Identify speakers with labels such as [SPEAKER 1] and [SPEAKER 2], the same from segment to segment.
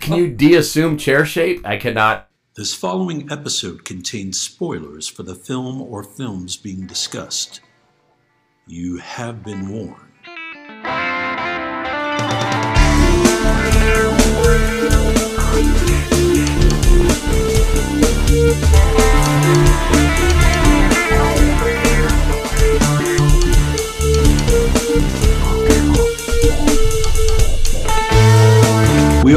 [SPEAKER 1] Can you de-assume chair shape? I cannot.
[SPEAKER 2] This following episode contains spoilers for the film or films being discussed. You have been warned. We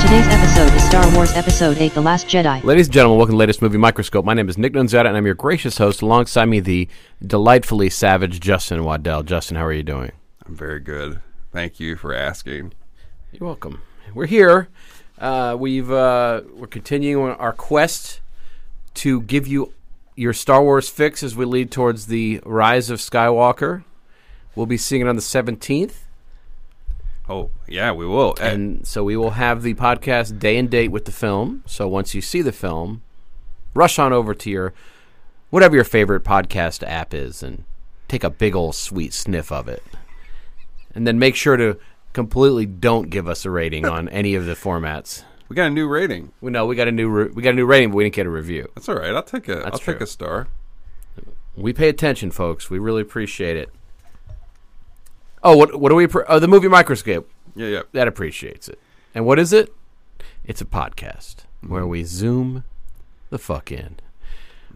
[SPEAKER 3] Today's episode is Star Wars Episode 8 The Last Jedi.
[SPEAKER 1] Ladies and gentlemen, welcome to the latest movie microscope. My name is Nick Nunzata, and I'm your gracious host. Alongside me, the delightfully savage Justin Waddell. Justin, how are you doing?
[SPEAKER 4] I'm very good. Thank you for asking.
[SPEAKER 1] You're welcome. We're here. Uh, we've uh, we're continuing our quest to give you your Star Wars fix as we lead towards the rise of Skywalker. We'll be seeing it on the 17th,
[SPEAKER 4] Oh, yeah, we will. And
[SPEAKER 1] and so we will have the podcast day and date with the film. So once you see the film, rush on over to your whatever your favorite podcast app is and take a big old sweet sniff of it. And then make sure to completely don't give us a rating on any of the formats.
[SPEAKER 4] we got a new rating.
[SPEAKER 1] We know we got a new re- we got a new rating, but we didn't get a review.
[SPEAKER 4] That's all right. I'll take a I'll take
[SPEAKER 1] true.
[SPEAKER 4] a star.
[SPEAKER 1] We pay attention, folks. We really appreciate it. Oh, what what do we? Pre- oh, the movie microscope.
[SPEAKER 4] Yeah, yeah.
[SPEAKER 1] that appreciates it. And what is it? It's a podcast where we zoom the fuck in.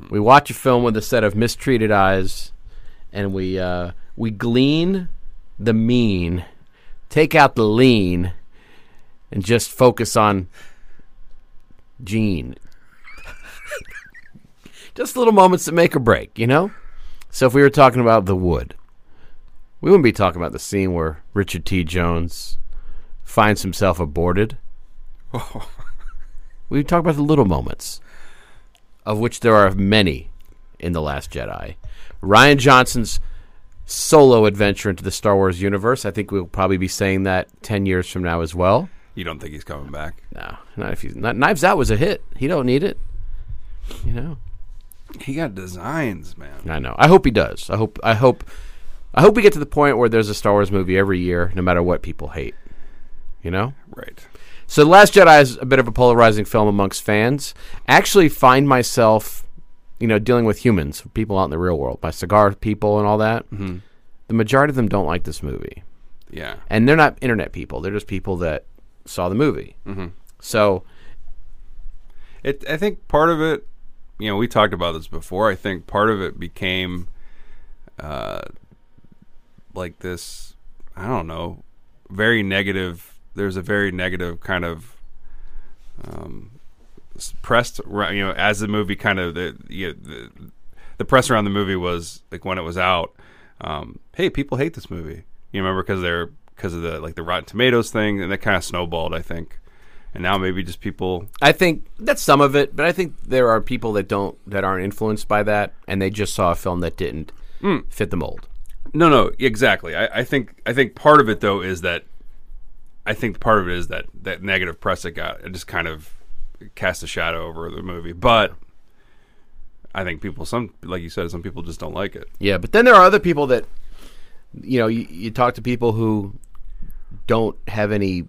[SPEAKER 1] We watch a film with a set of mistreated eyes, and we uh, we glean the mean, take out the lean, and just focus on Gene. just little moments that make or break, you know. So if we were talking about the wood, we wouldn't be talking about the scene where Richard T. Jones finds himself aborted. we talk about the little moments, of which there are many in The Last Jedi. Ryan Johnson's solo adventure into the Star Wars universe. I think we'll probably be saying that 10 years from now as well.
[SPEAKER 4] You don't think he's coming back?
[SPEAKER 1] No, not if he's not. Knives Out was a hit. He don't need it. You know?
[SPEAKER 4] He got designs, man.
[SPEAKER 1] I know. I hope he does. I hope. I hope. I hope we get to the point where there's a Star Wars movie every year, no matter what people hate. You know.
[SPEAKER 4] Right.
[SPEAKER 1] So, The Last Jedi is a bit of a polarizing film amongst fans. I actually find myself, you know, dealing with humans, people out in the real world, my cigar people and all that. Mm-hmm. The majority of them don't like this movie
[SPEAKER 4] Yeah.
[SPEAKER 1] and they're not internet people. They're just people that saw the movie. Mm-hmm. So,
[SPEAKER 4] It I think part of it, you know, we talked about this before. I think part of it became uh like this, I don't know, very negative. There's a very negative kind of um s- pressed ra- you know as the movie kind of the, you know, the the press around the movie was like when it was out um, hey people hate this movie you remember because they're because of the like the rotten tomatoes thing and that kind of snowballed i think and now maybe just people
[SPEAKER 1] I think that's some of it, but I think there are people that don't that aren't influenced by that, and they just saw a film that didn't fit the mold.
[SPEAKER 4] No, no, exactly. I, I think I think part of it though is that I think part of it is that that negative press it got it just kind of cast a shadow over the movie. But I think people some like you said some people just don't like it.
[SPEAKER 1] Yeah, but then there are other people that, you know, you, you talk to people who don't have any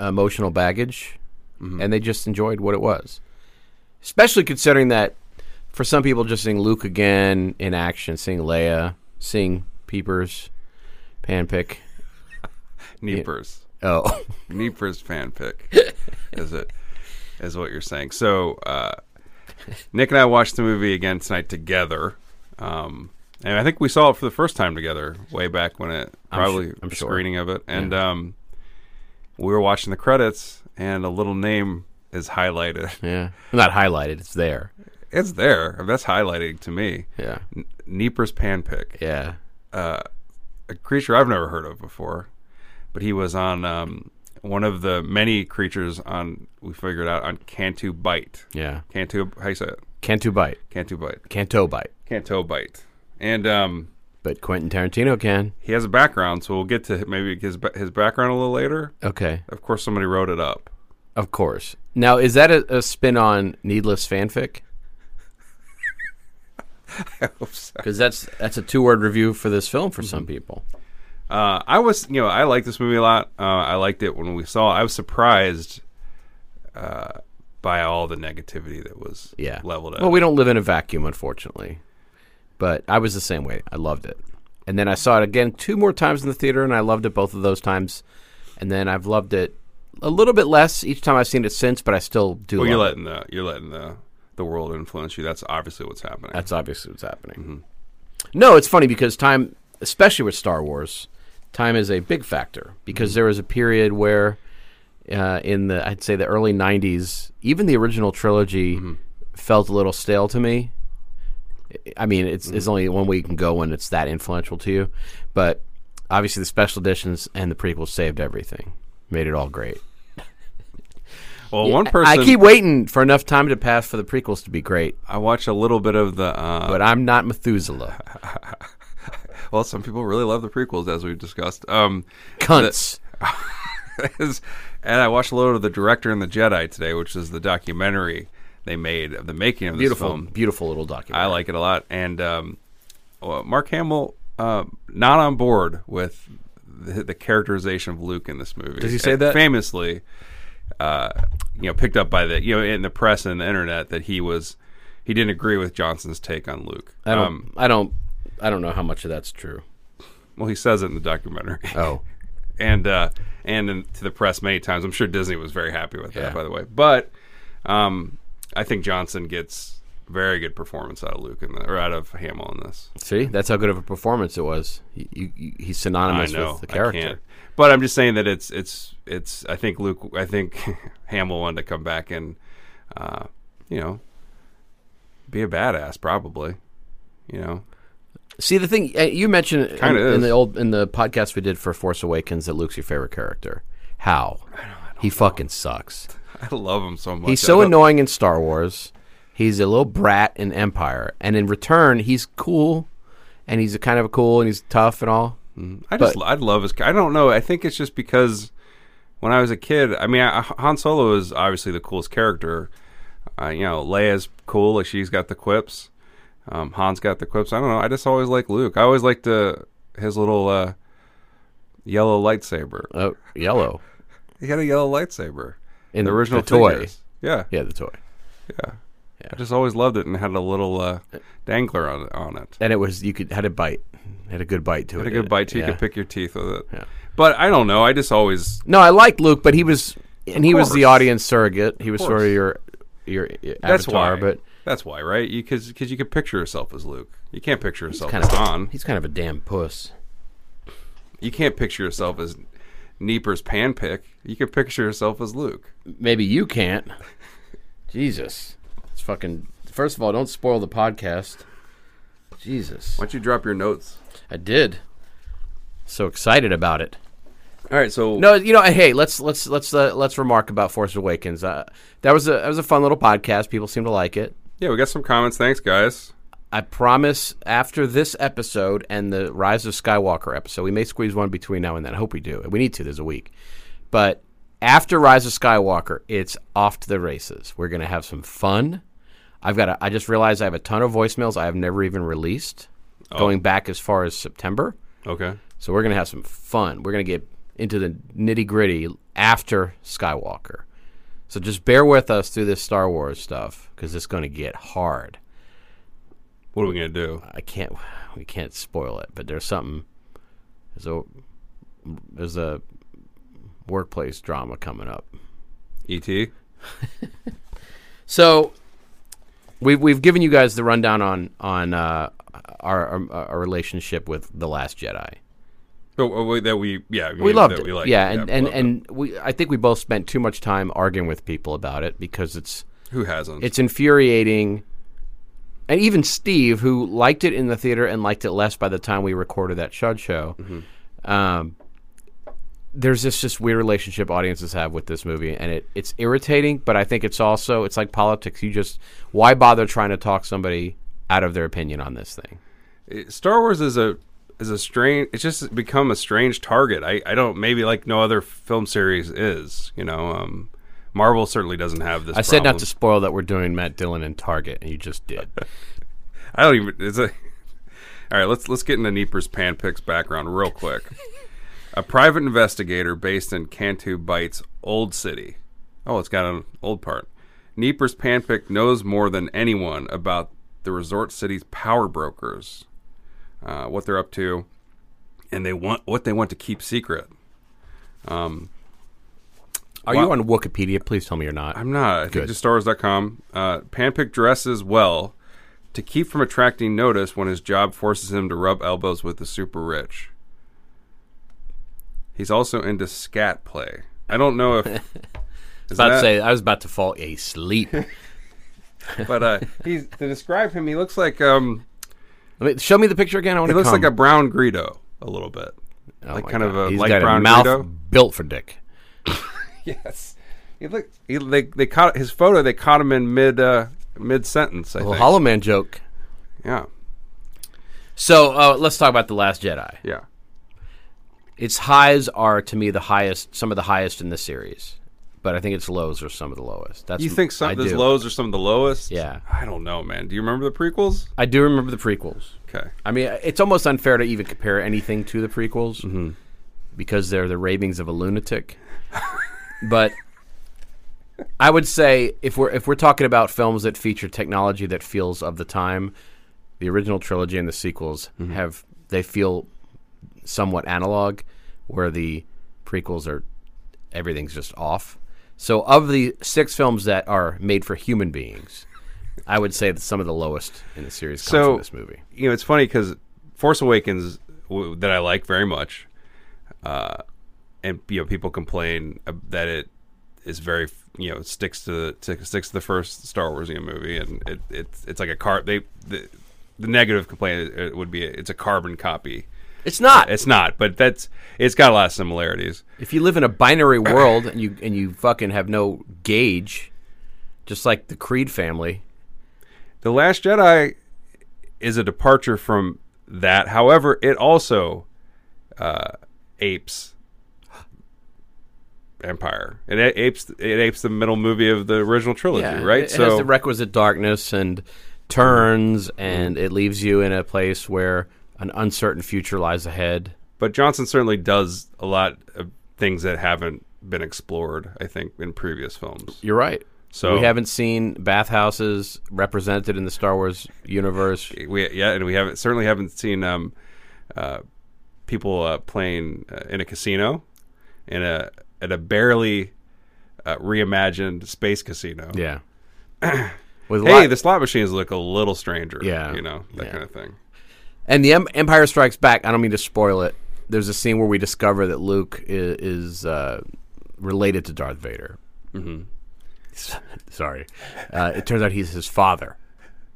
[SPEAKER 1] emotional baggage, and they just enjoyed what it was. Especially considering that for some people, just seeing Luke again in action, seeing Leia, seeing Peepers, Panpick.
[SPEAKER 4] Neepers.
[SPEAKER 1] Oh,
[SPEAKER 4] Neepers fan pick is it is what you're saying. So uh, Nick and I watched the movie again tonight together. Um, and I think we saw it for the first time together way back when it
[SPEAKER 1] su-
[SPEAKER 4] probably
[SPEAKER 1] I'm
[SPEAKER 4] the
[SPEAKER 1] sure.
[SPEAKER 4] screening of it. And um, we were watching the credits and a little name is highlighted.
[SPEAKER 1] Yeah, not highlighted. It's there.
[SPEAKER 4] It's there. That's highlighting to me.
[SPEAKER 1] Yeah,
[SPEAKER 4] N- Nieper's Panpick,
[SPEAKER 1] yeah.
[SPEAKER 4] a creature I've never heard of before, but he was on um, one of the many creatures on we figured out on Cantu Bite.
[SPEAKER 1] Yeah.
[SPEAKER 4] Cantu, how you say it?
[SPEAKER 1] Cantu bite.
[SPEAKER 4] Cantu Bite.
[SPEAKER 1] Canto bite.
[SPEAKER 4] Canto Bite. And um,
[SPEAKER 1] But Quentin Tarantino can.
[SPEAKER 4] he has a background, so we'll get to maybe his ba- his background a little later.
[SPEAKER 1] Okay.
[SPEAKER 4] Of course, somebody wrote it up.
[SPEAKER 1] Of course. Now, is that a, a spin on needless fanfic? Because that's that's a two word review for this film for
[SPEAKER 4] Mm-hmm.
[SPEAKER 1] some people.
[SPEAKER 4] Uh, I was, you know, I like this movie a lot. Uh, I liked it when we saw. it. I was surprised uh, by all the negativity that was
[SPEAKER 1] Yeah.
[SPEAKER 4] leveled at.
[SPEAKER 1] Well, we don't live in a vacuum, unfortunately. But I was the same way. I loved it. And then I saw it again two more times in the theater, and I loved it both of those times. And then I've loved it a little bit less each time I've seen it since, but I still do
[SPEAKER 4] Well, you're
[SPEAKER 1] love it.
[SPEAKER 4] letting the you're letting the the world influence you. That's obviously what's happening.
[SPEAKER 1] That's obviously what's happening. No, it's funny because time, especially with Star Wars, time is a big factor
[SPEAKER 4] Mm-hmm.
[SPEAKER 1] because there was a period where, uh, in the I'd say the early '90s, even the original trilogy
[SPEAKER 4] Mm-hmm.
[SPEAKER 1] felt a little stale to me. I mean, it's, it's
[SPEAKER 4] Mm-hmm.
[SPEAKER 1] only one way you can go when it's that influential to you, but obviously the special editions and the prequels saved everything, made it all great.
[SPEAKER 4] well, one
[SPEAKER 1] I-
[SPEAKER 4] person
[SPEAKER 1] I keep waiting for enough time to pass for the prequels to be great,
[SPEAKER 4] I watch a little bit of the. Uh,
[SPEAKER 1] but I'm not Methuselah.
[SPEAKER 4] well, some people really love the prequels, as we've discussed. Um,
[SPEAKER 1] Cunts.
[SPEAKER 4] is- and I watched a little of the director and the Jedi today, which is the documentary they made of the making of this
[SPEAKER 1] beautiful,
[SPEAKER 4] film.
[SPEAKER 1] beautiful little document.
[SPEAKER 4] I like it a lot. And um, well, Mark Hamill uh, not on board with the, the characterization of Luke in this movie.
[SPEAKER 1] Does he say
[SPEAKER 4] Uh,
[SPEAKER 1] that?
[SPEAKER 4] famously? Uh, you know, picked up by the you know in the press and the internet that he was he didn't agree with Johnson's take on Luke.
[SPEAKER 1] I don't,
[SPEAKER 4] Um,
[SPEAKER 1] Oh, I don't, I don't know how much of that's true.
[SPEAKER 4] well, he says it in the documentary.
[SPEAKER 1] Oh,
[SPEAKER 4] and uh, and in, to the press many times. I'm sure Disney was very happy with that,
[SPEAKER 1] Yeah.
[SPEAKER 4] by the way. But um, I think Johnson gets very good performance out of Luke in the, or out of Hamill in this.
[SPEAKER 1] see, that's how good of a performance it was. You, you, you, he's
[SPEAKER 4] I
[SPEAKER 1] synonymous
[SPEAKER 4] know
[SPEAKER 1] with the
[SPEAKER 4] I
[SPEAKER 1] character.
[SPEAKER 4] can't. But I'm just saying that it's it's it's. I think Luke. I think Hamill wanted to come back and, uh, you know, be a badass probably. You know,
[SPEAKER 1] See, the thing uh, you mentioned in,
[SPEAKER 4] Kinda
[SPEAKER 1] in the
[SPEAKER 4] is.
[SPEAKER 1] old in the podcast we did for Force Awakens that Luke's your favorite character. How? he fucking sucks.
[SPEAKER 4] I love him so much.
[SPEAKER 1] He's
[SPEAKER 4] I
[SPEAKER 1] so
[SPEAKER 4] love-
[SPEAKER 1] annoying in Star Wars. He's a little brat in Empire, and in return, he's cool, and he's a kind of a cool, and he's tough and all.
[SPEAKER 4] I just
[SPEAKER 1] but-
[SPEAKER 4] I love his. I don't know. I think it's just because when I was a kid, I mean, I, Han Solo is obviously the coolest character. Uh, you know, Leia's cool. Like she's got the quips. Um, Han's got the quips. I don't know. I just always like Luke. I always liked uh, his little uh, yellow lightsaber.
[SPEAKER 1] Oh, yellow
[SPEAKER 4] He had a yellow lightsaber.
[SPEAKER 1] in
[SPEAKER 4] The original
[SPEAKER 1] the toy.
[SPEAKER 4] figures. Yeah.
[SPEAKER 1] Yeah, the toy.
[SPEAKER 4] I just always loved it and had a little uh, dangler on on it.
[SPEAKER 1] and it was you could had a bite, had a good bite to it.
[SPEAKER 4] Had a good bite too. You
[SPEAKER 1] Yeah.
[SPEAKER 4] could pick your teeth with it.
[SPEAKER 1] Yeah.
[SPEAKER 4] But I don't know. I just always
[SPEAKER 1] No, I liked Luke, but he was, and he was the
[SPEAKER 4] course.
[SPEAKER 1] audience surrogate. He was sort of
[SPEAKER 4] course.
[SPEAKER 1] your your
[SPEAKER 4] That's
[SPEAKER 1] avatar,
[SPEAKER 4] why.
[SPEAKER 1] but
[SPEAKER 4] that's why, right? Because because you can picture yourself as Luke. You can't picture yourself
[SPEAKER 1] kind
[SPEAKER 4] as
[SPEAKER 1] of
[SPEAKER 4] Han.
[SPEAKER 1] He's kind of a damn puss.
[SPEAKER 4] You can't picture yourself as Nieper's panpick. You can picture yourself as Luke.
[SPEAKER 1] Maybe you can't. Jesus, it's fucking. First of all, don't spoil the podcast. Jesus,
[SPEAKER 4] Why don't you drop your notes?
[SPEAKER 1] I did. So excited about it.
[SPEAKER 4] All right, so
[SPEAKER 1] No, you know, hey, let's let's let's uh, let's remark about Force Awakens. Uh, that was a that was a fun little podcast. People seem to like it.
[SPEAKER 4] yeah, we got some comments. Thanks, guys.
[SPEAKER 1] I promise after this episode and the Rise of Skywalker episode, we may squeeze one between now and then. I hope we do. We need to. There's a week. But after Rise of Skywalker, it's off to the races. We're going to have some fun. I've got. A, I just realized I have a ton of voicemails I have never even released, going back as far as September.
[SPEAKER 4] Okay,
[SPEAKER 1] So we're going to have some fun. We're going to get into the nitty gritty after Skywalker. So just bear with us through this Star Wars stuff because it's going to get hard.
[SPEAKER 4] what are we gonna do?
[SPEAKER 1] I can't we can't spoil it, but there's something there's a there's a workplace drama coming up.
[SPEAKER 4] Et.
[SPEAKER 1] So we've we've given you guys the rundown on on uh, our, our our relationship with the Last Jedi.
[SPEAKER 4] Oh, oh, wait, that we yeah
[SPEAKER 1] we
[SPEAKER 4] mean,
[SPEAKER 1] loved
[SPEAKER 4] that
[SPEAKER 1] it.
[SPEAKER 4] we liked.
[SPEAKER 1] yeah, and
[SPEAKER 4] we
[SPEAKER 1] and,
[SPEAKER 4] loved it.
[SPEAKER 1] and we I think we both spent too much time arguing with people about it because it's
[SPEAKER 4] who hasn't?
[SPEAKER 1] it's infuriating. And even Steve, who liked it in the theater and liked it less by the time we recorded that Shud show,
[SPEAKER 4] Mm-hmm.
[SPEAKER 1] um, there's this just weird relationship audiences have with this movie, and it, it's irritating. But I think it's also it's like politics. You just why bother trying to talk somebody out of their opinion on this thing?
[SPEAKER 4] it- Star Wars is a is a strange. It's just become a strange target. I I don't maybe like no other film series is. You know, um, Marvel certainly doesn't have this.
[SPEAKER 1] I said not
[SPEAKER 4] problem.
[SPEAKER 1] to spoil that we're doing Matt Dillon and Target, and you just did.
[SPEAKER 4] I don't even. It's a. All right, let's let's get into Nieper's pan picks background real quick. a private investigator based in Cantu Bites, Old City. Oh, it's got an old part. Nieper's Panpick knows more than anyone about the resort city's power brokers, uh, what they're up to, and they want what they want to keep secret.
[SPEAKER 1] Are
[SPEAKER 4] Wha-
[SPEAKER 1] you on Wikipedia? Please tell me you're not.
[SPEAKER 4] I'm not. I think
[SPEAKER 1] Good.
[SPEAKER 4] just StarWars.com. Uh, Panpick dresses well to keep from attracting notice when his job forces him to rub elbows with the super rich. He's also into scat play. I don't know if. is
[SPEAKER 1] about to
[SPEAKER 4] that-
[SPEAKER 1] say I was about to fall asleep.
[SPEAKER 4] but uh, he's to describe him. He looks like um,
[SPEAKER 1] Let me, show me the picture again. I want
[SPEAKER 4] he
[SPEAKER 1] to.
[SPEAKER 4] looks like a brown Greedo a little bit.
[SPEAKER 1] Oh
[SPEAKER 4] like
[SPEAKER 1] my
[SPEAKER 4] kind of
[SPEAKER 1] God.
[SPEAKER 4] a
[SPEAKER 1] He's
[SPEAKER 4] light
[SPEAKER 1] got
[SPEAKER 4] brown
[SPEAKER 1] a mouth
[SPEAKER 4] Greedo.
[SPEAKER 1] built for dick.
[SPEAKER 4] Yes, he looked. He, they they caught his photo. They caught him in mid uh, mid sentence. I
[SPEAKER 1] Well,
[SPEAKER 4] think.
[SPEAKER 1] Hollow Man joke.
[SPEAKER 4] yeah,
[SPEAKER 1] So uh, let's talk about the Last Jedi.
[SPEAKER 4] yeah.
[SPEAKER 1] Its highs are to me the highest, some of the highest in the series, but I think its lows are some of the lowest. That's
[SPEAKER 4] You think some
[SPEAKER 1] I
[SPEAKER 4] of those
[SPEAKER 1] do.
[SPEAKER 4] lows are some of the lowest?
[SPEAKER 1] Yeah.
[SPEAKER 4] I don't know, man. Do you remember the prequels?
[SPEAKER 1] I do remember the prequels.
[SPEAKER 4] Okay.
[SPEAKER 1] I mean, it's almost unfair to even compare anything to the prequels because they're the ravings of a lunatic. but I would say if we're if we're talking about films that feature technology that feels of the time, the original trilogy and the sequels have they feel somewhat analog, where the prequels are everything's just off. So of the six films that are made for human beings, I would say that some of the lowest in the series comes
[SPEAKER 4] So-
[SPEAKER 1] from this movie.
[SPEAKER 4] You know, it's funny because Force Awakens, w- that I like very much, uh, and you know, people complain uh, that it is very f- you know sticks to the to, sticks to the first Star Wars you know, movie, and it, it's it's like a car. They the, the negative complaint uh, would be it's a carbon copy.
[SPEAKER 1] It's not.
[SPEAKER 4] It's not, but that's it's got a lot of similarities.
[SPEAKER 1] If you live in a binary world and you and you fucking have no gauge, just like the Creed family,
[SPEAKER 4] The Last Jedi is a departure from that. However, it also uh, apes Empire. It a- apes it apes the middle movie of the original trilogy, right?
[SPEAKER 1] It, it has the requisite darkness and turns, and it leaves you in a place where an uncertain future lies ahead.
[SPEAKER 4] but Johnson certainly does a lot of things that haven't been explored. I think in previous films.
[SPEAKER 1] You're right.
[SPEAKER 4] So-
[SPEAKER 1] we haven't seen bathhouses represented in the Star Wars universe.
[SPEAKER 4] We yeah, and we haven't certainly haven't seen um, uh, people uh, playing uh, in a casino in a at a barely uh, reimagined space casino.
[SPEAKER 1] Yeah. With
[SPEAKER 4] Hey,
[SPEAKER 1] lot-
[SPEAKER 4] the slot machines look a little stranger.
[SPEAKER 1] Yeah.
[SPEAKER 4] You know, that
[SPEAKER 1] Yeah.
[SPEAKER 4] kind of thing.
[SPEAKER 1] And the em- Empire Strikes Back. I don't mean to spoil it. There's a scene where we discover that Luke is, is uh, related to Darth Vader. Mm-hmm. Sorry, uh, it turns out he's his father.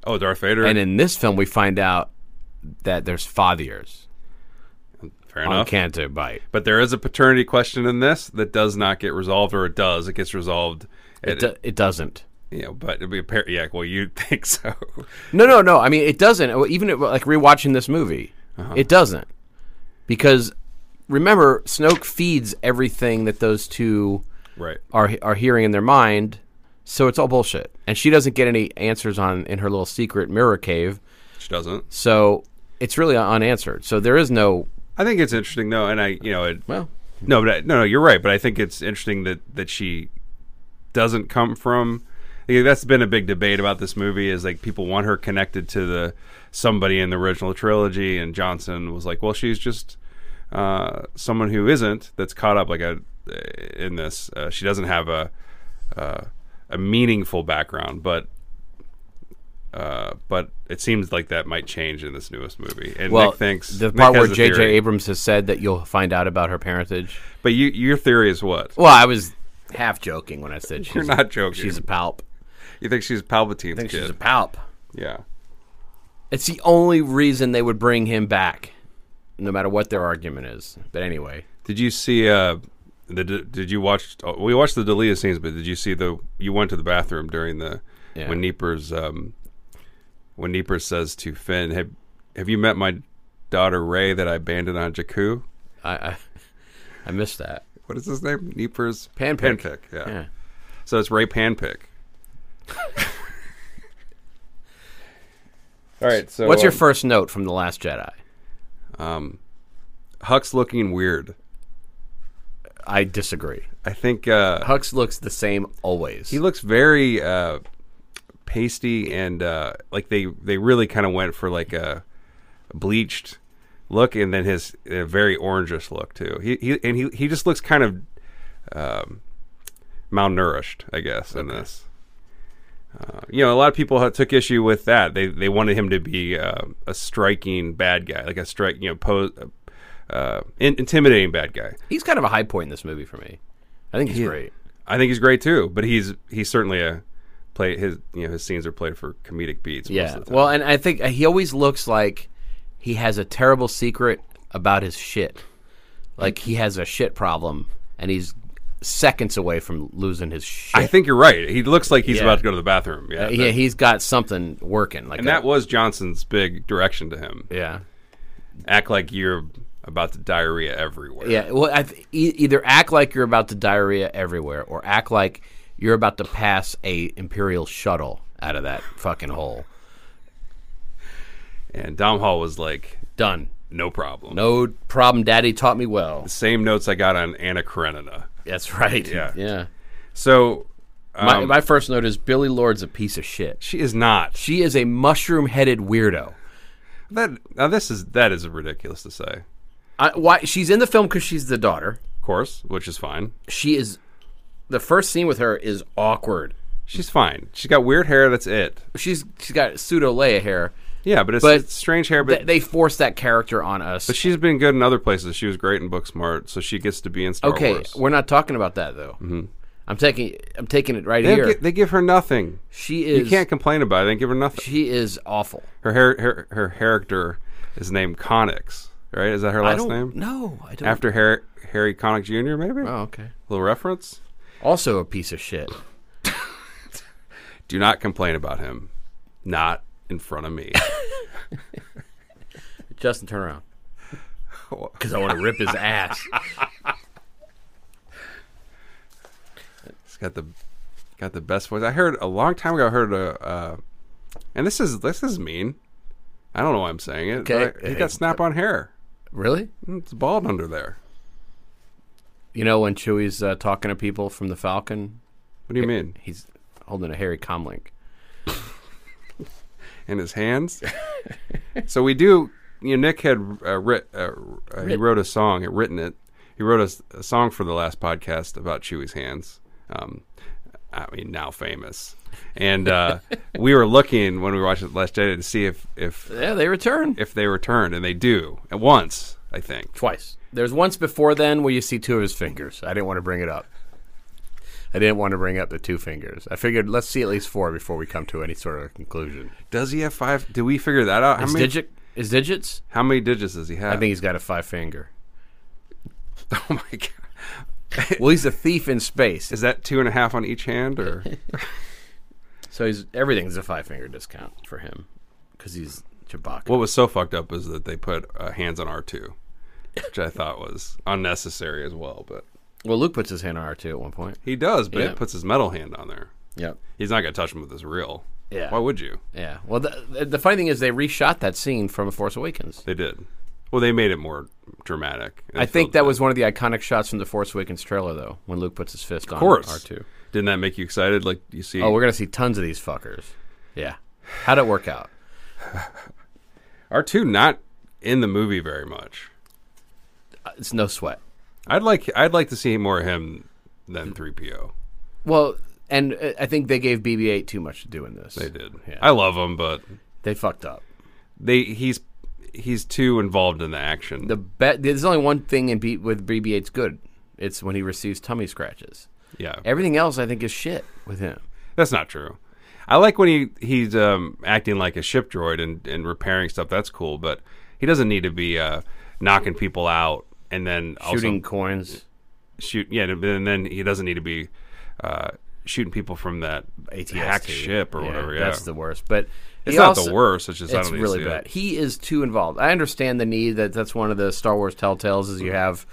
[SPEAKER 4] Oh, Darth Vader.
[SPEAKER 1] And in this film, we find out that there's fathers
[SPEAKER 4] Fair
[SPEAKER 1] on
[SPEAKER 4] enough.
[SPEAKER 1] Canto Bite.
[SPEAKER 4] but there is a paternity question in this that does not get resolved, or it does. It gets resolved.
[SPEAKER 1] It,
[SPEAKER 4] It,
[SPEAKER 1] do- it doesn't.
[SPEAKER 4] you know, but it'd be apparent. Yeah, well, you'd think so.
[SPEAKER 1] No, no, no. I mean, it doesn't. Uh, Even if, like rewatching this movie, it doesn't because remember, Snoke feeds everything that those two
[SPEAKER 4] right.
[SPEAKER 1] are are hearing in their mind. So it's all bullshit, and she doesn't get any answers on in her little secret mirror cave.
[SPEAKER 4] She doesn't.
[SPEAKER 1] So it's really unanswered. So there is no
[SPEAKER 4] I think it's interesting though, and I, you know, it,
[SPEAKER 1] well.
[SPEAKER 4] No, but I, no, no, you're right. But I think it's interesting that that she doesn't come from. yeah, that's been a big debate about this movie is like people want her connected to the somebody in the original trilogy, and Johnson was like, well, she's just uh, someone who isn't that's caught up like a in this. Uh, she doesn't have a uh, a meaningful background, but Uh, but it seems like that might change in this newest movie. And
[SPEAKER 1] Well,
[SPEAKER 4] Nick thinks
[SPEAKER 1] the
[SPEAKER 4] Nick
[SPEAKER 1] part
[SPEAKER 4] has
[SPEAKER 1] where
[SPEAKER 4] a
[SPEAKER 1] J.J.
[SPEAKER 4] theory.
[SPEAKER 1] Abrams has said that you'll find out about her parentage.
[SPEAKER 4] But you, your theory is what?
[SPEAKER 1] Well, I was half joking when I said she's
[SPEAKER 4] You're not joking.
[SPEAKER 1] She's a palp.
[SPEAKER 4] you think she's Palpatine's
[SPEAKER 1] I think
[SPEAKER 4] kid?
[SPEAKER 1] she's a palp.
[SPEAKER 4] yeah.
[SPEAKER 1] It's the only reason they would bring him back, no matter what their argument is. But anyway,
[SPEAKER 4] Did you see? Uh, the, d- did you watch? oh, We watched the deleted scenes, but did you see the? You went to the bathroom during the
[SPEAKER 1] Yeah.
[SPEAKER 4] when Neepers um, when Neepers says to Finn, "Have have you met my daughter Ray that I abandoned on Jakku?"
[SPEAKER 1] I I, I missed that.
[SPEAKER 4] What is his name? Neepers
[SPEAKER 1] Panpick.
[SPEAKER 4] Panpick, yeah.
[SPEAKER 1] Yeah.
[SPEAKER 4] So it's Ray Panpick. All right. So
[SPEAKER 1] What's your
[SPEAKER 4] um,
[SPEAKER 1] first note from the Last Jedi?
[SPEAKER 4] Huck's looking weird.
[SPEAKER 1] I disagree.
[SPEAKER 4] I think uh,
[SPEAKER 1] Hux looks the same always.
[SPEAKER 4] He looks very uh, pasty and uh, like they they really kind of went for like a bleached look, and then his uh, very orangish look too. He, he and he he just looks kind of um, malnourished, I guess, in this. Uh, you know, a lot of people ha- took issue with that. They they wanted him to be uh, a striking bad guy, like a strike, you know, pose, uh, in- intimidating bad guy.
[SPEAKER 1] he's kind of a high point in this movie for me. I think he's great.
[SPEAKER 4] I think he's great too, but he's he's certainly a play his you know his scenes are played for comedic beats. most
[SPEAKER 1] Yeah.
[SPEAKER 4] of the time.
[SPEAKER 1] Well, and I think uh, he always looks like he has a terrible secret about his shit. Like he has a shit problem, and he's seconds away from losing his shit.
[SPEAKER 4] I think you're right. He looks like he's
[SPEAKER 1] Yeah.
[SPEAKER 4] about to go to the bathroom. Yeah,
[SPEAKER 1] Uh, yeah,
[SPEAKER 4] that-
[SPEAKER 1] he's got something working. Like
[SPEAKER 4] and
[SPEAKER 1] a-
[SPEAKER 4] that was Johnson's big direction to him:
[SPEAKER 1] Yeah.
[SPEAKER 4] act like you're about to diarrhea everywhere.
[SPEAKER 1] Yeah. Well, I th- e- either act like you're about to diarrhea everywhere, or act like you're about to pass a imperial shuttle out of that fucking hole.
[SPEAKER 4] and Dom Hall was like,
[SPEAKER 1] Done.
[SPEAKER 4] "No problem."
[SPEAKER 1] No problem. Daddy taught me well.
[SPEAKER 4] Same notes I got on Anna Karenina.
[SPEAKER 1] That's right.
[SPEAKER 4] Yeah.
[SPEAKER 1] Yeah.
[SPEAKER 4] So
[SPEAKER 1] My,
[SPEAKER 4] um,
[SPEAKER 1] my first note is Billy Lord's a piece of shit.
[SPEAKER 4] she is not.
[SPEAKER 1] She is a mushroom-headed weirdo.
[SPEAKER 4] That now this is that is ridiculous to say, of
[SPEAKER 1] I, why she's in the film because she's the daughter.
[SPEAKER 4] course, which is fine.
[SPEAKER 1] She is. The first scene with her is awkward.
[SPEAKER 4] She's fine. She's got weird hair. That's it.
[SPEAKER 1] She's she's got pseudo Leia hair.
[SPEAKER 4] Yeah, but it's,
[SPEAKER 1] But
[SPEAKER 4] it's strange hair. But
[SPEAKER 1] Th- they forced that character on us.
[SPEAKER 4] But she's been good in other places. She was great in Booksmart, so she gets to be in Star
[SPEAKER 1] okay,
[SPEAKER 4] Wars.
[SPEAKER 1] we're not talking about that though. I'm taking I'm taking it right
[SPEAKER 4] Mm-hmm. they,
[SPEAKER 1] here.
[SPEAKER 4] gi- they give her nothing.
[SPEAKER 1] she
[SPEAKER 4] You
[SPEAKER 1] is.
[SPEAKER 4] can't complain about it. They give her nothing.
[SPEAKER 1] she is awful.
[SPEAKER 4] her, hair, her her character is named Connix, right? Is that her
[SPEAKER 1] I
[SPEAKER 4] last
[SPEAKER 1] don't
[SPEAKER 4] name?
[SPEAKER 1] No, I don't.
[SPEAKER 4] After Harry, Harry Connick Jr., maybe?
[SPEAKER 1] oh, okay.
[SPEAKER 4] Little reference.
[SPEAKER 1] Also a piece of shit.
[SPEAKER 4] Do not complain about him. Not in front of me.
[SPEAKER 1] Justin, turn around. Because I want to rip his ass.
[SPEAKER 4] He's got the got the best voice. I heard a long time ago. I heard a, uh, and this is this is mean. I don't know why I'm saying it.
[SPEAKER 1] Okay.
[SPEAKER 4] but He got snap on hair.
[SPEAKER 1] really?
[SPEAKER 4] It's bald under there.
[SPEAKER 1] You know when Chewie's uh, talking to people from the Falcon,
[SPEAKER 4] What do you mean?
[SPEAKER 1] he's holding a hairy comlink.
[SPEAKER 4] in his hands. so we do. You know, Nick had uh, writ, uh, uh, he wrote a song, had written it. He wrote a s- a, song for the last podcast about Chewie's hands. Um, I mean, now famous. And uh, we were looking when we watched it last Jedi to see if if
[SPEAKER 1] Yeah, they return
[SPEAKER 4] if they returned, and they do at once. I think.
[SPEAKER 1] twice. There's once before then where you see two of his fingers. I didn't want to bring it up. I didn't want to bring up the two fingers. I figured let's see at least four before we come to any sort of conclusion.
[SPEAKER 4] Does he have five? Did we figure that out? How
[SPEAKER 1] His
[SPEAKER 4] many?
[SPEAKER 1] digit, his digits.
[SPEAKER 4] How many digits does he have?
[SPEAKER 1] I think he's got a five finger.
[SPEAKER 4] oh my god!
[SPEAKER 1] Well, he's a thief in space,
[SPEAKER 4] Is that two and a half on each hand, or
[SPEAKER 1] so he's everything's a five finger discount for him because he's Chewbacca.
[SPEAKER 4] What was so fucked up was that they put uh, hands on R two, which I thought was unnecessary as well. But
[SPEAKER 1] Well, Luke puts his hand on R two at one point.
[SPEAKER 4] he does, but
[SPEAKER 1] Yeah.
[SPEAKER 4] it puts his metal hand on there.
[SPEAKER 1] Yep.
[SPEAKER 4] He's not gonna touch him with his real.
[SPEAKER 1] Yeah.
[SPEAKER 4] Why would you?
[SPEAKER 1] Yeah. Well, the, the- the funny thing is they reshot that scene from Force Awakens.
[SPEAKER 4] They did. Well, they made it more dramatic.
[SPEAKER 1] I think that was one of the iconic shots from the Force Awakens trailer, though, when Luke puts his fist on
[SPEAKER 4] of course
[SPEAKER 1] R2.
[SPEAKER 4] Didn't that make you excited? Like you see.
[SPEAKER 1] Oh, we're gonna see tons of these fuckers. Yeah. How'd it work out?
[SPEAKER 4] R two not in the movie very much.
[SPEAKER 1] Uh, It's no sweat.
[SPEAKER 4] I'd like I'd like to see more of him than three PO.
[SPEAKER 1] Well, and uh, I think they gave BB-8 too much to do in this.
[SPEAKER 4] They did.
[SPEAKER 1] Yeah.
[SPEAKER 4] I love him, but
[SPEAKER 1] They fucked up.
[SPEAKER 4] they he's he's too involved in the action.
[SPEAKER 1] The be- there's only one thing in B- with BB-8's good. It's when he receives tummy scratches.
[SPEAKER 4] yeah,
[SPEAKER 1] Everything else, I think, is shit with him.
[SPEAKER 4] that's not true. I like when he he's um, acting like a ship droid and, and repairing stuff. That's cool, but he doesn't need to be uh, knocking people out and then
[SPEAKER 1] Shooting
[SPEAKER 4] also
[SPEAKER 1] coins,
[SPEAKER 4] shoot. Yeah, and then he doesn't need to be uh, shooting people from that
[SPEAKER 1] ATS
[SPEAKER 4] hacked ship or whatever. Yeah,
[SPEAKER 1] that's the worst. But
[SPEAKER 4] it's
[SPEAKER 1] he
[SPEAKER 4] not
[SPEAKER 1] also-
[SPEAKER 4] the worst. It's just I
[SPEAKER 1] It's
[SPEAKER 4] don't
[SPEAKER 1] really
[SPEAKER 4] see
[SPEAKER 1] bad.
[SPEAKER 4] It.
[SPEAKER 1] He is too involved. I understand the need that that's one of the Star Wars telltales is
[SPEAKER 4] Mm-hmm.
[SPEAKER 1] you have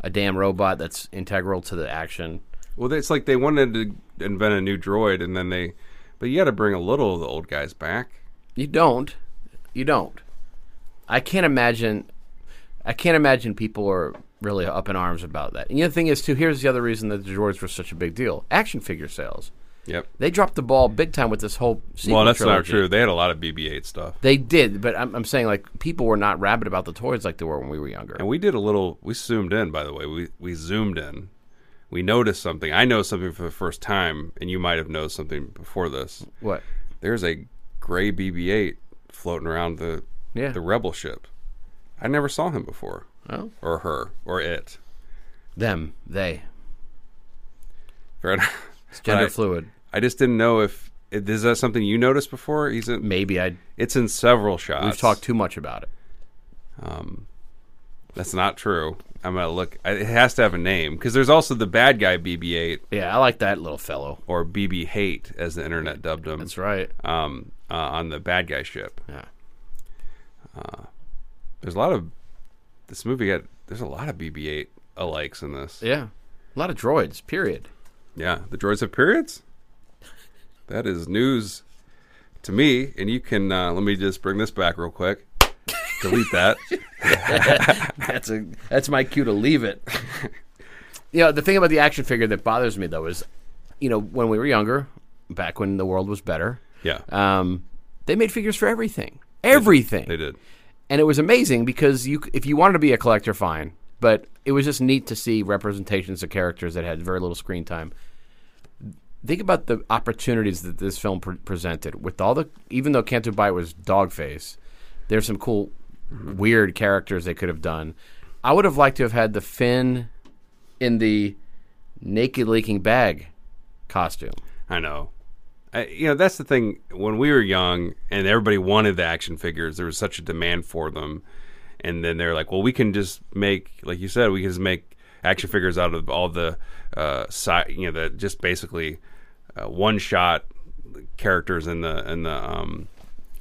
[SPEAKER 1] a damn robot that's integral to the action.
[SPEAKER 4] Well, it's like they wanted to invent a new droid, and then they, but you got to bring a little of the old guys back.
[SPEAKER 1] You don't. You don't. I can't imagine. I can't imagine people are really up in arms about that. And the other thing is too. Here's the other reason that the droids were such a big deal: action figure sales.
[SPEAKER 4] Yep.
[SPEAKER 1] They dropped the ball big time with this whole. Sequel
[SPEAKER 4] Well, that's not
[SPEAKER 1] trilogy.
[SPEAKER 4] true. They had a lot of BB-8 stuff,
[SPEAKER 1] They did, but I'm, I'm saying like people were not rabid about the toys like they were when we were younger.
[SPEAKER 4] and we did a little. We zoomed in, by the way. We we zoomed in. We noticed something. I noticed something for the first time, and you might have noticed something before this.
[SPEAKER 1] what?
[SPEAKER 4] There's a gray BB-8 floating around the
[SPEAKER 1] Yeah.
[SPEAKER 4] the rebel ship. I never saw him before,
[SPEAKER 1] Oh,
[SPEAKER 4] or her, or it.
[SPEAKER 1] them, they.
[SPEAKER 4] Fair enough.
[SPEAKER 1] It's gender
[SPEAKER 4] Right.
[SPEAKER 1] fluid.
[SPEAKER 4] I just didn't know if is that something you noticed before. He's in.
[SPEAKER 1] Maybe I.
[SPEAKER 4] It's in several shots.
[SPEAKER 1] We've talked too much about it.
[SPEAKER 4] That's not true. I'm gonna look. I- It has to have a name because there's also the bad guy BB-8
[SPEAKER 1] Yeah, I like that little fellow.
[SPEAKER 4] or BB Hate as the internet dubbed him.
[SPEAKER 1] That's right.
[SPEAKER 4] Um, uh, on the bad guy ship.
[SPEAKER 1] Yeah.
[SPEAKER 4] There's a lot of this movie. Got there's a lot of BB-8 alikes in this.
[SPEAKER 1] Yeah. A lot of droids. Period.
[SPEAKER 4] Yeah, the droids have periods. That is news to me. And you can uh, let me just bring this back real quick. Delete that.
[SPEAKER 1] That's a that's my cue to leave it. you know, the thing about the action figure that bothers me though is, you know, when we were younger, back when the world was better,
[SPEAKER 4] Yeah,
[SPEAKER 1] um, they made figures for everything, everything,
[SPEAKER 4] they did.
[SPEAKER 1] and it was amazing because you, c- if you wanted to be a collector, fine, but it was just neat to see representations of characters that had very little screen time. Think about the opportunities that this film pre- presented with all the, even though Can't Do By was Dogface, there's some cool, weird characters they could have done. I would have liked to have had the Finn in the naked leaking bag costume.
[SPEAKER 4] I know. I, you know, that's the thing. When we were young and everybody wanted the action figures, there was such a demand for them. And then they're like, well, we can just make, like you said, we can just make action figures out of all the, uh, si- you know, the just basically uh, one shot characters in the, in the, um,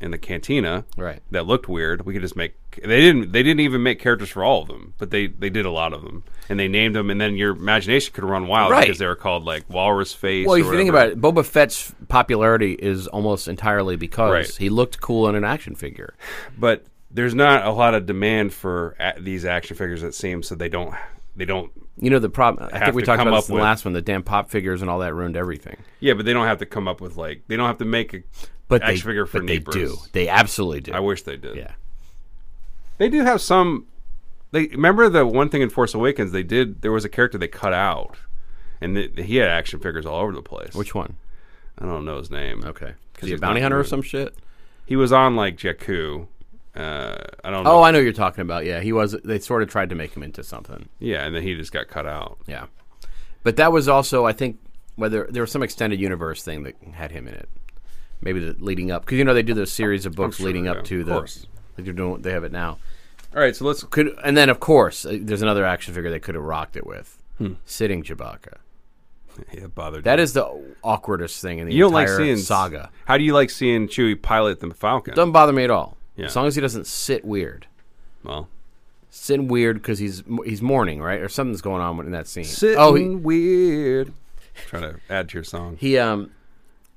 [SPEAKER 4] in the cantina,
[SPEAKER 1] Right.
[SPEAKER 4] That looked weird. We could just make. They didn't. They didn't even make characters for all of them, but they they did a lot of them, and they named them. And then your imagination could run wild
[SPEAKER 1] Right.
[SPEAKER 4] because they were called like Walrus Face.
[SPEAKER 1] Well,
[SPEAKER 4] or
[SPEAKER 1] if you think
[SPEAKER 4] whatever.
[SPEAKER 1] about it, Boba Fett's popularity is almost entirely because
[SPEAKER 4] Right.
[SPEAKER 1] he looked cool in an action figure.
[SPEAKER 4] but there's not a lot of demand for a- these action figures it seems so they don't they don't
[SPEAKER 1] You know the problem. I
[SPEAKER 4] Have
[SPEAKER 1] think we
[SPEAKER 4] to
[SPEAKER 1] talked
[SPEAKER 4] come
[SPEAKER 1] about
[SPEAKER 4] up
[SPEAKER 1] this in the
[SPEAKER 4] with-
[SPEAKER 1] last one. The damn pop figures and all that ruined everything.
[SPEAKER 4] yeah but they don't have to come up with like they don't have to make a
[SPEAKER 1] But
[SPEAKER 4] action
[SPEAKER 1] they,
[SPEAKER 4] figure for
[SPEAKER 1] but they
[SPEAKER 4] neighbors
[SPEAKER 1] do. They absolutely do.
[SPEAKER 4] i wish they did
[SPEAKER 1] yeah.
[SPEAKER 4] they do have some they remember the one thing in force awakens they did there was a character they cut out and th he had action figures all over the place
[SPEAKER 1] Which one?
[SPEAKER 4] i don't know his name
[SPEAKER 1] Okay. Is he a
[SPEAKER 4] he's
[SPEAKER 1] bounty
[SPEAKER 4] not
[SPEAKER 1] hunter or
[SPEAKER 4] ruined.
[SPEAKER 1] some shit?
[SPEAKER 4] he was on like jakku uh, i don't know
[SPEAKER 1] Oh, I know what you're talking about. Yeah, he was. They sort of tried to make him into something.
[SPEAKER 4] yeah and then he just got cut out
[SPEAKER 1] Yeah. But that was also, I think, whether there was some extended universe thing that had him in it. Maybe the leading up because you know they do those series of books
[SPEAKER 4] sure,
[SPEAKER 1] leading
[SPEAKER 4] yeah,
[SPEAKER 1] up to
[SPEAKER 4] of
[SPEAKER 1] the.
[SPEAKER 4] course.
[SPEAKER 1] Like they're doing. They have it now.
[SPEAKER 4] all right so let's
[SPEAKER 1] could and then of course uh, there's another action figure they could have rocked it with
[SPEAKER 4] Hmm.
[SPEAKER 1] sitting Chewbacca.
[SPEAKER 4] yeah bothered
[SPEAKER 1] That is the awkwardest thing in the
[SPEAKER 4] You don't
[SPEAKER 1] entire
[SPEAKER 4] like seeing
[SPEAKER 1] saga.
[SPEAKER 4] How do you like seeing Chewie pilot the Falcon?
[SPEAKER 1] Doesn't bother me at all.
[SPEAKER 4] Yeah.
[SPEAKER 1] As long as he doesn't sit weird,
[SPEAKER 4] Well,
[SPEAKER 1] sitting weird because he's he's mourning right or something's going on in that scene.
[SPEAKER 4] sitting
[SPEAKER 1] Oh, he,
[SPEAKER 4] weird. Trying to add to your song.
[SPEAKER 1] he um,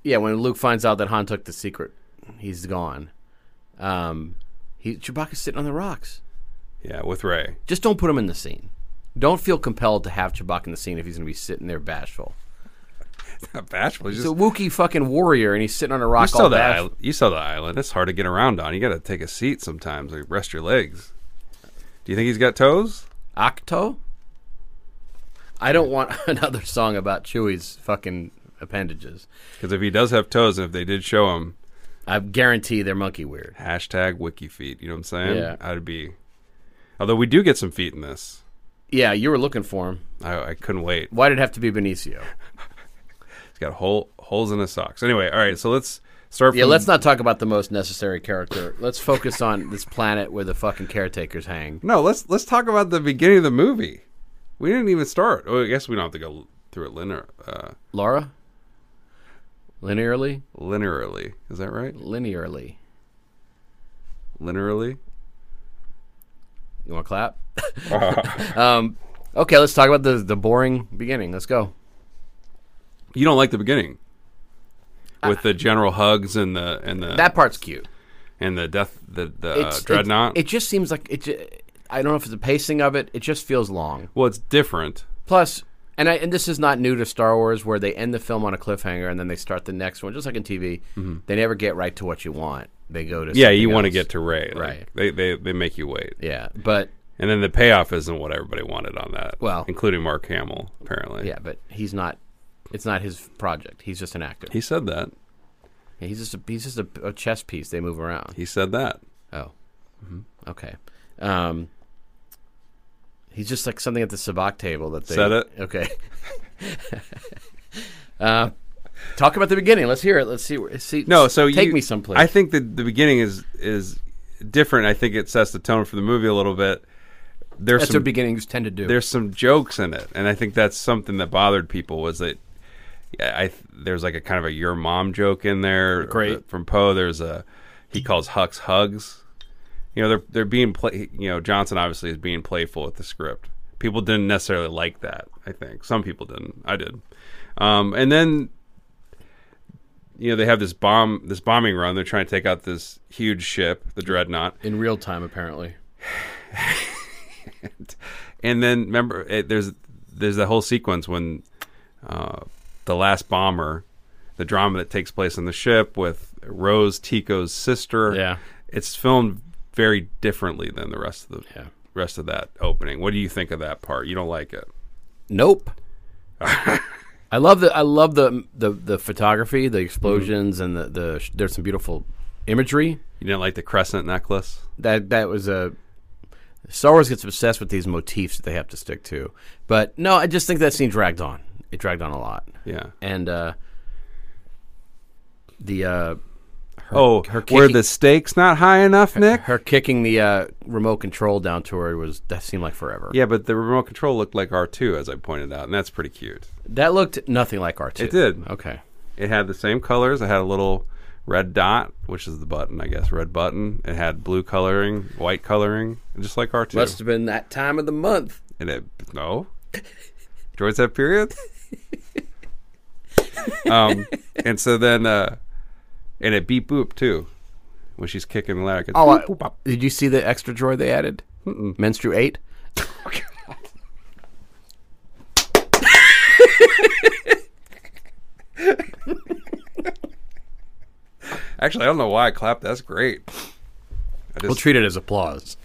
[SPEAKER 1] yeah. When Luke finds out that Han took the secret, he's gone. Um, he Chewbacca's sitting on the rocks.
[SPEAKER 4] Yeah, with Ray.
[SPEAKER 1] Just don't put him in the scene. Don't feel compelled to have Chewbacca in the scene if he's going to be sitting there bashful.
[SPEAKER 4] Not bashful. He's
[SPEAKER 1] He's
[SPEAKER 4] just,
[SPEAKER 1] a Wookiee fucking warrior, and he's sitting on a
[SPEAKER 4] you
[SPEAKER 1] rock
[SPEAKER 4] saw
[SPEAKER 1] all
[SPEAKER 4] the
[SPEAKER 1] bashful.
[SPEAKER 4] island. You saw the island. It's hard to get around on. You got to take a seat sometimes or rest your legs. Do you think he's got toes?
[SPEAKER 1] Octo? I don't want another song about Chewie's fucking appendages.
[SPEAKER 4] Because if he does have toes, and if they did show him,
[SPEAKER 1] I guarantee they're monkey weird.
[SPEAKER 4] hashtag wiki feet. You know what I'm saying?
[SPEAKER 1] Yeah.
[SPEAKER 4] I'd be. Although we do get some feet in this,
[SPEAKER 1] Yeah, you were looking for him.
[SPEAKER 4] I, I couldn't wait.
[SPEAKER 1] Why did it have to be Benicio?
[SPEAKER 4] He's got hole holes in his socks. Anyway, all right. So let's start.
[SPEAKER 1] Yeah,
[SPEAKER 4] from-
[SPEAKER 1] let's not talk about the most necessary character. Let's focus on this planet where the fucking caretakers hang.
[SPEAKER 4] No, let's let's talk about the beginning of the movie. We didn't even start. Oh, I guess we don't have to go through it linear, uh,
[SPEAKER 1] Laura? Linearly?
[SPEAKER 4] linearly. Is that right?
[SPEAKER 1] Linearly.
[SPEAKER 4] Linearly.
[SPEAKER 1] You want to clap? um, okay, let's talk about the, the boring beginning. Let's go.
[SPEAKER 4] You don't like the beginning with the general hugs and the and the
[SPEAKER 1] That part's cute.
[SPEAKER 4] and the death the the
[SPEAKER 1] It's,
[SPEAKER 4] uh, dreadnought.
[SPEAKER 1] It, it just seems like it. ju- I don't know if it's the pacing of it. It just feels long.
[SPEAKER 4] well, it's different.
[SPEAKER 1] Plus, and I, and this is not new to Star Wars, where they end the film on a cliffhanger and then they start the next one, just like in TV. They never get right to what you want. They go to
[SPEAKER 4] Mm-hmm. Yeah, you
[SPEAKER 1] something
[SPEAKER 4] want to
[SPEAKER 1] else.
[SPEAKER 4] get to Ray. Like,
[SPEAKER 1] Right.
[SPEAKER 4] They they they make you wait.
[SPEAKER 1] yeah, but
[SPEAKER 4] And then the payoff isn't what everybody wanted on that.
[SPEAKER 1] Well-
[SPEAKER 4] including Mark Hamill, apparently.
[SPEAKER 1] yeah, but he's not. It's not his project. He's just an actor.
[SPEAKER 4] He said that.
[SPEAKER 1] He's just a, he's just a, a chess piece. They move around.
[SPEAKER 4] He said that.
[SPEAKER 1] Oh, okay. Um, he's just like something at the sabacc table that they
[SPEAKER 4] Said it.
[SPEAKER 1] Okay. uh, talk about the beginning. Let's hear it. Let's see. where- See.
[SPEAKER 4] No, so
[SPEAKER 1] take
[SPEAKER 4] you,
[SPEAKER 1] me someplace.
[SPEAKER 4] I think that the beginning is is different. I think it sets the tone for the movie a little bit. There's
[SPEAKER 1] that's
[SPEAKER 4] some
[SPEAKER 1] what beginnings tend to do.
[SPEAKER 4] there's some jokes in it, and I think that's something that bothered people was that yeah, I there's like a kind of a your mom joke in there.
[SPEAKER 1] Great.
[SPEAKER 4] uh, from Poe. There's a he calls Hux hugs. You know they're they're being play. You know Johnson obviously is being playful with the script. People didn't necessarily like that. I think some people didn't. I did. Um, and then you know they have this bomb this bombing run. They're trying to take out this huge ship, the dreadnought.
[SPEAKER 1] in real time, apparently.
[SPEAKER 4] and then remember it, there's there's the whole sequence when uh, the last bomber the drama that takes place on the ship with rose tico's sister
[SPEAKER 1] Yeah.
[SPEAKER 4] it's filmed very differently than the rest of the
[SPEAKER 1] Yeah.
[SPEAKER 4] rest of that opening what do you think of that part you don't like it
[SPEAKER 1] Nope. I love the I love the the, the photography, the explosions, and the the sh- there's some beautiful imagery.
[SPEAKER 4] you didn't like the crescent necklace
[SPEAKER 1] that that was a Star Wars gets obsessed with these motifs that they have to stick to. But no, I just think that scene dragged on. It dragged on a lot.
[SPEAKER 4] yeah
[SPEAKER 1] And uh the uh
[SPEAKER 4] oh
[SPEAKER 1] her
[SPEAKER 4] were
[SPEAKER 1] kicking-
[SPEAKER 4] the stakes not high enough nick
[SPEAKER 1] her kicking the uh remote control down to her was that seemed like forever.
[SPEAKER 4] yeah but the remote control looked like r2 as i pointed out and that's pretty cute
[SPEAKER 1] That looked nothing like R2.
[SPEAKER 4] It did.
[SPEAKER 1] Okay.
[SPEAKER 4] It had the same colors. It had a little red dot, which is the button, I guess, red button. It had blue coloring, white coloring, just like R2.
[SPEAKER 1] Must have been that time of the month.
[SPEAKER 4] And it, no. Droids have periods? um, and so then, uh, and it beep boop too when she's kicking the ladder. It goes
[SPEAKER 1] Oh,
[SPEAKER 4] beep, boop,
[SPEAKER 1] I,
[SPEAKER 4] bop.
[SPEAKER 1] did you see the extra droid they added? Menstruate.
[SPEAKER 4] Actually, I don't know why I clapped. That's great. I just,
[SPEAKER 1] We'll treat it as applause.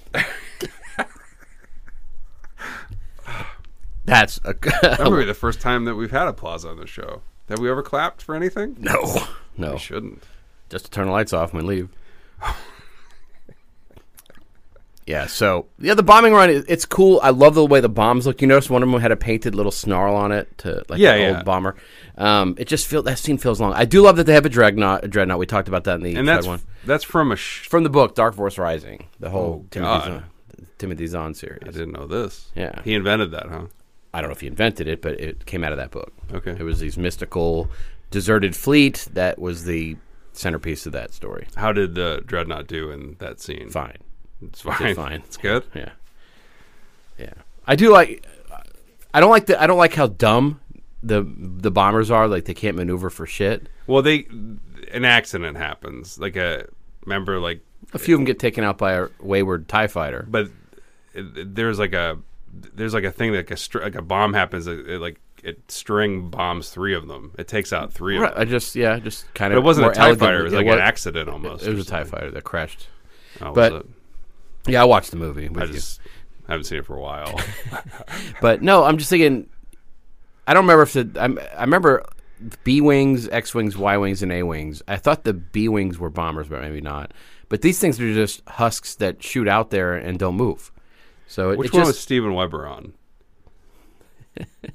[SPEAKER 1] That's a
[SPEAKER 4] that might be the first time that we've had applause on this show. Have we ever clapped for anything?
[SPEAKER 1] no, no.
[SPEAKER 4] We shouldn't.
[SPEAKER 1] Just to turn the lights off and we leave. yeah. So yeah, the bombing run. i- It's cool. I love the way the bombs look. You notice one of them had a painted little snarl on it to like
[SPEAKER 4] Yeah,
[SPEAKER 1] an
[SPEAKER 4] yeah.
[SPEAKER 1] old bomber. Um, it just feels that scene feels long. I do love that they have a dreadnought. A dreadnought. We talked about that in the
[SPEAKER 4] And
[SPEAKER 1] third
[SPEAKER 4] that's
[SPEAKER 1] one
[SPEAKER 4] that's from a. Sh-
[SPEAKER 1] from the book Dark Force Rising. The whole
[SPEAKER 4] Oh,
[SPEAKER 1] Timothy,
[SPEAKER 4] God.
[SPEAKER 1] Zahn, Timothy Zahn series.
[SPEAKER 4] I didn't know this.
[SPEAKER 1] Yeah.
[SPEAKER 4] he invented that, huh?
[SPEAKER 1] I don't know if he invented it, but it came out of that book.
[SPEAKER 4] Okay.
[SPEAKER 1] It was these mystical deserted fleet that was the centerpiece of that story.
[SPEAKER 4] How did the dreadnought do in that scene?
[SPEAKER 1] Fine.
[SPEAKER 4] It's fine.
[SPEAKER 1] Did fine.
[SPEAKER 4] It's good.
[SPEAKER 1] Yeah. Yeah. I do like I don't like the I don't like how dumb the the bombers are, like they can't maneuver for shit.
[SPEAKER 4] Well, they an accident happens. Like a remember, like
[SPEAKER 1] A few of them get taken out by a wayward TIE fighter.
[SPEAKER 4] but there's like a there's like a thing like a str- like a bomb happens. It, it, like it string bombs three of them. It takes out three of
[SPEAKER 1] Right,
[SPEAKER 4] them.
[SPEAKER 1] I just yeah, just kind
[SPEAKER 4] But
[SPEAKER 1] of
[SPEAKER 4] it wasn't a
[SPEAKER 1] more
[SPEAKER 4] tie fighter. It
[SPEAKER 1] elegantly-
[SPEAKER 4] was like
[SPEAKER 1] wa-
[SPEAKER 4] an accident almost.
[SPEAKER 1] It
[SPEAKER 4] or
[SPEAKER 1] was a TIE
[SPEAKER 4] something.
[SPEAKER 1] fighter that crashed.
[SPEAKER 4] Oh, was
[SPEAKER 1] but-
[SPEAKER 4] it?
[SPEAKER 1] Yeah, I watched the movie with
[SPEAKER 4] I
[SPEAKER 1] you.
[SPEAKER 4] just haven't seen it for a while.
[SPEAKER 1] But no, I'm just thinking. I don't remember if the I'm, I remember B wings, X wings, Y wings, and A wings. I thought the B wings were bombers, but maybe not. But these things are just husks that shoot out there and don't move. So it,
[SPEAKER 4] Which
[SPEAKER 1] it
[SPEAKER 4] one was
[SPEAKER 1] just,
[SPEAKER 4] Steven Weber on?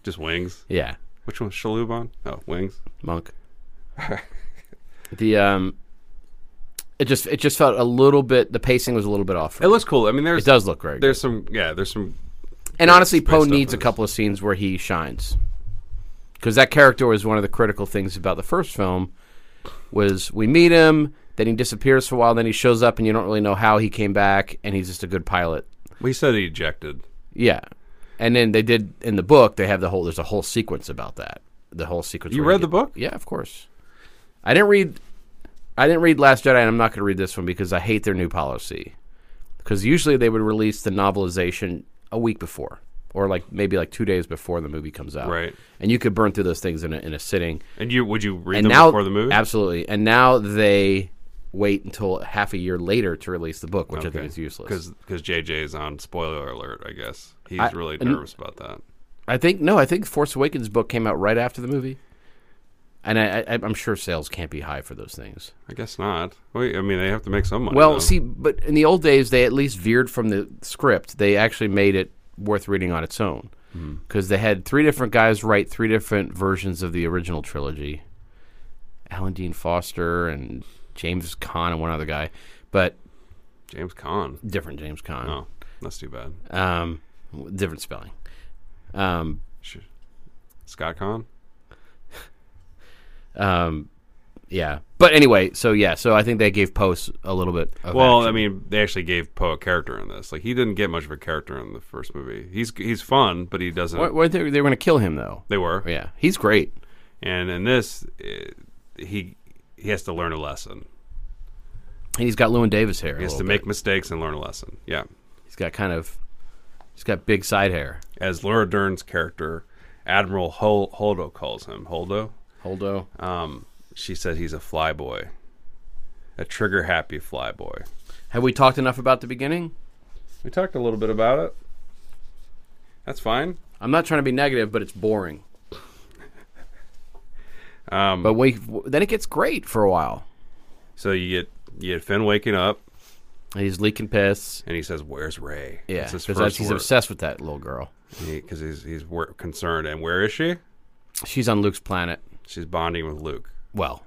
[SPEAKER 4] Just wings.
[SPEAKER 1] yeah,
[SPEAKER 4] Which one was Shaloub on? Oh, wings.
[SPEAKER 1] monk. the um, it just it just felt a little bit. The pacing was a little bit off. for
[SPEAKER 4] It
[SPEAKER 1] me.
[SPEAKER 4] looks cool. I mean, there's
[SPEAKER 1] It does look great.
[SPEAKER 4] there's some yeah there's some
[SPEAKER 1] And honestly,
[SPEAKER 4] space
[SPEAKER 1] Poe
[SPEAKER 4] stuff
[SPEAKER 1] needs a
[SPEAKER 4] is-
[SPEAKER 1] couple of scenes where he shines, because that character was one of the critical things about the first film. Was we meet him, then he disappears for a while, then he shows up, and you don't really know how he came back, and he's just a good pilot.
[SPEAKER 4] we said he ejected.
[SPEAKER 1] Yeah, and then they did in the book. They have the whole. There's a whole sequence about that. The whole sequence.
[SPEAKER 4] You
[SPEAKER 1] where he
[SPEAKER 4] read the book?
[SPEAKER 1] Yeah, of course. I didn't read. I didn't read Last Jedi, and I'm not going to read this one because I hate their new policy. Because usually they would release the novelization a week before, or like maybe like two days before the movie comes out.
[SPEAKER 4] Right.
[SPEAKER 1] And you could burn through those things in a, in a sitting.
[SPEAKER 4] And you would you read
[SPEAKER 1] and
[SPEAKER 4] them
[SPEAKER 1] now
[SPEAKER 4] before the movie?
[SPEAKER 1] absolutely. And now they wait until half a year later to release the book, which I think is useless.
[SPEAKER 4] Because JJ is on spoiler alert. I guess he's
[SPEAKER 1] I-
[SPEAKER 4] really
[SPEAKER 1] and-
[SPEAKER 4] nervous about that.
[SPEAKER 1] I think no. I think Force Awakens book came out right after the movie, and I, I, I'm sure sales can't be high for those things.
[SPEAKER 4] I guess not. Wait, I mean they have to make some money.
[SPEAKER 1] Well,
[SPEAKER 4] though.
[SPEAKER 1] see, but in the old days, they at least veered from the script. They actually made it worth reading on its own
[SPEAKER 4] Hmm.
[SPEAKER 1] because they had three different guys write three different versions of the original trilogy. Alan Dean Foster and James Caan and one other guy, but
[SPEAKER 4] James Caan.
[SPEAKER 1] different James Caan,
[SPEAKER 4] Oh, that's too bad.
[SPEAKER 1] um, w- different spelling. Um,
[SPEAKER 4] Sh- Scott Caan.
[SPEAKER 1] Um, yeah. But anyway, so yeah, so I think they gave Post a little bit. Of
[SPEAKER 4] Well,
[SPEAKER 1] action.
[SPEAKER 4] I mean, they actually gave Poe a character in this. Like he didn't get much of a character in the first movie. He's he's fun, but he doesn't.
[SPEAKER 1] Why- why they, they were going to kill him though. Oh,
[SPEAKER 4] They were,
[SPEAKER 1] Yeah, he's great.
[SPEAKER 4] and in this, eh, he he has to learn a lesson.
[SPEAKER 1] And he's got Lewin Davis hair.
[SPEAKER 4] He has to make mistakes and learn a lesson. Yeah,
[SPEAKER 1] He's got kind of. He's got big side hair.
[SPEAKER 4] as Laura Dern's character, Admiral Hol- Holdo calls him Holdo.
[SPEAKER 1] Holdo.
[SPEAKER 4] Um, she said he's a flyboy, a trigger happy flyboy.
[SPEAKER 1] Have we talked enough about the beginning?
[SPEAKER 4] We talked a little bit about it. That's fine.
[SPEAKER 1] I'm not trying to be negative, but it's boring. Um, but we then it gets great for a while.
[SPEAKER 4] So you get you get Finn waking up,
[SPEAKER 1] And he's leaking piss.
[SPEAKER 4] and he says, "Where's Ray?"
[SPEAKER 1] Yeah,
[SPEAKER 4] That's his
[SPEAKER 1] because
[SPEAKER 4] first
[SPEAKER 1] he's
[SPEAKER 4] word.
[SPEAKER 1] obsessed with that little girl.
[SPEAKER 4] because he's he's wor- concerned. And where is she?
[SPEAKER 1] She's on Luke's planet.
[SPEAKER 4] She's bonding with Luke,
[SPEAKER 1] Well,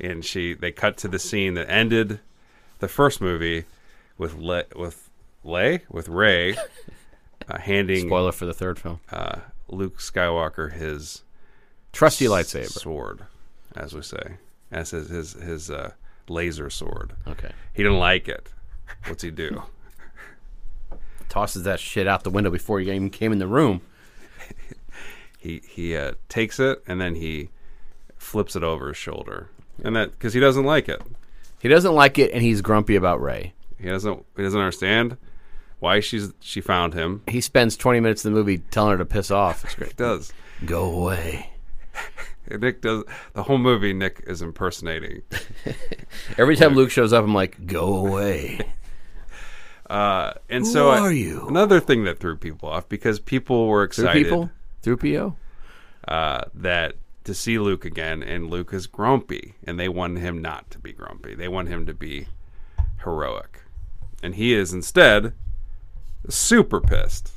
[SPEAKER 4] and she they cut to the scene that ended the first movie with Le- with Lay with Ray uh, handing
[SPEAKER 1] spoiler for the third film.
[SPEAKER 4] uh, Luke Skywalker his
[SPEAKER 1] Trusty lightsaber.
[SPEAKER 4] sword, as we say, as his his, his uh, laser sword.
[SPEAKER 1] Okay.
[SPEAKER 4] He didn't like it. What's he do?
[SPEAKER 1] tosses that shit out the window before he even came in the room.
[SPEAKER 4] he he uh, takes it and then he flips it over his shoulder, and that because he doesn't like it.
[SPEAKER 1] He doesn't like it, and he's grumpy about Ray.
[SPEAKER 4] He doesn't he doesn't understand why she's she found him.
[SPEAKER 1] He spends 20 minutes of the movie telling her to piss off. It's great.
[SPEAKER 4] He does.
[SPEAKER 1] Go away.
[SPEAKER 4] Nick does the whole movie Nick is impersonating.
[SPEAKER 1] Every time Luke shows up, I'm like, go away.
[SPEAKER 4] And so I-
[SPEAKER 1] are you?
[SPEAKER 4] another thing that threw people off because people were
[SPEAKER 1] Through
[SPEAKER 4] excited
[SPEAKER 1] people? Through PO?
[SPEAKER 4] uh, that to see Luke again and Luke is grumpy and they want him not to be grumpy. They want him to be heroic. And he is instead super pissed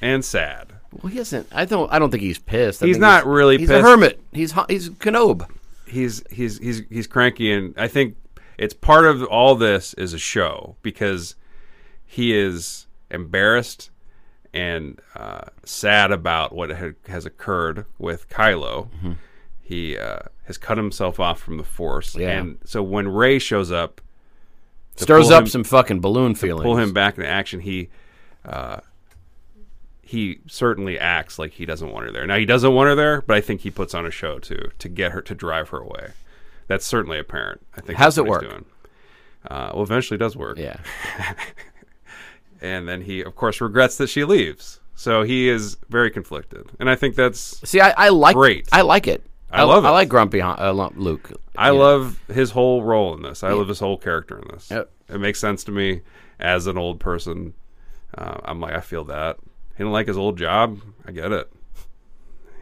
[SPEAKER 4] and sad.
[SPEAKER 1] Well, he isn't. I don't. I don't think he's pissed. I
[SPEAKER 4] He's
[SPEAKER 1] think
[SPEAKER 4] not really
[SPEAKER 1] He's
[SPEAKER 4] pissed.
[SPEAKER 1] a hermit. He's ho- he's Kenob.
[SPEAKER 4] he's he's he's he's cranky and I think it's part of all this is a show because he is embarrassed and uh, sad about what ha- has occurred with Kylo. He uh, has cut himself off from the Force,
[SPEAKER 1] Yeah.
[SPEAKER 4] and so when Ray shows up, to
[SPEAKER 1] Stirs
[SPEAKER 4] pull
[SPEAKER 1] up
[SPEAKER 4] him-
[SPEAKER 1] some fucking balloon feelings.
[SPEAKER 4] pull him back into action, he. Uh, he certainly acts like he doesn't want her there. Now he doesn't want her there, but I think he puts on a show too to get her to drive her away. That's certainly apparent. I think.
[SPEAKER 1] How's
[SPEAKER 4] that's
[SPEAKER 1] it
[SPEAKER 4] what
[SPEAKER 1] work?
[SPEAKER 4] he's doing. Uh, well, eventually it does work.
[SPEAKER 1] Yeah.
[SPEAKER 4] and then he, of course, regrets that she leaves. So he is very conflicted, and I think that's.
[SPEAKER 1] See, I, I like.
[SPEAKER 4] Great.
[SPEAKER 1] I like it.
[SPEAKER 4] I love
[SPEAKER 1] I
[SPEAKER 4] it.
[SPEAKER 1] like grumpy Han- uh, Lu- Luke.
[SPEAKER 4] I love his whole role in this. I love his whole character in this.
[SPEAKER 1] Yep.
[SPEAKER 4] It makes sense to me as an old person. Uh, I'm like, I feel that. He didn't like his old job. I get it.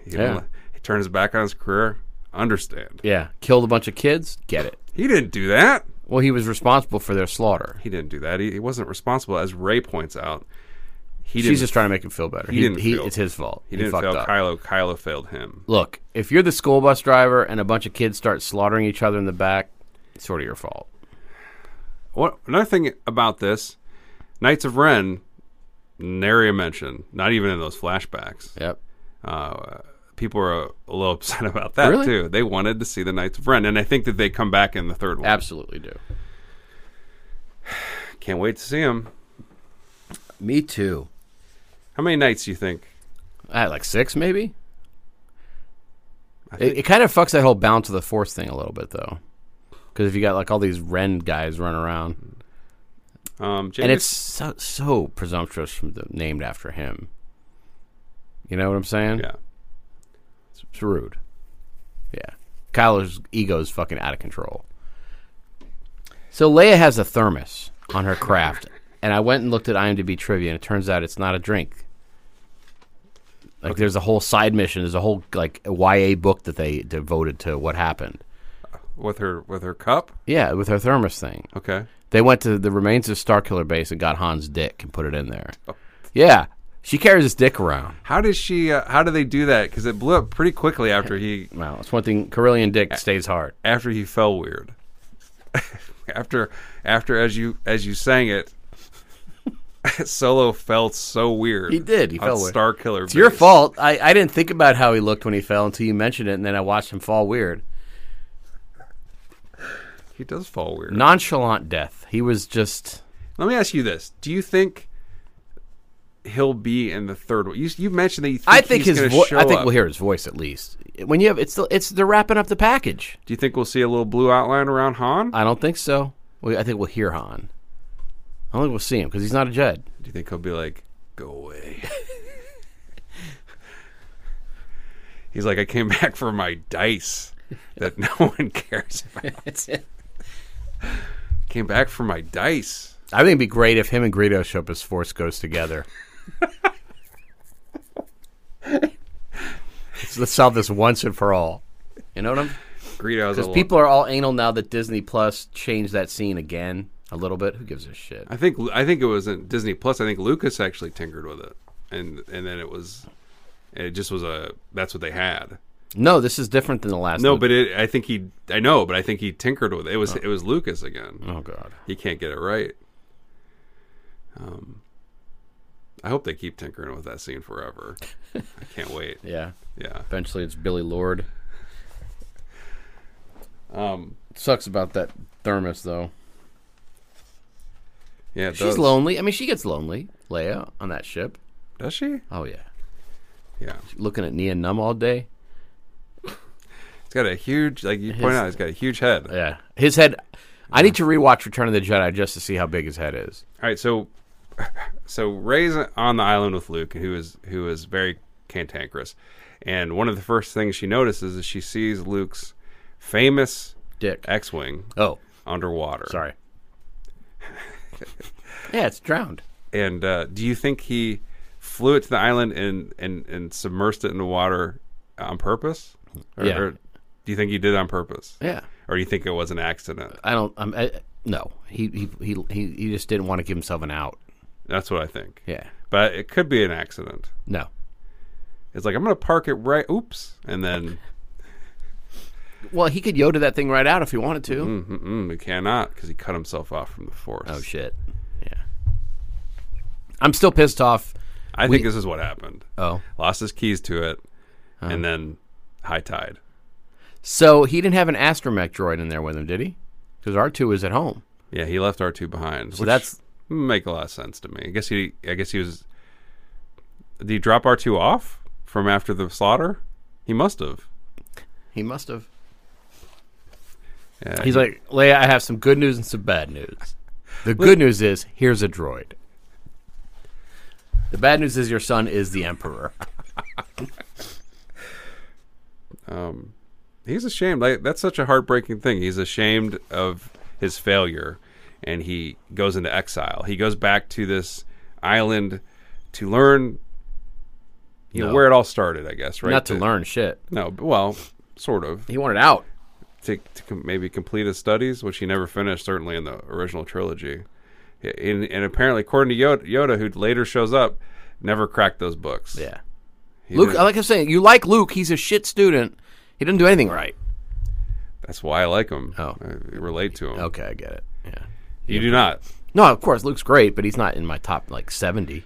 [SPEAKER 4] He didn't
[SPEAKER 1] Yeah.
[SPEAKER 4] li- turn his back on his career. Understand?
[SPEAKER 1] Yeah, killed a bunch of kids. Get it?
[SPEAKER 4] He didn't do that.
[SPEAKER 1] Well, he was responsible for their slaughter.
[SPEAKER 4] He didn't do that. He, he wasn't responsible, as Ray points out. He
[SPEAKER 1] She's
[SPEAKER 4] didn't.
[SPEAKER 1] just trying to make him feel better.
[SPEAKER 4] he didn't fail.
[SPEAKER 1] It's his fault.
[SPEAKER 4] he didn't
[SPEAKER 1] fucked
[SPEAKER 4] fail
[SPEAKER 1] up.
[SPEAKER 4] Kylo. Kylo failed him.
[SPEAKER 1] Look, if you're the school bus driver and a bunch of kids start slaughtering each other in the back, it's sort of your fault.
[SPEAKER 4] What another thing about this? Knights of Ren, nary a mention. Not even in those flashbacks.
[SPEAKER 1] Yep.
[SPEAKER 4] uh, people are a, a little upset about that
[SPEAKER 1] Really?
[SPEAKER 4] too. They wanted to see the Knights of Ren, and I think that they come back in the third one.
[SPEAKER 1] Absolutely do.
[SPEAKER 4] Can't wait to see them.
[SPEAKER 1] Me too.
[SPEAKER 4] How many knights do you think?
[SPEAKER 1] At like six, maybe.
[SPEAKER 4] I
[SPEAKER 1] It,
[SPEAKER 4] think
[SPEAKER 1] it kind of fucks that whole balance of the force thing a little bit, though, because if you got like all these Ren guys running around,
[SPEAKER 4] um, James,
[SPEAKER 1] and it's so, so presumptuous from the named after him. You know what I'm saying?
[SPEAKER 4] yeah.
[SPEAKER 1] It's rude. Yeah. Kylo's ego's fucking out of control. So Leia has a thermos on her craft, and I went and looked at IMDb trivia, and it turns out it's not a drink. Like there's a whole side mission, there's a whole like YA book that they devoted to what happened.
[SPEAKER 4] With her with her cup.
[SPEAKER 1] Yeah, with her thermos thing.
[SPEAKER 4] Okay.
[SPEAKER 1] They went to the remains of Starkiller Base and got Han's dick and put it in there. Yeah, she carries his dick around.
[SPEAKER 4] How does she? Uh, how do they do that? Because it blew up pretty quickly after he
[SPEAKER 1] Wow, it's one thing. Carillion dick stays hard.
[SPEAKER 4] after he fell weird. after after as you as you sang it. Solo felt so weird.
[SPEAKER 1] He did. He
[SPEAKER 4] on
[SPEAKER 1] felt weird.
[SPEAKER 4] Star Killer.
[SPEAKER 1] It's your fault. I, I didn't think about how he looked when he fell until you mentioned it, and then I watched him fall weird.
[SPEAKER 4] He does fall weird.
[SPEAKER 1] Nonchalant death. He was just.
[SPEAKER 4] Let me ask you this: Do you think he'll be in the third one? You, you mentioned that you think
[SPEAKER 1] I think
[SPEAKER 4] he's
[SPEAKER 1] his
[SPEAKER 4] gonna
[SPEAKER 1] voice.
[SPEAKER 4] show
[SPEAKER 1] I think
[SPEAKER 4] up.
[SPEAKER 1] we'll hear his voice at least. When you have it's the, it's they're wrapping up the package.
[SPEAKER 4] Do you think we'll see a little blue outline around Han?
[SPEAKER 1] I don't think so. We, I think we'll hear Han. I don't think we'll see him because he's not a Jed.
[SPEAKER 4] Do you think he'll be like, "Go away"? he's like, "I came back for my dice that no one cares about. came back for my dice."
[SPEAKER 1] I think it'd be great if him and Greedo show up as Force Ghosts together. Let's- Let's solve this once and for all. You know what I'm?
[SPEAKER 4] Greedo's a
[SPEAKER 1] Because
[SPEAKER 4] little-
[SPEAKER 1] people are all anal now that Disney Plus changed that scene again a little bit. Who gives a shit?
[SPEAKER 4] I think I think it was in Disney Plus. I think Lucas actually tinkered with it, and and then it was, it just was a that's what they had.
[SPEAKER 1] No, this is different than the last.
[SPEAKER 4] No,
[SPEAKER 1] one.
[SPEAKER 4] but it, I think he. I know, but I think he tinkered with it. It was it was Lucas again.
[SPEAKER 1] oh god,
[SPEAKER 4] He can't get it right. Um, I hope they keep tinkering with that scene forever. I can't wait.
[SPEAKER 1] yeah.
[SPEAKER 4] Yeah,
[SPEAKER 1] Eventually, it's Billy Lord. Um, sucks about that thermos though.
[SPEAKER 4] yeah. It
[SPEAKER 1] She's
[SPEAKER 4] does.
[SPEAKER 1] lonely. I mean, she gets lonely. Leia on that ship.
[SPEAKER 4] Does she?
[SPEAKER 1] Oh yeah,
[SPEAKER 4] Yeah.
[SPEAKER 1] looking at Nia numb all day.
[SPEAKER 4] It's got a huge, like you point out, it's got a huge head. All
[SPEAKER 1] Yeah, his head. I need to rewatch Return of the Jedi just to see how big his head is.
[SPEAKER 4] right, so so Ray's on the island with Luke, who is who is very cantankerous, and one of the first things she notices is she sees Luke's famous
[SPEAKER 1] Dick.
[SPEAKER 4] X-wing
[SPEAKER 1] Oh,
[SPEAKER 4] underwater.
[SPEAKER 1] sorry. yeah, it's drowned.
[SPEAKER 4] And uh, do you think he flew it to the island and and and submersed it in the water on purpose? Or,
[SPEAKER 1] Yeah.
[SPEAKER 4] or do you think he did it on purpose?
[SPEAKER 1] Yeah.
[SPEAKER 4] Or do you think it was an accident?
[SPEAKER 1] I don't. I'm, I, no, he he he he he just didn't want to give himself an out.
[SPEAKER 4] That's what I think.
[SPEAKER 1] Yeah.
[SPEAKER 4] But it could be an accident.
[SPEAKER 1] No.
[SPEAKER 4] It's like I'm going to park it right. Oops, and then
[SPEAKER 1] Well, he could yoda that thing right out if he wanted to.
[SPEAKER 4] mm-mm, we cannot because he cut himself off from the force.
[SPEAKER 1] Oh shit. Yeah. I'm still pissed off.
[SPEAKER 4] I think this is what happened.
[SPEAKER 1] Oh.
[SPEAKER 4] Lost his keys to it, and then high tide.
[SPEAKER 1] So he didn't have an astromech droid in there with him, did he? Because R2 is at home.
[SPEAKER 4] Yeah, he left R two behind. So which
[SPEAKER 1] that's-
[SPEAKER 4] make a lot of sense to me. I guess he, I guess he was. Did he drop R two off from after the slaughter? He must have.
[SPEAKER 1] He must have.
[SPEAKER 4] Yeah,
[SPEAKER 1] He's
[SPEAKER 4] he-
[SPEAKER 1] like, Leia, I have some good news and some bad news. The good news is here's a droid. The bad news is your son is the emperor.
[SPEAKER 4] he's ashamed. Like that's such a heartbreaking thing. He's ashamed of his failure, and he goes into exile. He goes back to this island to learn you know
[SPEAKER 1] No.
[SPEAKER 4] where it all started, I guess. Right?
[SPEAKER 1] Not to learn shit.
[SPEAKER 4] No, but- well, sort of
[SPEAKER 1] He wanted out.
[SPEAKER 4] to, to com- maybe complete his studies, which he never finished, certainly in the original trilogy. I- And, and apparently, according to Yoda, Yoda, who later shows up, never cracked those books.
[SPEAKER 1] Yeah.
[SPEAKER 4] He
[SPEAKER 1] Luke,
[SPEAKER 4] didn't-
[SPEAKER 1] like I'm saying, you like Luke. He's a shit student. He didn't do anything right.
[SPEAKER 4] that's why I like him.
[SPEAKER 1] Oh.
[SPEAKER 4] I relate to him.
[SPEAKER 1] Okay, I get it. Yeah.
[SPEAKER 4] You do not.
[SPEAKER 1] No, of course, Luke's great, but he's not in my top like 70.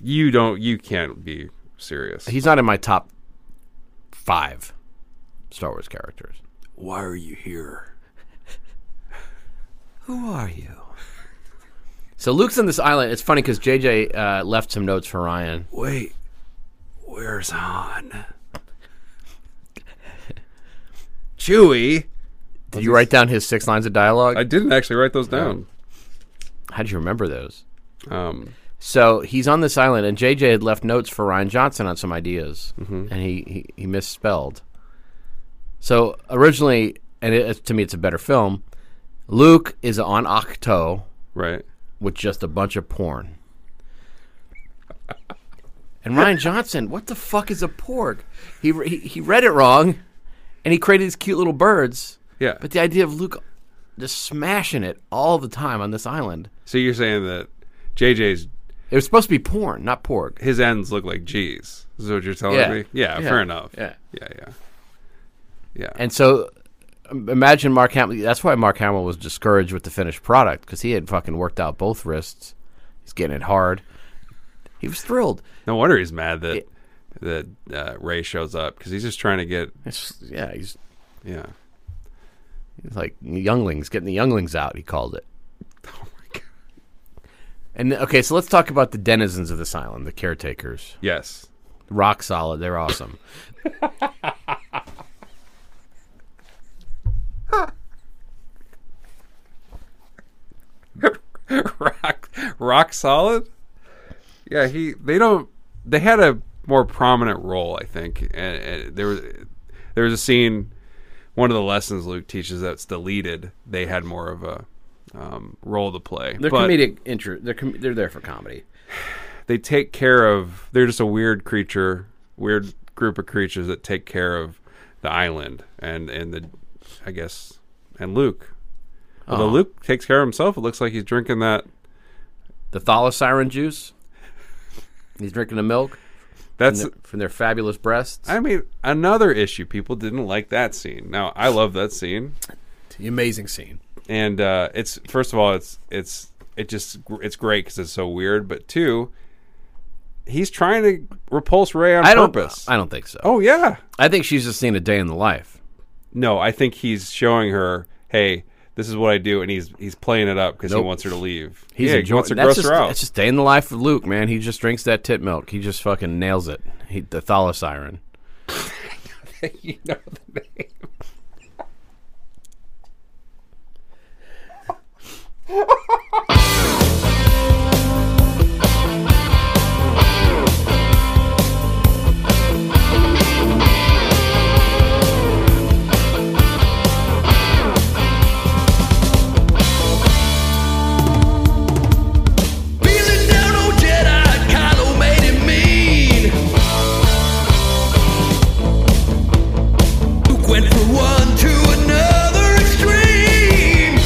[SPEAKER 4] You don't. You can't be serious.
[SPEAKER 1] He's not in my top five Star Wars characters.
[SPEAKER 2] Why are you here?
[SPEAKER 1] Who are you? So Luke's on this island. It's funny because JJ uh, left some notes for Ryan.
[SPEAKER 2] Wait, where's Han?
[SPEAKER 4] Chewy.
[SPEAKER 1] Did you write down his six lines of dialogue?
[SPEAKER 4] I didn't actually write those down.
[SPEAKER 1] How do you remember those?
[SPEAKER 4] Um,
[SPEAKER 1] So he's on this island, and JJ had left notes for Ryan Johnson on some ideas, and he, he, he misspelled. So originally, and it, it's- to me, it's a better film. Luke is on Octo
[SPEAKER 4] right.
[SPEAKER 1] with just a bunch of porn. And Ryan Johnson, what the fuck is a porg? He, re- he he read it wrong, and he created these cute little birds.
[SPEAKER 4] Yeah.
[SPEAKER 1] But the idea of Luke just smashing it all the time on this island.
[SPEAKER 4] so you're saying that JJ's
[SPEAKER 1] It was supposed to be porn, not porg.
[SPEAKER 4] his ends look like G's. Is what you're telling
[SPEAKER 1] Yeah.
[SPEAKER 4] me? Yeah,
[SPEAKER 1] Yeah.
[SPEAKER 4] Fair enough.
[SPEAKER 1] Yeah.
[SPEAKER 4] Yeah. Yeah. Yeah.
[SPEAKER 1] And so um, imagine Mark Hamill. That's why Mark Hamill was discouraged with the finished product because he had fucking worked out both wrists. He's getting it hard. He was thrilled.
[SPEAKER 4] no wonder he's mad that that uh, Ray shows up because he's just trying to get.
[SPEAKER 1] It's, yeah, he's,
[SPEAKER 4] Yeah.
[SPEAKER 1] he's like younglings, getting the younglings out, he called it.
[SPEAKER 4] Oh my god.
[SPEAKER 1] And okay, so let's talk about the denizens of this island, the caretakers.
[SPEAKER 4] Yes.
[SPEAKER 1] Rock solid. They're awesome.
[SPEAKER 4] rock rock solid yeah he they don't they had a more prominent role i think and, and there was there was a scene one of the lessons luke teaches that's deleted they had more of a um, role to play
[SPEAKER 1] They're
[SPEAKER 4] But
[SPEAKER 1] comedic interest. They're com- they're there for comedy.
[SPEAKER 4] they take care of they're just a weird creature weird group of creatures that take care of the island and and the i guess and luke although luke takes care of himself it looks like he's drinking that
[SPEAKER 1] The Thalassiren juice. He's drinking the milk from,
[SPEAKER 4] that's
[SPEAKER 1] the, from their fabulous breasts.
[SPEAKER 4] I mean, another issue. People didn't like that scene. Now, I love that scene,
[SPEAKER 1] The amazing scene.
[SPEAKER 4] and uh, it's first of all, it's it's it just it's great because it's so weird. But two, he's trying to repulse Ray on
[SPEAKER 1] I don't.
[SPEAKER 4] purpose.
[SPEAKER 1] I don't think so.
[SPEAKER 4] oh yeah,
[SPEAKER 1] I think she's just seen a day in the life.
[SPEAKER 4] no, I think he's showing her, hey, this is what I do, and he's he's playing it up because
[SPEAKER 1] Nope.
[SPEAKER 4] he wants her to leave.
[SPEAKER 1] He's
[SPEAKER 4] yeah, he
[SPEAKER 1] enjoying.
[SPEAKER 4] wants to
[SPEAKER 1] that's
[SPEAKER 4] gross
[SPEAKER 1] just,
[SPEAKER 4] her out.
[SPEAKER 1] That's just day in the life of Luke, man. He just drinks that tit milk. He just fucking nails it. He, the Thalassiren.
[SPEAKER 4] you know the name.
[SPEAKER 5] Beating down on Jedi, Kylo made it mean. Luke went from one to another extreme.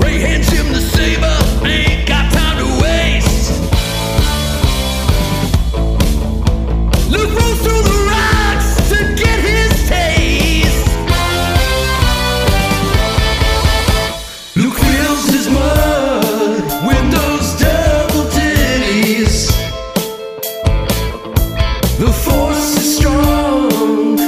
[SPEAKER 5] Ray hands him the saber, ain't got time to waste. Luke rolls through the rocks to get his taste. Luke fills his mud with those double titties. The force is strong,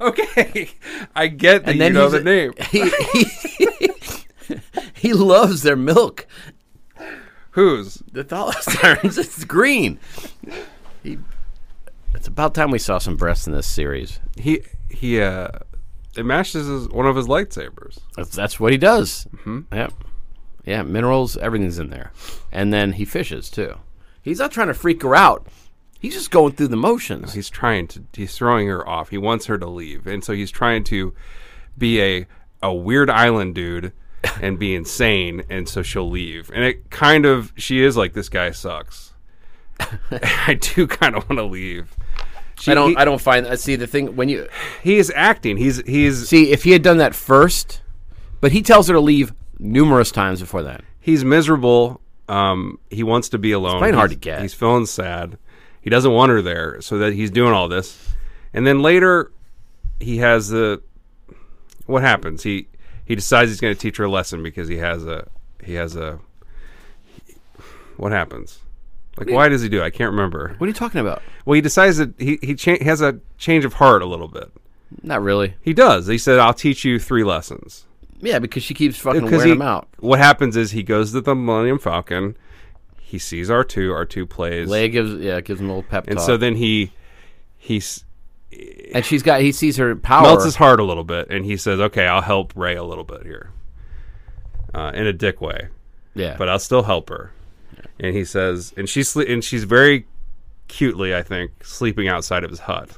[SPEAKER 4] Okay, I get that
[SPEAKER 1] And
[SPEAKER 4] you
[SPEAKER 1] then
[SPEAKER 4] know the
[SPEAKER 1] he's
[SPEAKER 4] name.
[SPEAKER 1] He, he loves their milk.
[SPEAKER 4] Who's?
[SPEAKER 1] The Thalassarans, it's green. He, it's about time we saw some breasts in this series.
[SPEAKER 4] He he. uh It matches his, one of his lightsabers.
[SPEAKER 1] That's, that's what he does.
[SPEAKER 4] Mm-hmm.
[SPEAKER 1] Yep. Yeah, minerals, everything's in there. And then he fishes too. He's not trying to freak her out. He's just going through the motions.
[SPEAKER 4] He's trying to. He's throwing her off. He wants her to leave, and so he's trying to be a a weird island dude and be insane, and so she'll leave. And it kind of she is like this guy sucks. I do kind of want to leave. She,
[SPEAKER 1] I don't
[SPEAKER 4] He,
[SPEAKER 1] I don't find I see the thing when you
[SPEAKER 4] he is acting. He's he's
[SPEAKER 1] see if he had done that first, but he tells her to leave numerous times before that.
[SPEAKER 4] he's miserable. Um, he wants to be alone.
[SPEAKER 1] plain hard to
[SPEAKER 4] He's-
[SPEAKER 1] get.
[SPEAKER 4] He's feeling sad. He doesn't want her there, so that he's doing all this. And then later, he has the what happens? He he decides he's going to teach her a lesson because he has a he has a what happens? Like why does he do? it? I can't remember.
[SPEAKER 1] What are you talking about?
[SPEAKER 4] Well, he decides that he he cha- has a change of heart a little bit.
[SPEAKER 1] Not really.
[SPEAKER 4] He does. He said, "I'll teach you three lessons."
[SPEAKER 1] Yeah, because she keeps fucking
[SPEAKER 4] because
[SPEAKER 1] wearing
[SPEAKER 4] he,
[SPEAKER 1] him out.
[SPEAKER 4] What happens is he goes to the Millennium Falcon. He sees R two. R two plays,
[SPEAKER 1] Leia gives yeah gives him a little pep
[SPEAKER 4] and
[SPEAKER 1] talk.
[SPEAKER 4] so then he he s-
[SPEAKER 1] and she's got he sees her power.
[SPEAKER 4] melts his heart a little bit, and he says, "Okay, I'll help Ray a little bit here, uh, in a dick way,
[SPEAKER 1] yeah,
[SPEAKER 4] but I'll still help her." And he says, and she's sle- and she's very cutely, I think, sleeping outside of his hut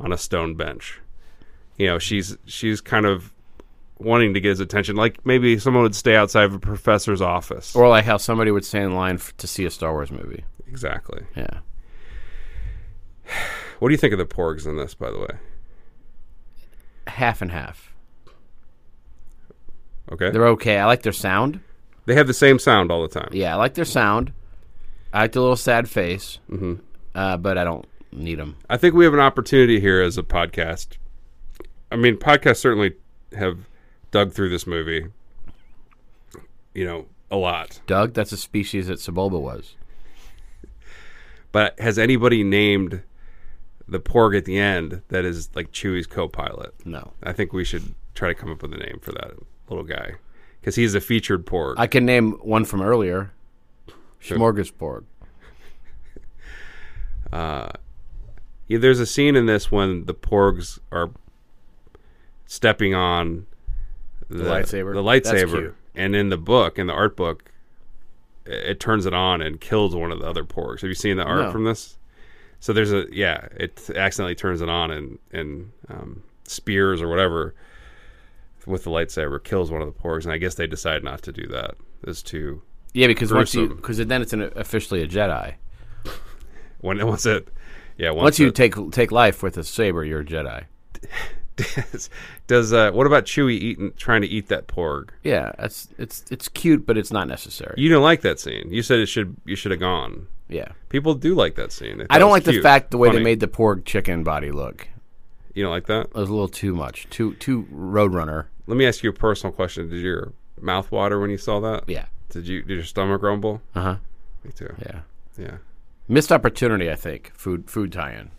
[SPEAKER 4] on a stone bench. You know, she's she's kind of wanting to get his attention, like maybe someone would stay outside of a professor's office.
[SPEAKER 1] or like how somebody would stay in line f- to see a Star Wars movie.
[SPEAKER 4] exactly.
[SPEAKER 1] Yeah,
[SPEAKER 4] What do you think of the porgs in this, by the way?
[SPEAKER 1] half and half.
[SPEAKER 4] Okay.
[SPEAKER 1] They're okay. I like their sound.
[SPEAKER 4] They have the same sound all the time.
[SPEAKER 1] Yeah, I like their sound. I like the little sad face, mm-hmm. uh, but I don't need them.
[SPEAKER 4] I think we have an opportunity here as a podcast. I mean, podcasts certainly have dug through this movie, you know, a lot.
[SPEAKER 1] Doug, that's a species that Sebulba was.
[SPEAKER 4] But has anybody named the porg at the end that is like Chewie's co pilot?
[SPEAKER 1] No,
[SPEAKER 4] I think we should try to come up with a name for that little guy because he's a featured porg.
[SPEAKER 1] I can name one from earlier. Smorgasbord.
[SPEAKER 4] Yeah, there's a scene in this when the porgs are stepping on the,
[SPEAKER 1] lightsaber.
[SPEAKER 4] The
[SPEAKER 1] That's
[SPEAKER 4] lightsaber.
[SPEAKER 1] cute.
[SPEAKER 4] And in the book, in the art book, i- it turns it on and kills one of the other porgs. Have you seen the art
[SPEAKER 1] No.
[SPEAKER 4] from this? So there's a yeah, it accidentally turns it on and and um, spears or whatever with the lightsaber kills one of the porgs, and I guess they decide not to do that. There's two
[SPEAKER 1] Yeah, because once you
[SPEAKER 4] Gruesome.
[SPEAKER 1] because then it's an, officially a Jedi.
[SPEAKER 4] when once it yeah once,
[SPEAKER 1] Once you
[SPEAKER 4] it-
[SPEAKER 1] take take life with a saber, you're a Jedi.
[SPEAKER 4] does, does uh, what about Chewie eating trying to eat that porg?
[SPEAKER 1] Yeah, it's it's it's cute, but it's not necessary.
[SPEAKER 4] You didn't like that scene. You said it should you should have gone.
[SPEAKER 1] yeah,
[SPEAKER 4] People do like that scene. They
[SPEAKER 1] I
[SPEAKER 4] thought
[SPEAKER 1] don't
[SPEAKER 4] it was
[SPEAKER 1] like the
[SPEAKER 4] cute,
[SPEAKER 1] fact the way
[SPEAKER 4] funny.
[SPEAKER 1] they made the pork chicken body look.
[SPEAKER 4] You don't like that.
[SPEAKER 1] It was a little too much, too too Roadrunner.
[SPEAKER 4] Let me ask you a personal question. Did your mouth water when you saw that?
[SPEAKER 1] Yeah,
[SPEAKER 4] Did you did your stomach rumble?
[SPEAKER 1] uh huh,
[SPEAKER 4] Me too.
[SPEAKER 1] yeah.
[SPEAKER 4] Yeah.
[SPEAKER 1] Missed opportunity, I think. Food food tie-in.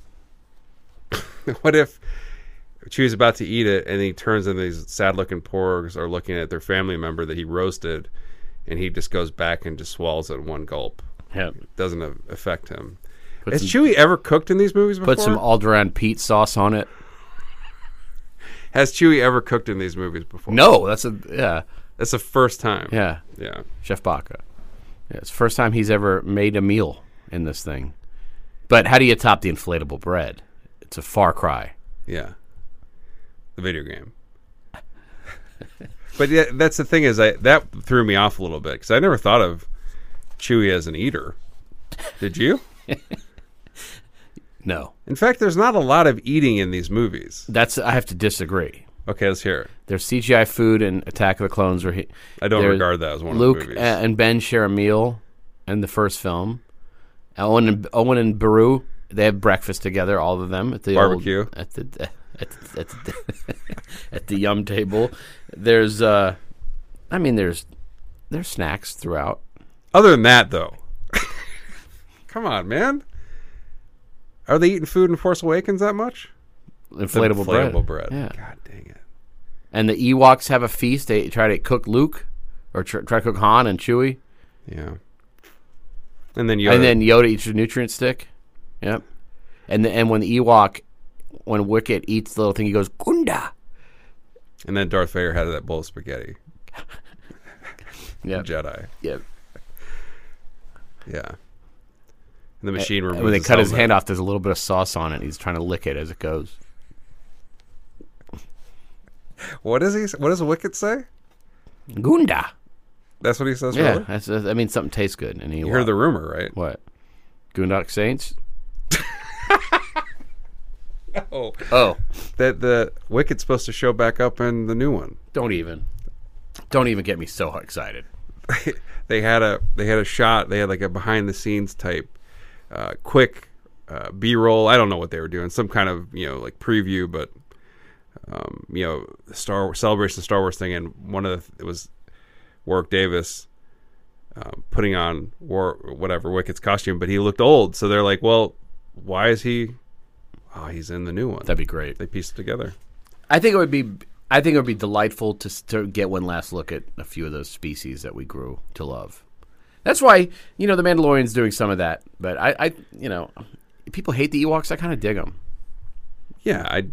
[SPEAKER 4] what if Chewie's about to eat it and he turns and these sad looking porgs are looking at their family member that he roasted, and he just goes back and just swallows it in one gulp.
[SPEAKER 1] Yeah,
[SPEAKER 4] Doesn't a- affect him.
[SPEAKER 1] Put
[SPEAKER 4] Has
[SPEAKER 1] some-
[SPEAKER 4] Chewie ever cooked in these movies before?
[SPEAKER 1] put some Alderaan peat sauce on it.
[SPEAKER 4] Has Chewie ever cooked in these movies before?
[SPEAKER 1] No, that's a yeah
[SPEAKER 4] That's the first time.
[SPEAKER 1] yeah
[SPEAKER 4] Yeah.
[SPEAKER 1] Chef Baca. Yeah, it's the first time he's ever made a meal in this thing. But how do you top the inflatable bread? It's a far cry.
[SPEAKER 4] Yeah. The video game. but yeah, that's the thing is I that threw me off a little bit cuz I never thought of Chewie as an eater. Did you?
[SPEAKER 1] No,
[SPEAKER 4] In fact, there's not a lot of eating in these movies.
[SPEAKER 1] that's I have to disagree.
[SPEAKER 4] Okay, let's hear it.
[SPEAKER 1] There's CGI food and Attack of the Clones. Where he,
[SPEAKER 4] I don't
[SPEAKER 1] there's-
[SPEAKER 4] regard that as one
[SPEAKER 1] Luke
[SPEAKER 4] of the movies.
[SPEAKER 1] a- and Ben share a meal in the first film. Owen and Owen and Baru they have breakfast together, all of them at the old-
[SPEAKER 4] Barbecue.
[SPEAKER 1] at the at the, at the, at the yum table. There's uh, I mean there's there's snacks throughout.
[SPEAKER 4] Other than that though. Come on, man. Are they eating food in Force Awakens that much?
[SPEAKER 1] inflatable,
[SPEAKER 4] inflatable
[SPEAKER 1] bread. Yeah.
[SPEAKER 4] God dang it.
[SPEAKER 1] And the Ewoks have a feast. They try to cook Luke, or tr- try to cook Han and Chewie,
[SPEAKER 4] Yeah. And then you
[SPEAKER 1] and then Yoda eats a nutrient stick. Yep. And the, and when the Ewok, when Wicket eats the little thing, he goes Gunda.
[SPEAKER 4] and then Darth Vader had that bowl of spaghetti.
[SPEAKER 1] Yep.
[SPEAKER 4] Jedi.
[SPEAKER 1] Yep.
[SPEAKER 4] Yeah. And the machine removes.
[SPEAKER 1] And Eh, when they cut his hand
[SPEAKER 4] helmet.
[SPEAKER 1] off, there's a little bit of sauce on it. He's trying to lick it as it goes.
[SPEAKER 4] What does he? s- What does Wicket say?
[SPEAKER 1] Gunda.
[SPEAKER 4] That's what he says.
[SPEAKER 1] Yeah,
[SPEAKER 4] really?
[SPEAKER 1] that's, that's, I mean something tastes good. And he
[SPEAKER 4] You heard the rumor, right?
[SPEAKER 1] what? Goondock Saints.
[SPEAKER 4] Oh,
[SPEAKER 1] Oh,
[SPEAKER 4] that the Wicket's supposed to show back up in the new one.
[SPEAKER 1] don't even, don't even get me so excited.
[SPEAKER 4] they had a they had a shot. They had like a behind the scenes type, uh, quick uh, B roll. I don't know what they were doing. Some kind of you know like preview, but um, you know Star Wars, celebration of Star Wars thing. And one of the it was Warwick Davis um, putting on war whatever Wicket's costume, but he looked old. So they're like, well, why is he? Oh, he's in the new one.
[SPEAKER 1] That'd be great.
[SPEAKER 4] they pieced it together.
[SPEAKER 1] I think it would be. I think it would be delightful to, s- to get one last look at a few of those species that we grew to love. That's why you know the Mandalorian's doing some of that. But I, I you know, people hate the Ewoks. I kind of dig them.
[SPEAKER 4] Yeah, I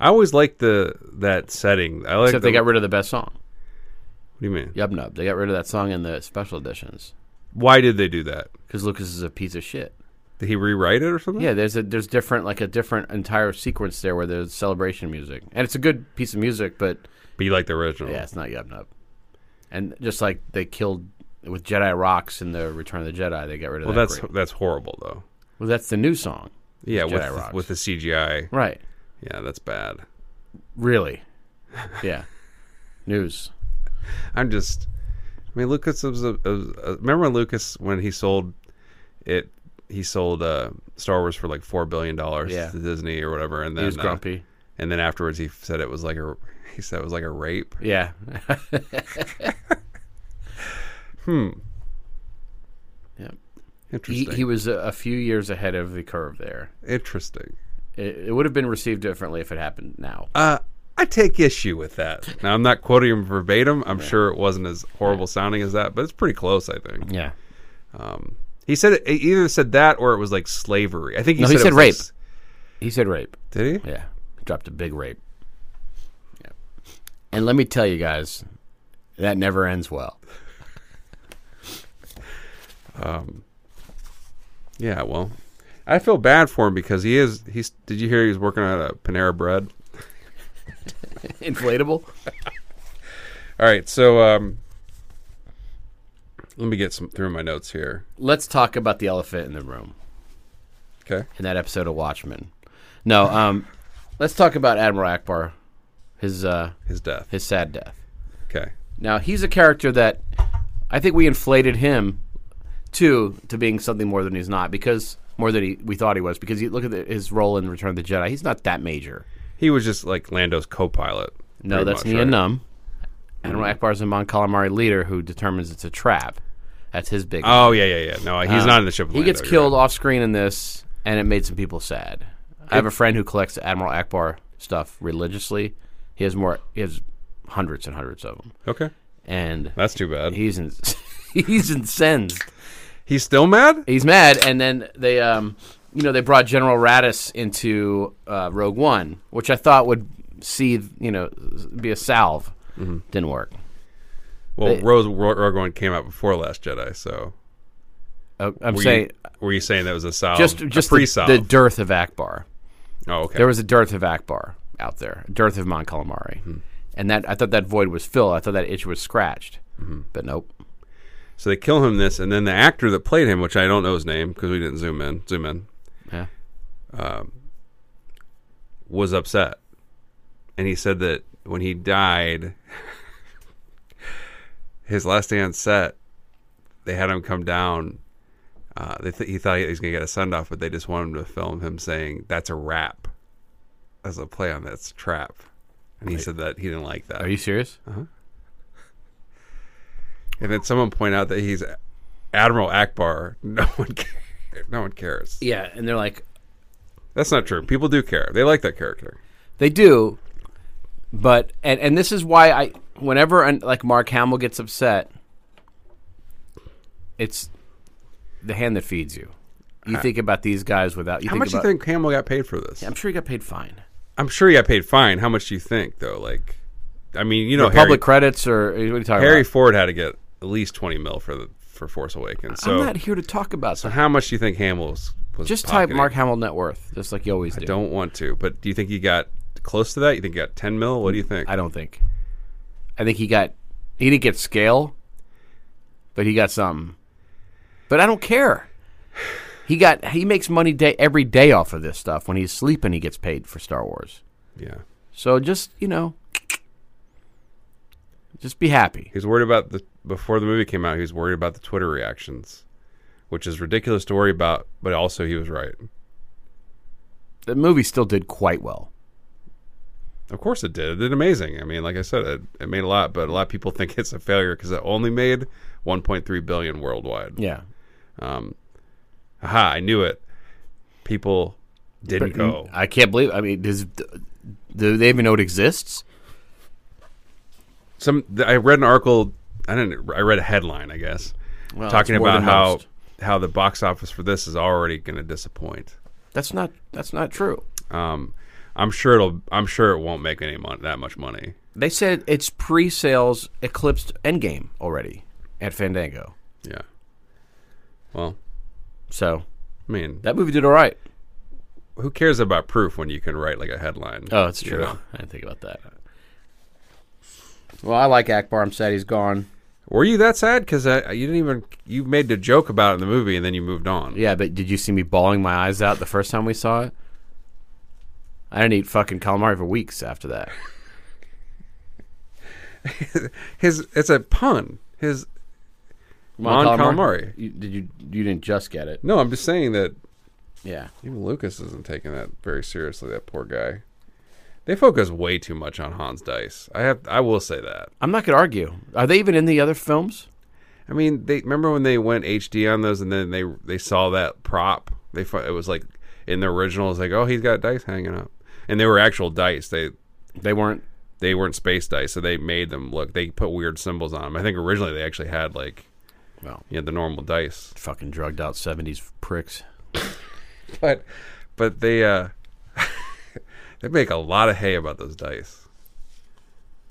[SPEAKER 4] I always liked the that setting. I like
[SPEAKER 1] Except they
[SPEAKER 4] the-
[SPEAKER 1] got rid of the best song,
[SPEAKER 4] What do you mean?
[SPEAKER 1] Yub Nub. They got rid of that song in the special editions
[SPEAKER 4] Why did they do that?
[SPEAKER 1] because Lucas is a piece of shit.
[SPEAKER 4] Did he rewrite it or something?
[SPEAKER 1] Yeah, there's a there's different like a different entire sequence there where there's celebration music, and it's a good piece of music, but
[SPEAKER 4] Be like the original.
[SPEAKER 1] yeah, it's not Yub Nub. And just like they killed with Jedi rocks in the Return of the Jedi, they got rid of
[SPEAKER 4] Well,
[SPEAKER 1] that.
[SPEAKER 4] that's
[SPEAKER 1] great-
[SPEAKER 4] that's horrible though.
[SPEAKER 1] well, that's the new song,
[SPEAKER 4] Yeah, with
[SPEAKER 1] Jedi rocks.
[SPEAKER 4] with the CGI.
[SPEAKER 1] right?
[SPEAKER 4] Yeah, that's bad.
[SPEAKER 1] Really? Yeah. News.
[SPEAKER 4] I'm just. I mean, Lucas was a, was a- remember when Lucas when he sold it. He sold uh, Star Wars for like four billion dollars
[SPEAKER 1] Yeah.
[SPEAKER 4] to Disney or whatever, and then
[SPEAKER 1] He was
[SPEAKER 4] uh,
[SPEAKER 1] grumpy.
[SPEAKER 4] and then afterwards, he said it was like a he said it was like a rape.
[SPEAKER 1] Yeah. hmm. Yeah. He,
[SPEAKER 4] Interesting.
[SPEAKER 1] he was a, a few years ahead of the curve there.
[SPEAKER 4] Interesting.
[SPEAKER 1] It, it would have been received differently if it happened now.
[SPEAKER 4] Uh, I take issue with that. Now I'm not quoting him verbatim. I'm sure it wasn't as horrible sounding as that, but it's pretty close. I think.
[SPEAKER 1] yeah.
[SPEAKER 4] He said it, he either said that or it was like slavery. I think he
[SPEAKER 1] No,
[SPEAKER 4] said,
[SPEAKER 1] he
[SPEAKER 4] it
[SPEAKER 1] said
[SPEAKER 4] was like
[SPEAKER 1] rape.
[SPEAKER 4] s-
[SPEAKER 1] He said rape.
[SPEAKER 4] did he?
[SPEAKER 1] Yeah, dropped a big rape. Yeah. And let me tell you guys, that never ends well.
[SPEAKER 4] Yeah. Well, I feel bad for him because he is. He's. Did you hear he was working on a Panera Bread?
[SPEAKER 1] Inflatable.
[SPEAKER 4] All right. So um, let me get some through my notes here.
[SPEAKER 1] Let's talk about the elephant in the room
[SPEAKER 4] Okay.
[SPEAKER 1] in that episode of Watchmen. No, um, let's talk about Admiral Akbar, his uh,
[SPEAKER 4] His death.
[SPEAKER 1] his sad death.
[SPEAKER 4] okay.
[SPEAKER 1] Now he's a character that I think we inflated him to to being something more than he's not because more than he, we thought he was because you look at the, his role in Return of the Jedi. He's not that major.
[SPEAKER 4] He was just like Lando's co-pilot.
[SPEAKER 1] No,
[SPEAKER 4] pretty
[SPEAKER 1] that's
[SPEAKER 4] much,
[SPEAKER 1] Nia
[SPEAKER 4] right?
[SPEAKER 1] Num. Admiral Akbar is a Mon Calamari leader who determines it's a trap. That's his big.
[SPEAKER 4] Oh yeah, yeah, yeah. No, he's not in the ship. With
[SPEAKER 1] Uh, he gets
[SPEAKER 4] Lando, you're
[SPEAKER 1] killed off screen in this, and it made some people sad. I have a friend who collects Admiral Akbar stuff religiously. He has more. He has hundreds and hundreds of them,
[SPEAKER 4] right. Okay.
[SPEAKER 1] and
[SPEAKER 4] That's too bad.
[SPEAKER 1] he's in, he's incensed.
[SPEAKER 4] he's still mad.
[SPEAKER 1] He's mad, and then they, um, you know, they brought General Radis into uh, Rogue One, which I thought would see, you know, be a salve.
[SPEAKER 4] Mm-hmm.
[SPEAKER 1] Didn't work.
[SPEAKER 4] Well, Rose Ro- Rogue One came out before Last Jedi, so
[SPEAKER 1] Uh, I'm
[SPEAKER 4] were
[SPEAKER 1] saying
[SPEAKER 4] you were you saying that was a solve?
[SPEAKER 1] just just
[SPEAKER 4] a
[SPEAKER 1] the,
[SPEAKER 4] pre-solve.
[SPEAKER 1] the dearth of Akbar.
[SPEAKER 4] oh, okay.
[SPEAKER 1] There was a dearth of Akbar out there, a dearth of Mon Calamari,
[SPEAKER 4] Hmm.
[SPEAKER 1] and that I thought that void was filled. I thought that itch was scratched,
[SPEAKER 4] Mm-hmm.
[SPEAKER 1] but nope.
[SPEAKER 4] So they kill him in this, and then the actor that played him, which I don't know his name because we didn't zoom in, zoom in, um,
[SPEAKER 1] Yeah.
[SPEAKER 4] was upset, and he said that when he died, his last day on set, they had him come down. Uh, they th- he thought he was going to get a send off, but they just wanted him to film him saying "That's a wrap," as a play on that's trap, and he said that he didn't like that.
[SPEAKER 1] Are you serious?
[SPEAKER 4] and then someone point out that he's Admiral Akbar. No one, cares. no one cares.
[SPEAKER 1] Yeah, and they're like,
[SPEAKER 4] That's not true. People do care. They like that character.
[SPEAKER 1] They do, but and and this is why I whenever an, like Mark Hamill gets upset, it's the hand that feeds you. You think about these guys without you.
[SPEAKER 4] How
[SPEAKER 1] think
[SPEAKER 4] much do you
[SPEAKER 1] about-
[SPEAKER 4] think Hamill got paid for this?
[SPEAKER 1] I'm sure he got paid fine.
[SPEAKER 4] I'm sure he got paid fine. How much do you think though? Like, I mean, you know,
[SPEAKER 1] Public
[SPEAKER 4] Oh, Harry,
[SPEAKER 1] credits or what are you talking
[SPEAKER 4] Harry
[SPEAKER 1] about?
[SPEAKER 4] Ford had to get at least twenty mil for the for Force Awakens. So,
[SPEAKER 1] I'm not here to talk about
[SPEAKER 4] so
[SPEAKER 1] that.
[SPEAKER 4] how much do you think Hamill was? was
[SPEAKER 1] Just type
[SPEAKER 4] pocketing?
[SPEAKER 1] Mark Hamill net worth, just like you always do.
[SPEAKER 4] I don't want to, but do you think he got close to that? You think he got ten mil? What do you think?
[SPEAKER 1] I don't think. I think he got. He didn't get scale, but he got something. But I don't care. He got. He makes money day every day off of this stuff. When he's sleeping, he gets paid for Star Wars.
[SPEAKER 4] yeah,
[SPEAKER 1] So just you know, just be happy.
[SPEAKER 4] he was worried about the before the movie came out. He was worried about the Twitter reactions, which is ridiculous to worry about, but also he was right.
[SPEAKER 1] The movie still did quite well.
[SPEAKER 4] Of course it did. It did amazing. I mean, like I said, it, it made a lot, but a lot of people think it's a failure because it only made 1.3 billion worldwide.
[SPEAKER 1] Yeah,
[SPEAKER 4] Aha! I knew it. People didn't go.
[SPEAKER 1] I can't believe. I mean, does do they even know it exists?
[SPEAKER 4] Some th- I read an article. I didn't. I read a headline. I guess
[SPEAKER 1] Well,
[SPEAKER 4] talking
[SPEAKER 1] it's more
[SPEAKER 4] about
[SPEAKER 1] than
[SPEAKER 4] how
[SPEAKER 1] most.
[SPEAKER 4] how the box office for this is already going to disappoint.
[SPEAKER 1] that's not that's not true.
[SPEAKER 4] Um, I'm sure it'll. I'm sure it won't make any mon- that much money.
[SPEAKER 1] They said its pre-sales eclipsed Endgame already at Fandango.
[SPEAKER 4] Yeah. Well,
[SPEAKER 1] So
[SPEAKER 4] I mean,
[SPEAKER 1] that movie did all right.
[SPEAKER 4] who cares about proof when you can write like a headline?
[SPEAKER 1] Oh, that's
[SPEAKER 4] you
[SPEAKER 1] true.
[SPEAKER 4] know?
[SPEAKER 1] I didn't think about that. Well, I like Akbar. I'm sad he's gone.
[SPEAKER 4] Were you that sad? Because you didn't even you made a joke about it in the movie and then you moved on.
[SPEAKER 1] Yeah, but did you see me bawling my eyes out the first time we saw it? I didn't eat fucking calamari for weeks after that.
[SPEAKER 4] His it's a pun. His Mon calamari.
[SPEAKER 1] You, did you? You didn't just get it.
[SPEAKER 4] no, I'm just saying that
[SPEAKER 1] Yeah.
[SPEAKER 4] even Lucas isn't taking that very seriously. That poor guy. They focus way too much on Hans Dice. I have I will say that.
[SPEAKER 1] I'm not gonna argue. Are they even in the other films?
[SPEAKER 4] I mean, they remember when they went HD on those and then they they saw that prop. They fu- it was like in the original. It's like oh he's got dice hanging up, and they were actual dice. They
[SPEAKER 1] They weren't.
[SPEAKER 4] they weren't space dice, so they made them look. They put weird symbols on them. I think originally they actually had like,
[SPEAKER 1] Well.
[SPEAKER 4] you know, the normal dice,
[SPEAKER 1] Fucking drugged out '70s pricks.
[SPEAKER 4] but but they uh they make a lot of hay about those dice.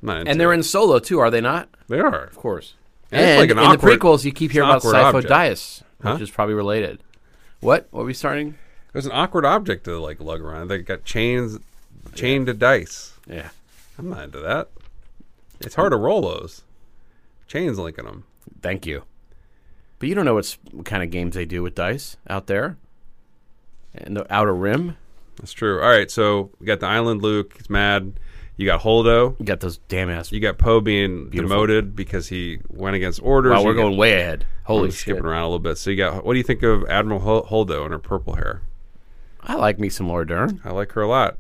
[SPEAKER 4] I'm not into
[SPEAKER 1] And they're
[SPEAKER 4] it.
[SPEAKER 1] in Solo too, are they not?
[SPEAKER 4] They are.
[SPEAKER 1] Of course.
[SPEAKER 4] And
[SPEAKER 1] And,
[SPEAKER 4] it's like an
[SPEAKER 1] in
[SPEAKER 4] awkward-
[SPEAKER 1] the prequels, you keep
[SPEAKER 4] it's an
[SPEAKER 1] hearing about
[SPEAKER 4] awkward
[SPEAKER 1] Sifo
[SPEAKER 4] object.
[SPEAKER 1] Dyas,
[SPEAKER 4] Huh?
[SPEAKER 1] which is probably related. What? What are we starting?
[SPEAKER 4] It was an awkward object to like lug around. They got chains chained to dice.
[SPEAKER 1] Yeah.
[SPEAKER 4] I'm not into that. It's hard to roll those. Chains linking them.
[SPEAKER 1] Thank you. But you don't know what's, what kind of games they do with dice out there. And the Outer Rim.
[SPEAKER 4] That's true. All right, so we got the island Luke. He's mad. You got Holdo.
[SPEAKER 1] You got those damn ass.
[SPEAKER 4] You got Poe being
[SPEAKER 1] Beautiful.
[SPEAKER 4] demoted because he went against orders.
[SPEAKER 1] wow,
[SPEAKER 4] You
[SPEAKER 1] we're
[SPEAKER 4] got-
[SPEAKER 1] going way ahead.
[SPEAKER 4] I'm
[SPEAKER 1] Holy
[SPEAKER 4] just
[SPEAKER 1] shit.
[SPEAKER 4] Oh, skipping around a little bit. So you got what do you think of Admiral Hol- Holdo and her purple hair?
[SPEAKER 1] I like me some Laura Dern.
[SPEAKER 4] I like her a lot.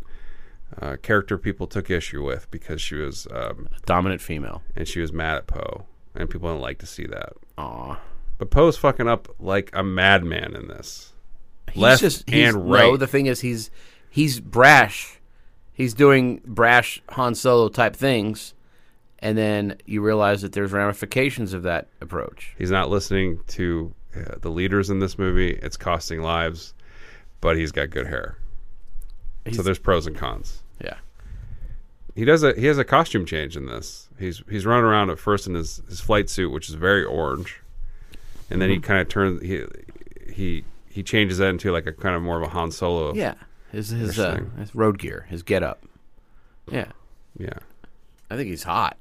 [SPEAKER 4] Uh, character people took issue with because she was um,
[SPEAKER 1] Dominant female.
[SPEAKER 4] and she was mad at Poe, and people didn't like to see that.
[SPEAKER 1] Aw.
[SPEAKER 4] But Poe's fucking up like a madman in this.
[SPEAKER 1] He's
[SPEAKER 4] Left
[SPEAKER 1] he's,
[SPEAKER 4] and
[SPEAKER 1] No,
[SPEAKER 4] right.
[SPEAKER 1] the thing is, he's he's brash. He's doing brash Han Solo type things, and then you realize that there's ramifications of that approach.
[SPEAKER 4] He's not listening to uh, the leaders in this movie. It's costing lives, but he's got good hair. so
[SPEAKER 1] He's-
[SPEAKER 4] there's pros and cons.
[SPEAKER 1] Yeah,
[SPEAKER 4] He does a he has a costume change in this. He's he's running around at first in his, his flight suit, which is very orange, and then he
[SPEAKER 1] Mm-hmm.
[SPEAKER 4] kind of turns he he he changes that into like a kind of more of a Han Solo.
[SPEAKER 1] yeah. His his, uh,
[SPEAKER 4] Interesting.
[SPEAKER 1] his road gear, his get up. Yeah,
[SPEAKER 4] yeah.
[SPEAKER 1] I think he's hot.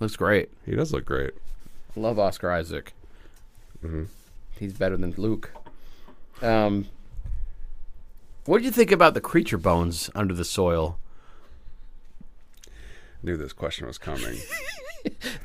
[SPEAKER 1] Looks great.
[SPEAKER 4] He does look great.
[SPEAKER 1] Love Oscar Isaac.
[SPEAKER 4] Mm-hmm.
[SPEAKER 1] He's better than Luke. Um, what do you think about the creature bones under the soil?
[SPEAKER 4] Knew this question was coming.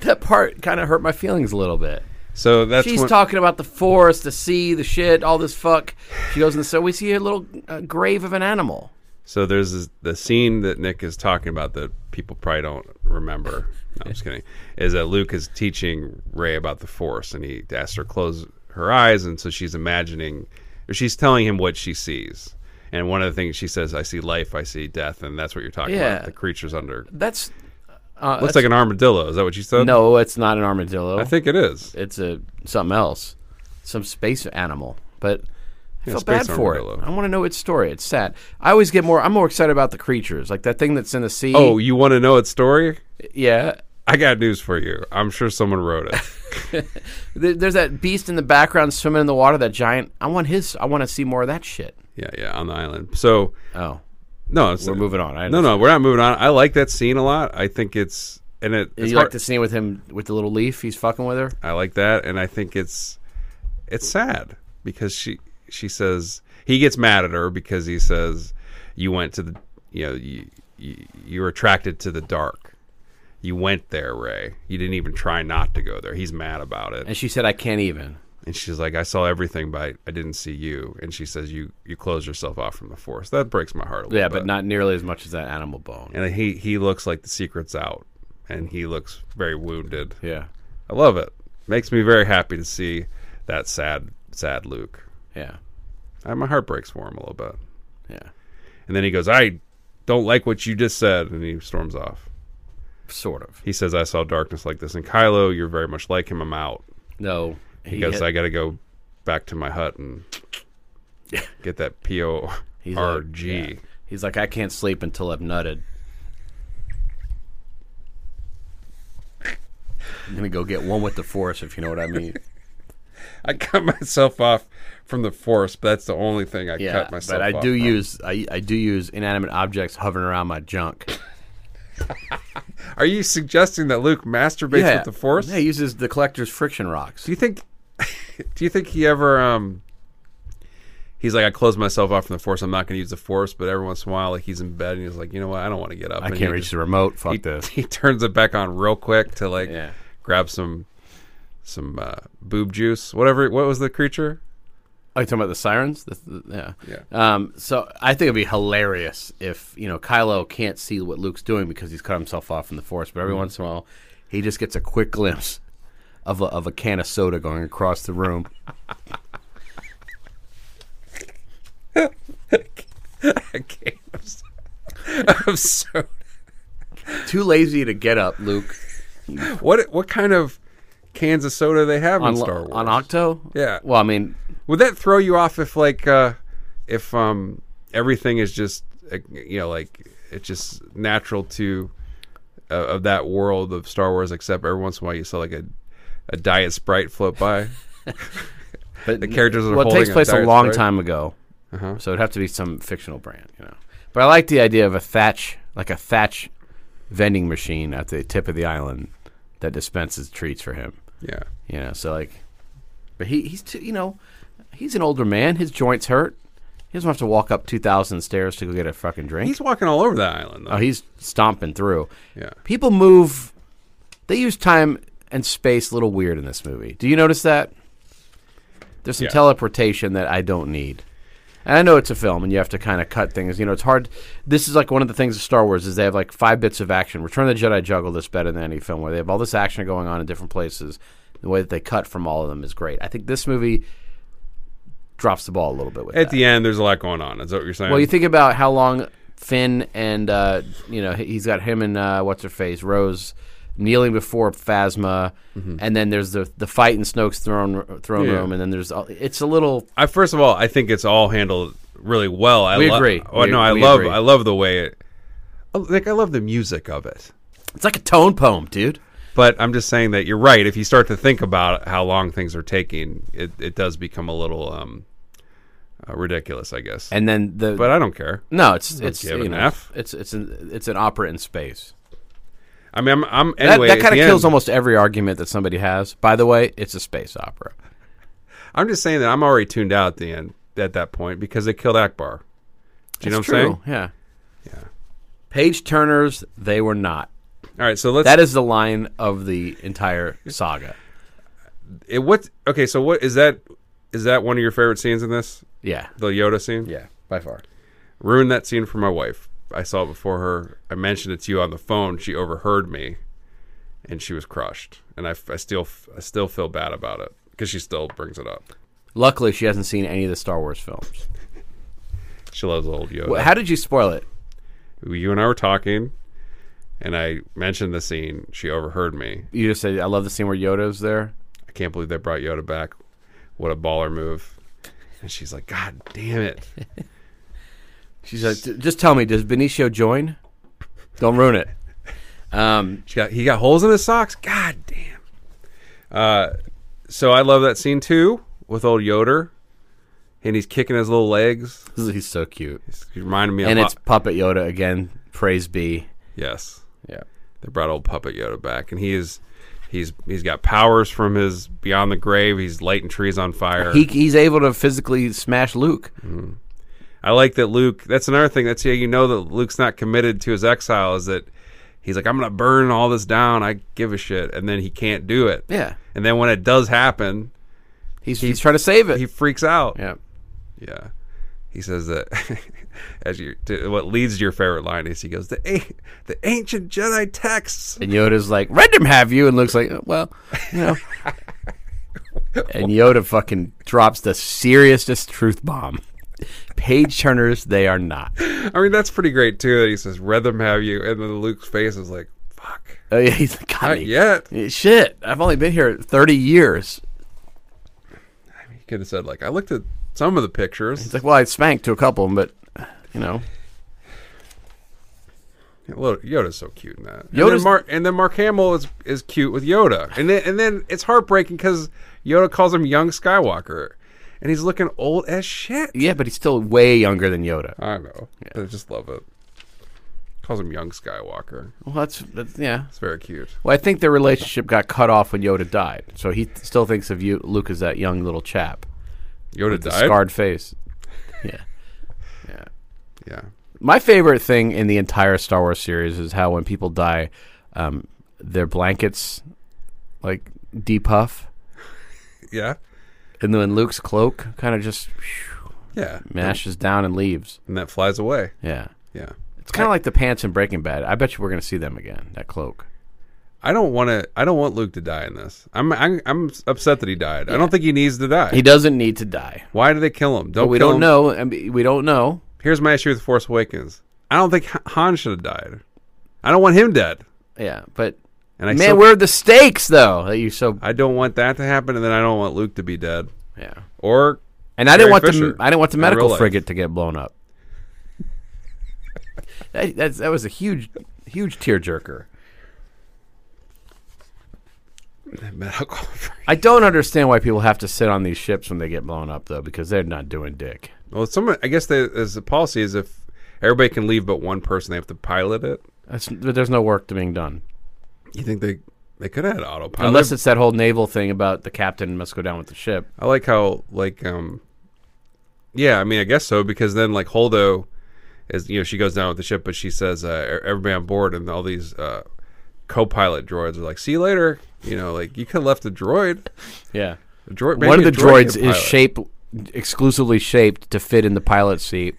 [SPEAKER 1] That part kind of hurt my feelings a little bit.
[SPEAKER 4] so that's
[SPEAKER 1] She's
[SPEAKER 4] when-
[SPEAKER 1] talking about the forest, the sea, the shit, all this fuck. She goes and so we see a little uh, grave of an animal.
[SPEAKER 4] So there's this, the scene that Nick is talking about that people probably don't remember. No, I'm just kidding. Is that Luke is teaching Ray about the Force, and he asks her to close her eyes, and so she's imagining, or she's telling him what she sees, And one of the things she says, I see life, I see death, and that's what you're talking
[SPEAKER 1] Yeah.
[SPEAKER 4] about. The creatures under
[SPEAKER 1] That's uh,
[SPEAKER 4] looks like an armadillo. Is that what you said?
[SPEAKER 1] no. It's not an armadillo.
[SPEAKER 4] I think it is.
[SPEAKER 1] it's a something else, some space animal. But I felt
[SPEAKER 4] space
[SPEAKER 1] bad for
[SPEAKER 4] armadillo.
[SPEAKER 1] it. I want to know its story. It's sad. I always get more. I'm more excited about the creatures, like that thing that's in the sea.
[SPEAKER 4] Oh, you want to know its story?
[SPEAKER 1] yeah.
[SPEAKER 4] I got news for you. I'm sure someone wrote it.
[SPEAKER 1] There- There's that beast in the background swimming in the water. That giant. I want his. I want to see more of that shit.
[SPEAKER 4] yeah, yeah, on the island. So
[SPEAKER 1] Oh,
[SPEAKER 4] no, it's,
[SPEAKER 1] we're moving on. I
[SPEAKER 4] No, no, we're not moving on. I like that scene a lot. I think it's and it.
[SPEAKER 1] You
[SPEAKER 4] It's
[SPEAKER 1] like
[SPEAKER 4] hard,
[SPEAKER 1] the scene with him with the little leaf? He's fucking with her.
[SPEAKER 4] I like that, and I think it's it's sad because she she says he gets mad at her because he says you went to the you know you you, you were attracted to the dark. You went there, Ray. You didn't even try not to go there. He's mad about it.
[SPEAKER 1] And she said, "I can't even."
[SPEAKER 4] And she's like, I saw everything, but I, I didn't see you. And she says, you you closed yourself off from the force. That breaks my heart a little
[SPEAKER 1] Yeah,
[SPEAKER 4] bit.
[SPEAKER 1] but not nearly as much as that animal bone.
[SPEAKER 4] And he, he looks like the secret's out. And he looks very wounded.
[SPEAKER 1] Yeah,
[SPEAKER 4] I love it. Makes me very happy to see that sad, sad Luke.
[SPEAKER 1] yeah,
[SPEAKER 4] I, my heart breaks for him a little bit.
[SPEAKER 1] yeah.
[SPEAKER 4] And then he goes, I don't like what you just said. And he storms off.
[SPEAKER 1] Sort of.
[SPEAKER 4] He says, I saw darkness like this in Kylo. You're very much like him. I'm out.
[SPEAKER 1] No, he
[SPEAKER 4] He goes,
[SPEAKER 1] hit-
[SPEAKER 4] I got to go back to my hut and get that PO.
[SPEAKER 1] He's like-
[SPEAKER 4] RG.
[SPEAKER 1] yeah. He's like, I can't sleep until I've nutted. I'm gonna go get one with the force, if you know what I mean.
[SPEAKER 4] I cut myself off from the force, but that's the only thing I
[SPEAKER 1] Yeah,
[SPEAKER 4] cut myself.
[SPEAKER 1] but I
[SPEAKER 4] off
[SPEAKER 1] do
[SPEAKER 4] from.
[SPEAKER 1] use I, I do use inanimate objects hovering around my junk.
[SPEAKER 4] Are you suggesting that Luke masturbates with the force?
[SPEAKER 1] Yeah, he uses the collector's friction rocks.
[SPEAKER 4] Do you think? do you think he ever? Um, he's like, I closed myself off from the force. I'm not going to use the force, but every once in a while, like he's in bed and he's like, you know what? I don't want to get up.
[SPEAKER 1] I
[SPEAKER 4] And
[SPEAKER 1] can't
[SPEAKER 4] he
[SPEAKER 1] reach
[SPEAKER 4] just-
[SPEAKER 1] the remote. Fuck
[SPEAKER 4] he,
[SPEAKER 1] this.
[SPEAKER 4] He turns it back on real quick to like
[SPEAKER 1] Yeah.
[SPEAKER 4] grab some some uh, boob juice, whatever. What was the creature?
[SPEAKER 1] Oh, you talking about the sirens? The, the, yeah.
[SPEAKER 4] Yeah.
[SPEAKER 1] Um, so I think it'd be hilarious if you know Kylo can't see what Luke's doing because he's cut himself off from the Force,
[SPEAKER 4] Mm-hmm.
[SPEAKER 1] but every once in a while he just gets a quick glimpse of a, of a can of soda going across the room.
[SPEAKER 4] I can't. I'm so- I'm so
[SPEAKER 1] Too lazy to get up, Luke.
[SPEAKER 4] What what kind of cans of soda they have
[SPEAKER 1] On,
[SPEAKER 4] in
[SPEAKER 1] lo-
[SPEAKER 4] Star Wars?
[SPEAKER 1] on Octo.
[SPEAKER 4] Yeah.
[SPEAKER 1] Well, I mean,
[SPEAKER 4] Would that throw you off if like uh, if um everything is just uh, you know like it's just natural to uh, of that world of Star Wars, except every once in a while you saw like a a diet sprite float by.
[SPEAKER 1] but
[SPEAKER 4] The characters are
[SPEAKER 1] well, it
[SPEAKER 4] holding
[SPEAKER 1] takes
[SPEAKER 4] a Uh-huh.
[SPEAKER 1] place a
[SPEAKER 4] Diet
[SPEAKER 1] long
[SPEAKER 4] Sprite.
[SPEAKER 1] time ago, so it'd have to be some fictional brand, you know. But I like the idea of a thatch, like a thatch vending machine at the tip of the island that dispenses treats for him.
[SPEAKER 4] yeah,
[SPEAKER 1] You know, so like, but he he's too, you know, he's an older man. His joints hurt. He doesn't have to walk up two thousand stairs to go get a fucking drink.
[SPEAKER 4] he's walking all over that island. Though.
[SPEAKER 1] oh, he's stomping through.
[SPEAKER 4] yeah,
[SPEAKER 1] People move. They use time and space a little weird in this movie. Do you notice that? There's some
[SPEAKER 4] Yeah.
[SPEAKER 1] teleportation that I don't need. And I know it's a film, and you have to kind of cut things. You know, it's hard. This is like one of the things of Star Wars is they have like five bits of action. Return of the Jedi juggle this better than any film where they have all this action going on in different places. The way that they cut from all of them is great. I think this movie drops the ball a little bit with
[SPEAKER 4] at
[SPEAKER 1] that.
[SPEAKER 4] the end there's a lot going on. Is that what you're saying?
[SPEAKER 1] Well, you think about how long Finn and uh, you know he's got him and uh, what's her face Rose kneeling before Phasma, and then there's the the fight in Snoke's throne throne
[SPEAKER 4] Mm-hmm. Yeah.
[SPEAKER 1] room, and then there's all- it's a little
[SPEAKER 4] I first of all, I think it's all handled really well. I
[SPEAKER 1] We
[SPEAKER 4] lo-
[SPEAKER 1] agree.
[SPEAKER 4] Oh,
[SPEAKER 1] We-
[SPEAKER 4] no, I
[SPEAKER 1] we
[SPEAKER 4] love
[SPEAKER 1] agree.
[SPEAKER 4] I love the way it. I- Like I love the music of it.
[SPEAKER 1] it's like a tone poem, dude.
[SPEAKER 4] But I'm just saying that you're right. If you start to think about how long things are taking, it, it does become a little um, uh, ridiculous, I guess.
[SPEAKER 1] And then the
[SPEAKER 4] but I don't care.
[SPEAKER 1] no, it's it's
[SPEAKER 4] give
[SPEAKER 1] you
[SPEAKER 4] an
[SPEAKER 1] know,
[SPEAKER 4] F.
[SPEAKER 1] it's it's an it's an opera in space.
[SPEAKER 4] I mean, I'm, I'm
[SPEAKER 1] That,
[SPEAKER 4] anyway.
[SPEAKER 1] that
[SPEAKER 4] at
[SPEAKER 1] kind
[SPEAKER 4] the
[SPEAKER 1] of kills
[SPEAKER 4] end,
[SPEAKER 1] almost every argument that somebody has. By the way, it's a space opera.
[SPEAKER 4] I'm just saying that I'm already tuned out at the end at that point because they killed Akbar. Do you know what
[SPEAKER 1] It's
[SPEAKER 4] I'm
[SPEAKER 1] true,
[SPEAKER 4] saying?
[SPEAKER 1] Yeah, yeah. Page Turners, they were not.
[SPEAKER 4] All right, so let's.
[SPEAKER 1] That is the line of the entire saga.
[SPEAKER 4] it, what? Okay, so what is that? Is that one of your favorite scenes in this?
[SPEAKER 1] Yeah.
[SPEAKER 4] The Yoda scene?
[SPEAKER 1] Yeah, by far.
[SPEAKER 4] Ruined that scene for my wife. I saw it before her. I mentioned it to you on the phone. She overheard me, and she was crushed. And I, I still, I still feel bad about it because she still brings it up.
[SPEAKER 1] Luckily, she hasn't seen any of the Star Wars films.
[SPEAKER 4] She loves old Yoda.
[SPEAKER 1] Well, how did you spoil it?
[SPEAKER 4] you and I were talking, and I mentioned the scene. She overheard me.
[SPEAKER 1] You just said, I love the scene where Yoda's there.
[SPEAKER 4] I can't believe they brought Yoda back. What a baller move. And she's like, God damn it.
[SPEAKER 1] She's like, "J- just tell me, does Benicio join? Don't ruin it. Um,
[SPEAKER 4] She got, he got holes in his socks. God damn. Uh, so I love that scene too with old Yoder. And he's kicking his little legs.
[SPEAKER 1] he's so cute.
[SPEAKER 4] He reminded me of
[SPEAKER 1] And
[SPEAKER 4] Mo-
[SPEAKER 1] it's Puppet Yoda again. Praise be.
[SPEAKER 4] yes.
[SPEAKER 1] Yeah.
[SPEAKER 4] They brought old puppet Yoda back, and he is he's he's got powers from his beyond the grave. He's lighting trees on fire.
[SPEAKER 1] He, he's able to physically smash Luke.
[SPEAKER 4] I like that Luke. That's another thing. That's how you know that Luke's not committed to his exile. Is that he's like, I'm gonna burn all this down. I give a shit, and then he can't do it.
[SPEAKER 1] Yeah.
[SPEAKER 4] And then when it does happen,
[SPEAKER 1] He's, he's trying to save it.
[SPEAKER 4] he freaks out.
[SPEAKER 1] yeah.
[SPEAKER 4] Yeah. He says that as you to, what leads to your favorite line is he goes the a- the ancient Jedi texts.
[SPEAKER 1] And Yoda's like, Random have you? And Luke's like, "Oh, well, you know. and Yoda fucking drops the seriousest truth bomb. Page turners, they are not.
[SPEAKER 4] I mean that's pretty great too. That he says read them have you, and then Luke's face is like fuck.
[SPEAKER 1] Oh, yeah, he's like, "God,
[SPEAKER 4] Not
[SPEAKER 1] me."
[SPEAKER 4] yet.
[SPEAKER 1] Yeah, Shit, I've only been here 30 years.
[SPEAKER 4] He could have said like I looked at some of the pictures.
[SPEAKER 1] It's like, well, I spanked to a couple of them, but, you know.
[SPEAKER 4] Lo- Yoda's so cute in that. And then,
[SPEAKER 1] Yoda's-
[SPEAKER 4] Mark, and then Mark Hamill is is cute with Yoda, and then and then it's heartbreaking because Yoda calls him young Skywalker, and he's looking old as shit.
[SPEAKER 1] Yeah, but he's still way younger than Yoda.
[SPEAKER 4] I know. I just love it. Calls him young Skywalker.
[SPEAKER 1] Well, that's, that's yeah.
[SPEAKER 4] It's very cute.
[SPEAKER 1] Well, I think their relationship got cut off when Yoda died, so he still thinks of you, Luke as that young little chap,
[SPEAKER 4] Yoda
[SPEAKER 1] the
[SPEAKER 4] died.
[SPEAKER 1] scarred face. Yeah.
[SPEAKER 4] Yeah.
[SPEAKER 1] My favorite thing in the entire Star Wars series is how when people die, um, their blankets like depuff,
[SPEAKER 4] Yeah.
[SPEAKER 1] and then Luke's cloak kind of just phew,
[SPEAKER 4] Yeah.
[SPEAKER 1] mashes down and leaves.
[SPEAKER 4] And that flies away.
[SPEAKER 1] Yeah.
[SPEAKER 4] Yeah.
[SPEAKER 1] It's kind of like the pants in Breaking Bad. I bet you we're going to see them again. That cloak.
[SPEAKER 4] I don't want to. I don't want Luke to die in this. I'm. I'm, I'm upset that he died. I don't think he needs to die.
[SPEAKER 1] He doesn't need to die.
[SPEAKER 4] Why do they kill him? Don't
[SPEAKER 1] But we
[SPEAKER 4] kill
[SPEAKER 1] don't
[SPEAKER 4] him.
[SPEAKER 1] know. I mean, we don't know.
[SPEAKER 4] Here's my issue with Force Awakens. I don't think Han- Han should have died. I don't want him dead.
[SPEAKER 1] Yeah, but
[SPEAKER 4] And I
[SPEAKER 1] man,
[SPEAKER 4] still-
[SPEAKER 1] where are the stakes though? That you so
[SPEAKER 4] I don't want that to happen, and then I don't want Luke to be dead.
[SPEAKER 1] yeah.
[SPEAKER 4] Or
[SPEAKER 1] And I didn't
[SPEAKER 4] Carrie
[SPEAKER 1] want
[SPEAKER 4] Fisher
[SPEAKER 1] the I didn't want the
[SPEAKER 4] in
[SPEAKER 1] medical
[SPEAKER 4] real life.
[SPEAKER 1] frigate to get blown up. that that's, that was a huge huge tearjerker.
[SPEAKER 4] medical. frigate.
[SPEAKER 1] I don't understand why people have to sit on these ships when they get blown up though, because they're not doing dick.
[SPEAKER 4] well, someone. I guess they, as the policy is if everybody can leave but one person, they have to pilot it.
[SPEAKER 1] That's, but there's no work to being done
[SPEAKER 4] You think they they could have had autopilot?
[SPEAKER 1] unless it's that whole naval thing about the captain must go down with the ship.
[SPEAKER 4] I like how like um yeah, I mean I guess so because then like Holdo is you know she goes down with the ship but she says uh, e- everybody on board and all these uh co-pilot droids are like see you later, you know, like you could have left a droid.
[SPEAKER 1] Yeah,
[SPEAKER 4] A droid
[SPEAKER 1] one of the
[SPEAKER 4] maybe a droid
[SPEAKER 1] droids
[SPEAKER 4] could pilot.
[SPEAKER 1] is shaped exclusively shaped to fit in the pilot seat.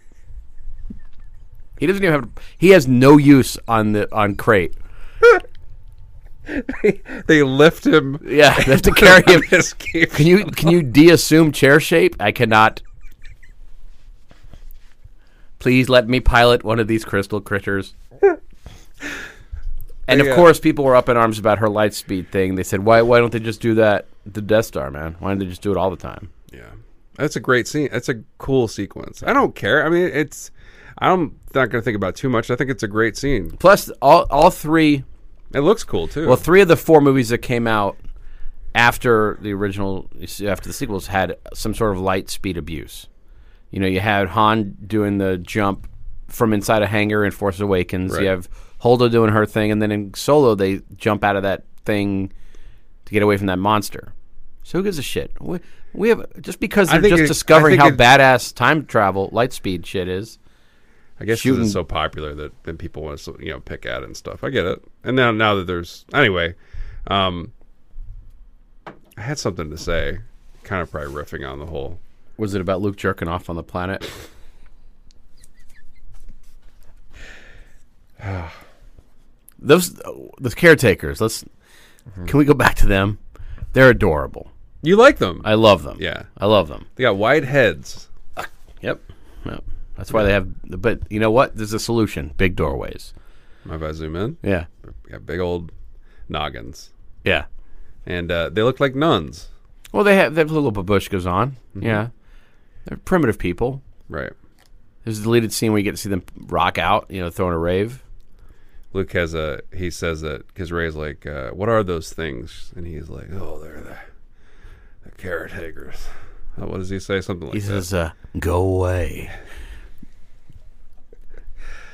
[SPEAKER 1] He doesn't even have. He has no use on the on crate.
[SPEAKER 4] They lift him
[SPEAKER 1] Yeah, they have to carry him.
[SPEAKER 4] his cape.
[SPEAKER 1] Can you can you de-assume chair shape? I cannot. Please let me pilot one of these crystal critters. And of
[SPEAKER 4] Yeah.
[SPEAKER 1] course, people were up in arms about her light speed thing. They said, "Why why don't they just do that? at The Death Star, man. Why don't they just do it all the time?"
[SPEAKER 4] Yeah. That's a great scene. That's a cool sequence. I don't care. I mean, it's I'm not going to think about it too much. I think it's a great scene.
[SPEAKER 1] Plus, all all three
[SPEAKER 4] It looks cool too.
[SPEAKER 1] Well, three of the four movies that came out after the original, after the sequels, had some sort of light speed abuse. You know, you had Han doing the jump from inside a hangar in Force Awakens.
[SPEAKER 4] Right.
[SPEAKER 1] You have Holdo doing her thing, and then in Solo, they jump out of that thing to get away from that monster. So who gives a shit? We, we have just because
[SPEAKER 4] I
[SPEAKER 1] they're
[SPEAKER 4] think
[SPEAKER 1] just
[SPEAKER 4] it- I
[SPEAKER 1] discovering
[SPEAKER 4] think
[SPEAKER 1] how
[SPEAKER 4] it-
[SPEAKER 1] badass time travel, light speed shit is.
[SPEAKER 4] I guess 'cause
[SPEAKER 1] shooting-
[SPEAKER 4] it's so popular that then people want to you know pick at it and stuff. I get it. And now now that there's anyway, um, I had something to say, kind of probably riffing on the whole.
[SPEAKER 1] Was it about Luke jerking off on the planet? Those the caretakers. Let's can we go back to them? They're adorable.
[SPEAKER 4] You like them?
[SPEAKER 1] I love them.
[SPEAKER 4] Yeah.
[SPEAKER 1] I love them.
[SPEAKER 4] they got wide heads.
[SPEAKER 1] Yep. yep. That's why they have. But you know what? There's a solution. Big doorways.
[SPEAKER 4] If I zoom in,
[SPEAKER 1] Yeah.
[SPEAKER 4] we got big old noggins,
[SPEAKER 1] Yeah.
[SPEAKER 4] and uh, they look like nuns,
[SPEAKER 1] Well, they have they have little babushkas on. Yeah. They're primitive people.
[SPEAKER 4] right?
[SPEAKER 1] There's a deleted scene where you get to see them rock out. You know, throwing a rave.
[SPEAKER 4] Luke has a he says that because Ray's like, uh, "What are those things?" And he's like, "Oh, they're the, the carrot hagers." Uh, What does he say? Something like
[SPEAKER 1] He
[SPEAKER 4] that.
[SPEAKER 1] says, uh, "Go away."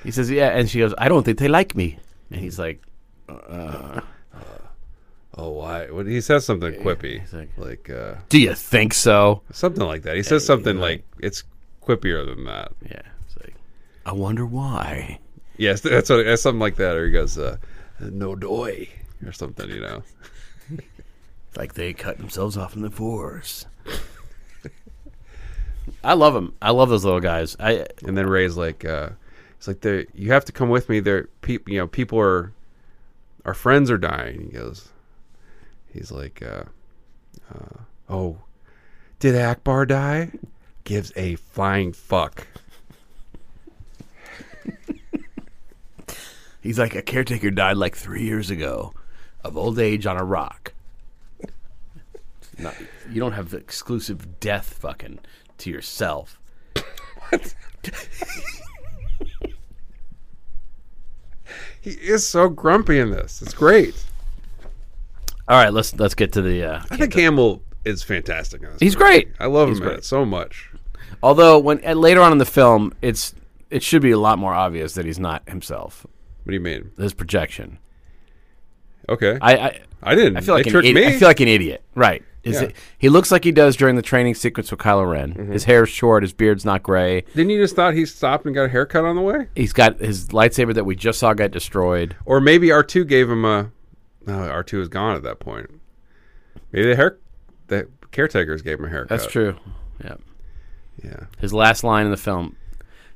[SPEAKER 1] He says, "Yeah," and she goes, "I don't think they like me." And he's like,
[SPEAKER 4] "Oh, why?" What, he says something quippy,
[SPEAKER 1] he's like-
[SPEAKER 4] like, uh,
[SPEAKER 1] "Do you think so?"
[SPEAKER 4] something like that. He says something like it's quippier than that.
[SPEAKER 1] Yeah. It's like, I wonder why.
[SPEAKER 4] Yes, that's what, that's something like that. Or he goes, uh, "No doy," or something. You know,
[SPEAKER 1] It's like they cut themselves off from the force. I love them. I love those little guys. I
[SPEAKER 4] And then Ray's like, uh, "It's like they you have to come with me. There, peop you know, people are, our friends are dying." He goes, "He's like, uh, uh, oh, did Akbar die? Gives a flying fuck."
[SPEAKER 1] he's like a caretaker died like three years ago of old age on a rock. Not, you don't have the exclusive death fucking to yourself.
[SPEAKER 4] He is so grumpy in this. It's great.
[SPEAKER 1] All right, let's let's get to the. Uh,
[SPEAKER 4] I think Hamill is fantastic. In this
[SPEAKER 1] He's
[SPEAKER 4] movie.
[SPEAKER 1] great.
[SPEAKER 4] I love
[SPEAKER 1] He's
[SPEAKER 4] him in
[SPEAKER 1] great.
[SPEAKER 4] it so much.
[SPEAKER 1] although when and later on in the film, it's it should be a lot more obvious that he's not himself.
[SPEAKER 4] What do you mean?
[SPEAKER 1] His projection.
[SPEAKER 4] Okay, I,
[SPEAKER 1] I, I
[SPEAKER 4] didn't.
[SPEAKER 1] I feel like
[SPEAKER 4] they
[SPEAKER 1] an
[SPEAKER 4] tricked
[SPEAKER 1] idiot.
[SPEAKER 4] me.
[SPEAKER 1] I feel like an idiot. Right. Is
[SPEAKER 4] Yeah.
[SPEAKER 1] it, he looks like he does during the training sequence with Kylo Ren. His hair is short. His beard's not gray.
[SPEAKER 4] didn't you just thought he stopped and got a haircut on the way?
[SPEAKER 1] He's got his lightsaber that we just saw get destroyed.
[SPEAKER 4] Or maybe R two gave him a. No, R two is gone at that point. Maybe the hair, the caretakers gave him a haircut.
[SPEAKER 1] That's true. Yeah.
[SPEAKER 4] Yeah,
[SPEAKER 1] His last line in the film: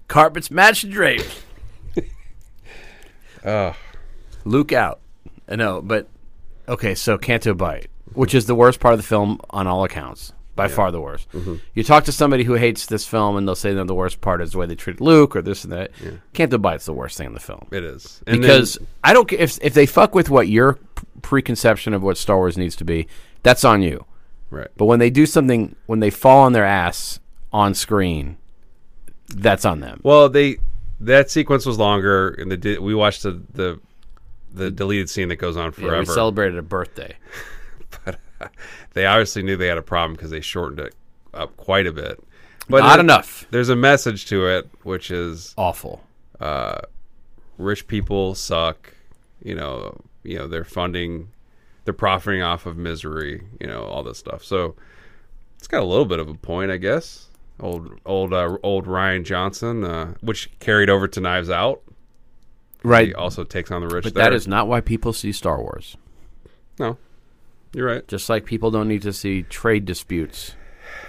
[SPEAKER 1] "Carpets match the drapes." Luke out. Uh, No, but okay. So Canto Bite, which is the worst part of the film on all accounts, by far the worst.
[SPEAKER 4] Mm-hmm.
[SPEAKER 1] You talk to somebody who hates this film, and they'll say that the worst part is the way they treated Luke or this and that. Canto Bite's the worst thing in the film.
[SPEAKER 4] it is. And
[SPEAKER 1] because
[SPEAKER 4] then-
[SPEAKER 1] I don't ca- if if they fuck with what your p- preconception of what Star Wars needs to be, that's on you.
[SPEAKER 4] right,
[SPEAKER 1] But when they do something, when they fall on their ass on screen, that's on them.
[SPEAKER 4] well, they that sequence was longer, and they did. We watched the the, the deleted scene that goes on
[SPEAKER 1] Yeah,
[SPEAKER 4] forever.
[SPEAKER 1] we celebrated a birthday.
[SPEAKER 4] they obviously knew they had a problem because they shortened it up quite a bit. But
[SPEAKER 1] Not
[SPEAKER 4] it-
[SPEAKER 1] enough.
[SPEAKER 4] There's a message to it, which is
[SPEAKER 1] Awful.
[SPEAKER 4] rich people suck. You know, you know they're funding, they're profiting off of misery. You know all this stuff. So it's got a little bit of a point, I guess. Old old uh, old Ryan Johnson, uh, which carried over to Knives Out.
[SPEAKER 1] Right.
[SPEAKER 4] He also takes on the rich.
[SPEAKER 1] But
[SPEAKER 4] there.
[SPEAKER 1] that is not why people see Star Wars.
[SPEAKER 4] no. You're right.
[SPEAKER 1] Just like people don't need to see trade disputes.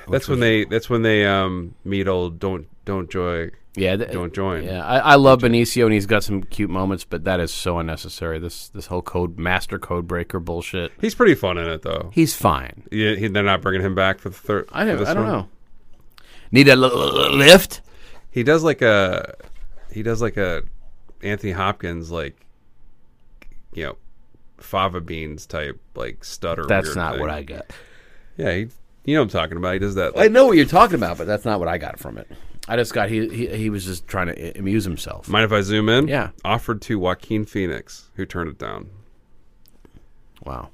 [SPEAKER 4] That's when they. That's when they um, meet old. Don't don't joy.
[SPEAKER 1] Yeah, th-
[SPEAKER 4] Don't join.
[SPEAKER 1] Yeah, I, I love Benicio and he's got some cute moments, but that is so unnecessary. This this whole code master code breaker bullshit.
[SPEAKER 4] He's pretty fun in it though.
[SPEAKER 1] He's fine.
[SPEAKER 4] Yeah, he, they're not bringing him back for the third.
[SPEAKER 1] I
[SPEAKER 4] for
[SPEAKER 1] don't,
[SPEAKER 4] this
[SPEAKER 1] I don't
[SPEAKER 4] one.
[SPEAKER 1] know. Need a l- l- lift?
[SPEAKER 4] He does like a, he does like a, Anthony Hopkins like, you know, fava beans type like stutter.
[SPEAKER 1] That's
[SPEAKER 4] weird
[SPEAKER 1] not what
[SPEAKER 4] thing.
[SPEAKER 1] I got.
[SPEAKER 4] Yeah, he, you know what I'm talking about. He does that.
[SPEAKER 1] I
[SPEAKER 4] Like,
[SPEAKER 1] know what you're talking about, but that's not what I got from it. I just got he he, he was just trying to i- amuse himself.
[SPEAKER 4] mind if I zoom in?
[SPEAKER 1] Yeah.
[SPEAKER 4] Offered to Joaquin Phoenix, who turned it down.
[SPEAKER 1] Wow.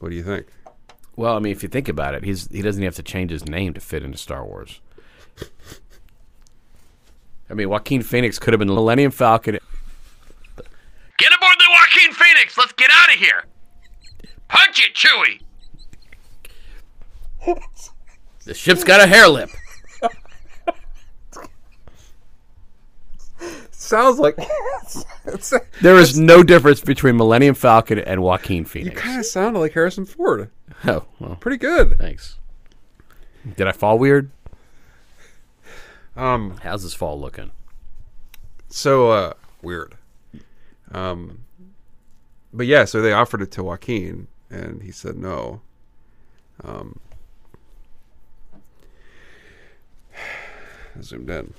[SPEAKER 4] What do you think?
[SPEAKER 1] Well, I mean, if you think about it, he's he doesn't have to change his name to fit into Star Wars. I mean, Joaquin Phoenix could have been the Millennium Falcon.
[SPEAKER 6] Get aboard the Joaquin Phoenix. Let's get out of here. Punch it, Chewie.
[SPEAKER 1] The ship's got a hair lip.
[SPEAKER 4] Sounds like
[SPEAKER 1] There is no difference between Millennium Falcon and Joaquin Phoenix.
[SPEAKER 4] kind of sounded like Harrison Ford.
[SPEAKER 1] Oh, well,
[SPEAKER 4] Pretty good.
[SPEAKER 1] thanks. Did I fall weird?
[SPEAKER 4] Um.
[SPEAKER 1] How's this fall looking?
[SPEAKER 4] So uh weird. Um but yeah, so they offered it to Joaquin and he said no. Um I zoomed in.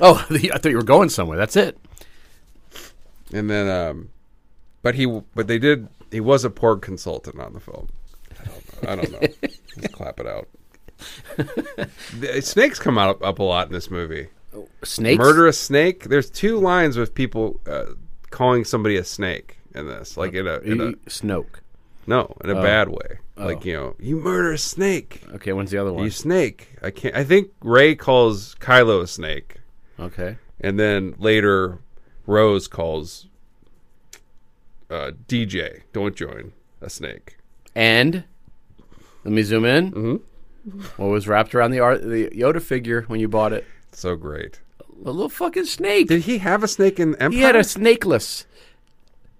[SPEAKER 1] Oh, I thought you were going somewhere. That's it.
[SPEAKER 4] and then um, but he but they did he was a porg consultant on the film. I don't know. I don't know. Just clap it out. The- snakes come out up a lot in this movie.
[SPEAKER 1] Snakes.
[SPEAKER 4] Murderous snake. There's two lines with people uh, calling somebody a snake in this, like in a, in a
[SPEAKER 1] E- Snoke.
[SPEAKER 4] no,
[SPEAKER 1] oh.
[SPEAKER 4] in a bad way. Like you know, you murder a snake.
[SPEAKER 1] Okay, when's the other one?
[SPEAKER 4] You snake. I can't. I think Ray calls Kylo a snake,
[SPEAKER 1] okay.
[SPEAKER 4] and then later Rose calls uh, DJ. Don't join a snake.
[SPEAKER 1] And let me zoom in. Mm-hmm. What was wrapped around the, ar- the Yoda figure when you bought it?
[SPEAKER 4] So great.
[SPEAKER 1] A little fucking snake.
[SPEAKER 4] Did he have a snake in Empire?
[SPEAKER 1] he had a snakeless.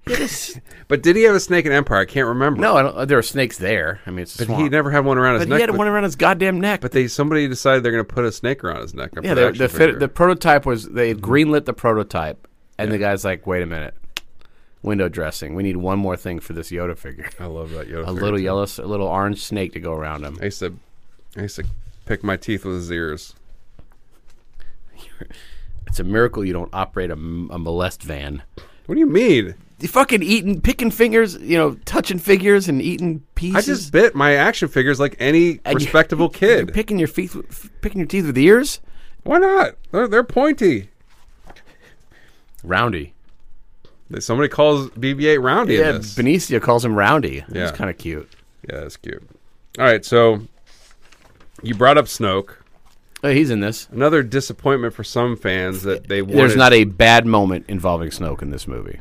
[SPEAKER 1] He had a s-
[SPEAKER 4] but did he have a snake in Empire? I can't remember.
[SPEAKER 1] no, I don't, there are snakes there. I mean, it's a
[SPEAKER 4] but
[SPEAKER 1] swamp.
[SPEAKER 4] he never had one around his
[SPEAKER 1] But
[SPEAKER 4] neck.
[SPEAKER 1] he had
[SPEAKER 4] but,
[SPEAKER 1] one around his goddamn neck.
[SPEAKER 4] but they somebody decided they're going to put a snake around his neck. a
[SPEAKER 1] yeah, the, the,
[SPEAKER 4] production
[SPEAKER 1] fit,
[SPEAKER 4] figure.
[SPEAKER 1] the prototype was they
[SPEAKER 4] Mm-hmm.
[SPEAKER 1] had greenlit the prototype, and the guy's like, "Wait a minute, window dressing. We need one more thing for this Yoda figure.
[SPEAKER 4] I love that Yoda.
[SPEAKER 1] A little yellow, s- a little orange snake to go around him."
[SPEAKER 4] I used to, I used to pick my teeth with his ears.
[SPEAKER 1] It's a miracle you don't operate a, m- a molest van.
[SPEAKER 4] What do you mean?
[SPEAKER 1] You fucking eating, picking fingers, you know, touching figures and eating
[SPEAKER 4] I
[SPEAKER 1] pieces.
[SPEAKER 4] just bit my action figures like any
[SPEAKER 1] And you-
[SPEAKER 4] respectable
[SPEAKER 1] You're
[SPEAKER 4] kid.
[SPEAKER 1] picking your feet, with- f- picking your teeth with ears.
[SPEAKER 4] Why not? They're, they're pointy.
[SPEAKER 1] Roundy.
[SPEAKER 4] Somebody calls BB-8 Roundy.
[SPEAKER 1] Yeah,
[SPEAKER 4] in this.
[SPEAKER 1] Benicio calls him Roundy.
[SPEAKER 4] Yeah.
[SPEAKER 1] It's kind of cute.
[SPEAKER 4] yeah, that's cute. All right, so you brought up Snoke.
[SPEAKER 1] Oh, he's in this.
[SPEAKER 4] Another disappointment for some fans that they wanted.
[SPEAKER 1] There's not a bad moment involving Snoke in this movie.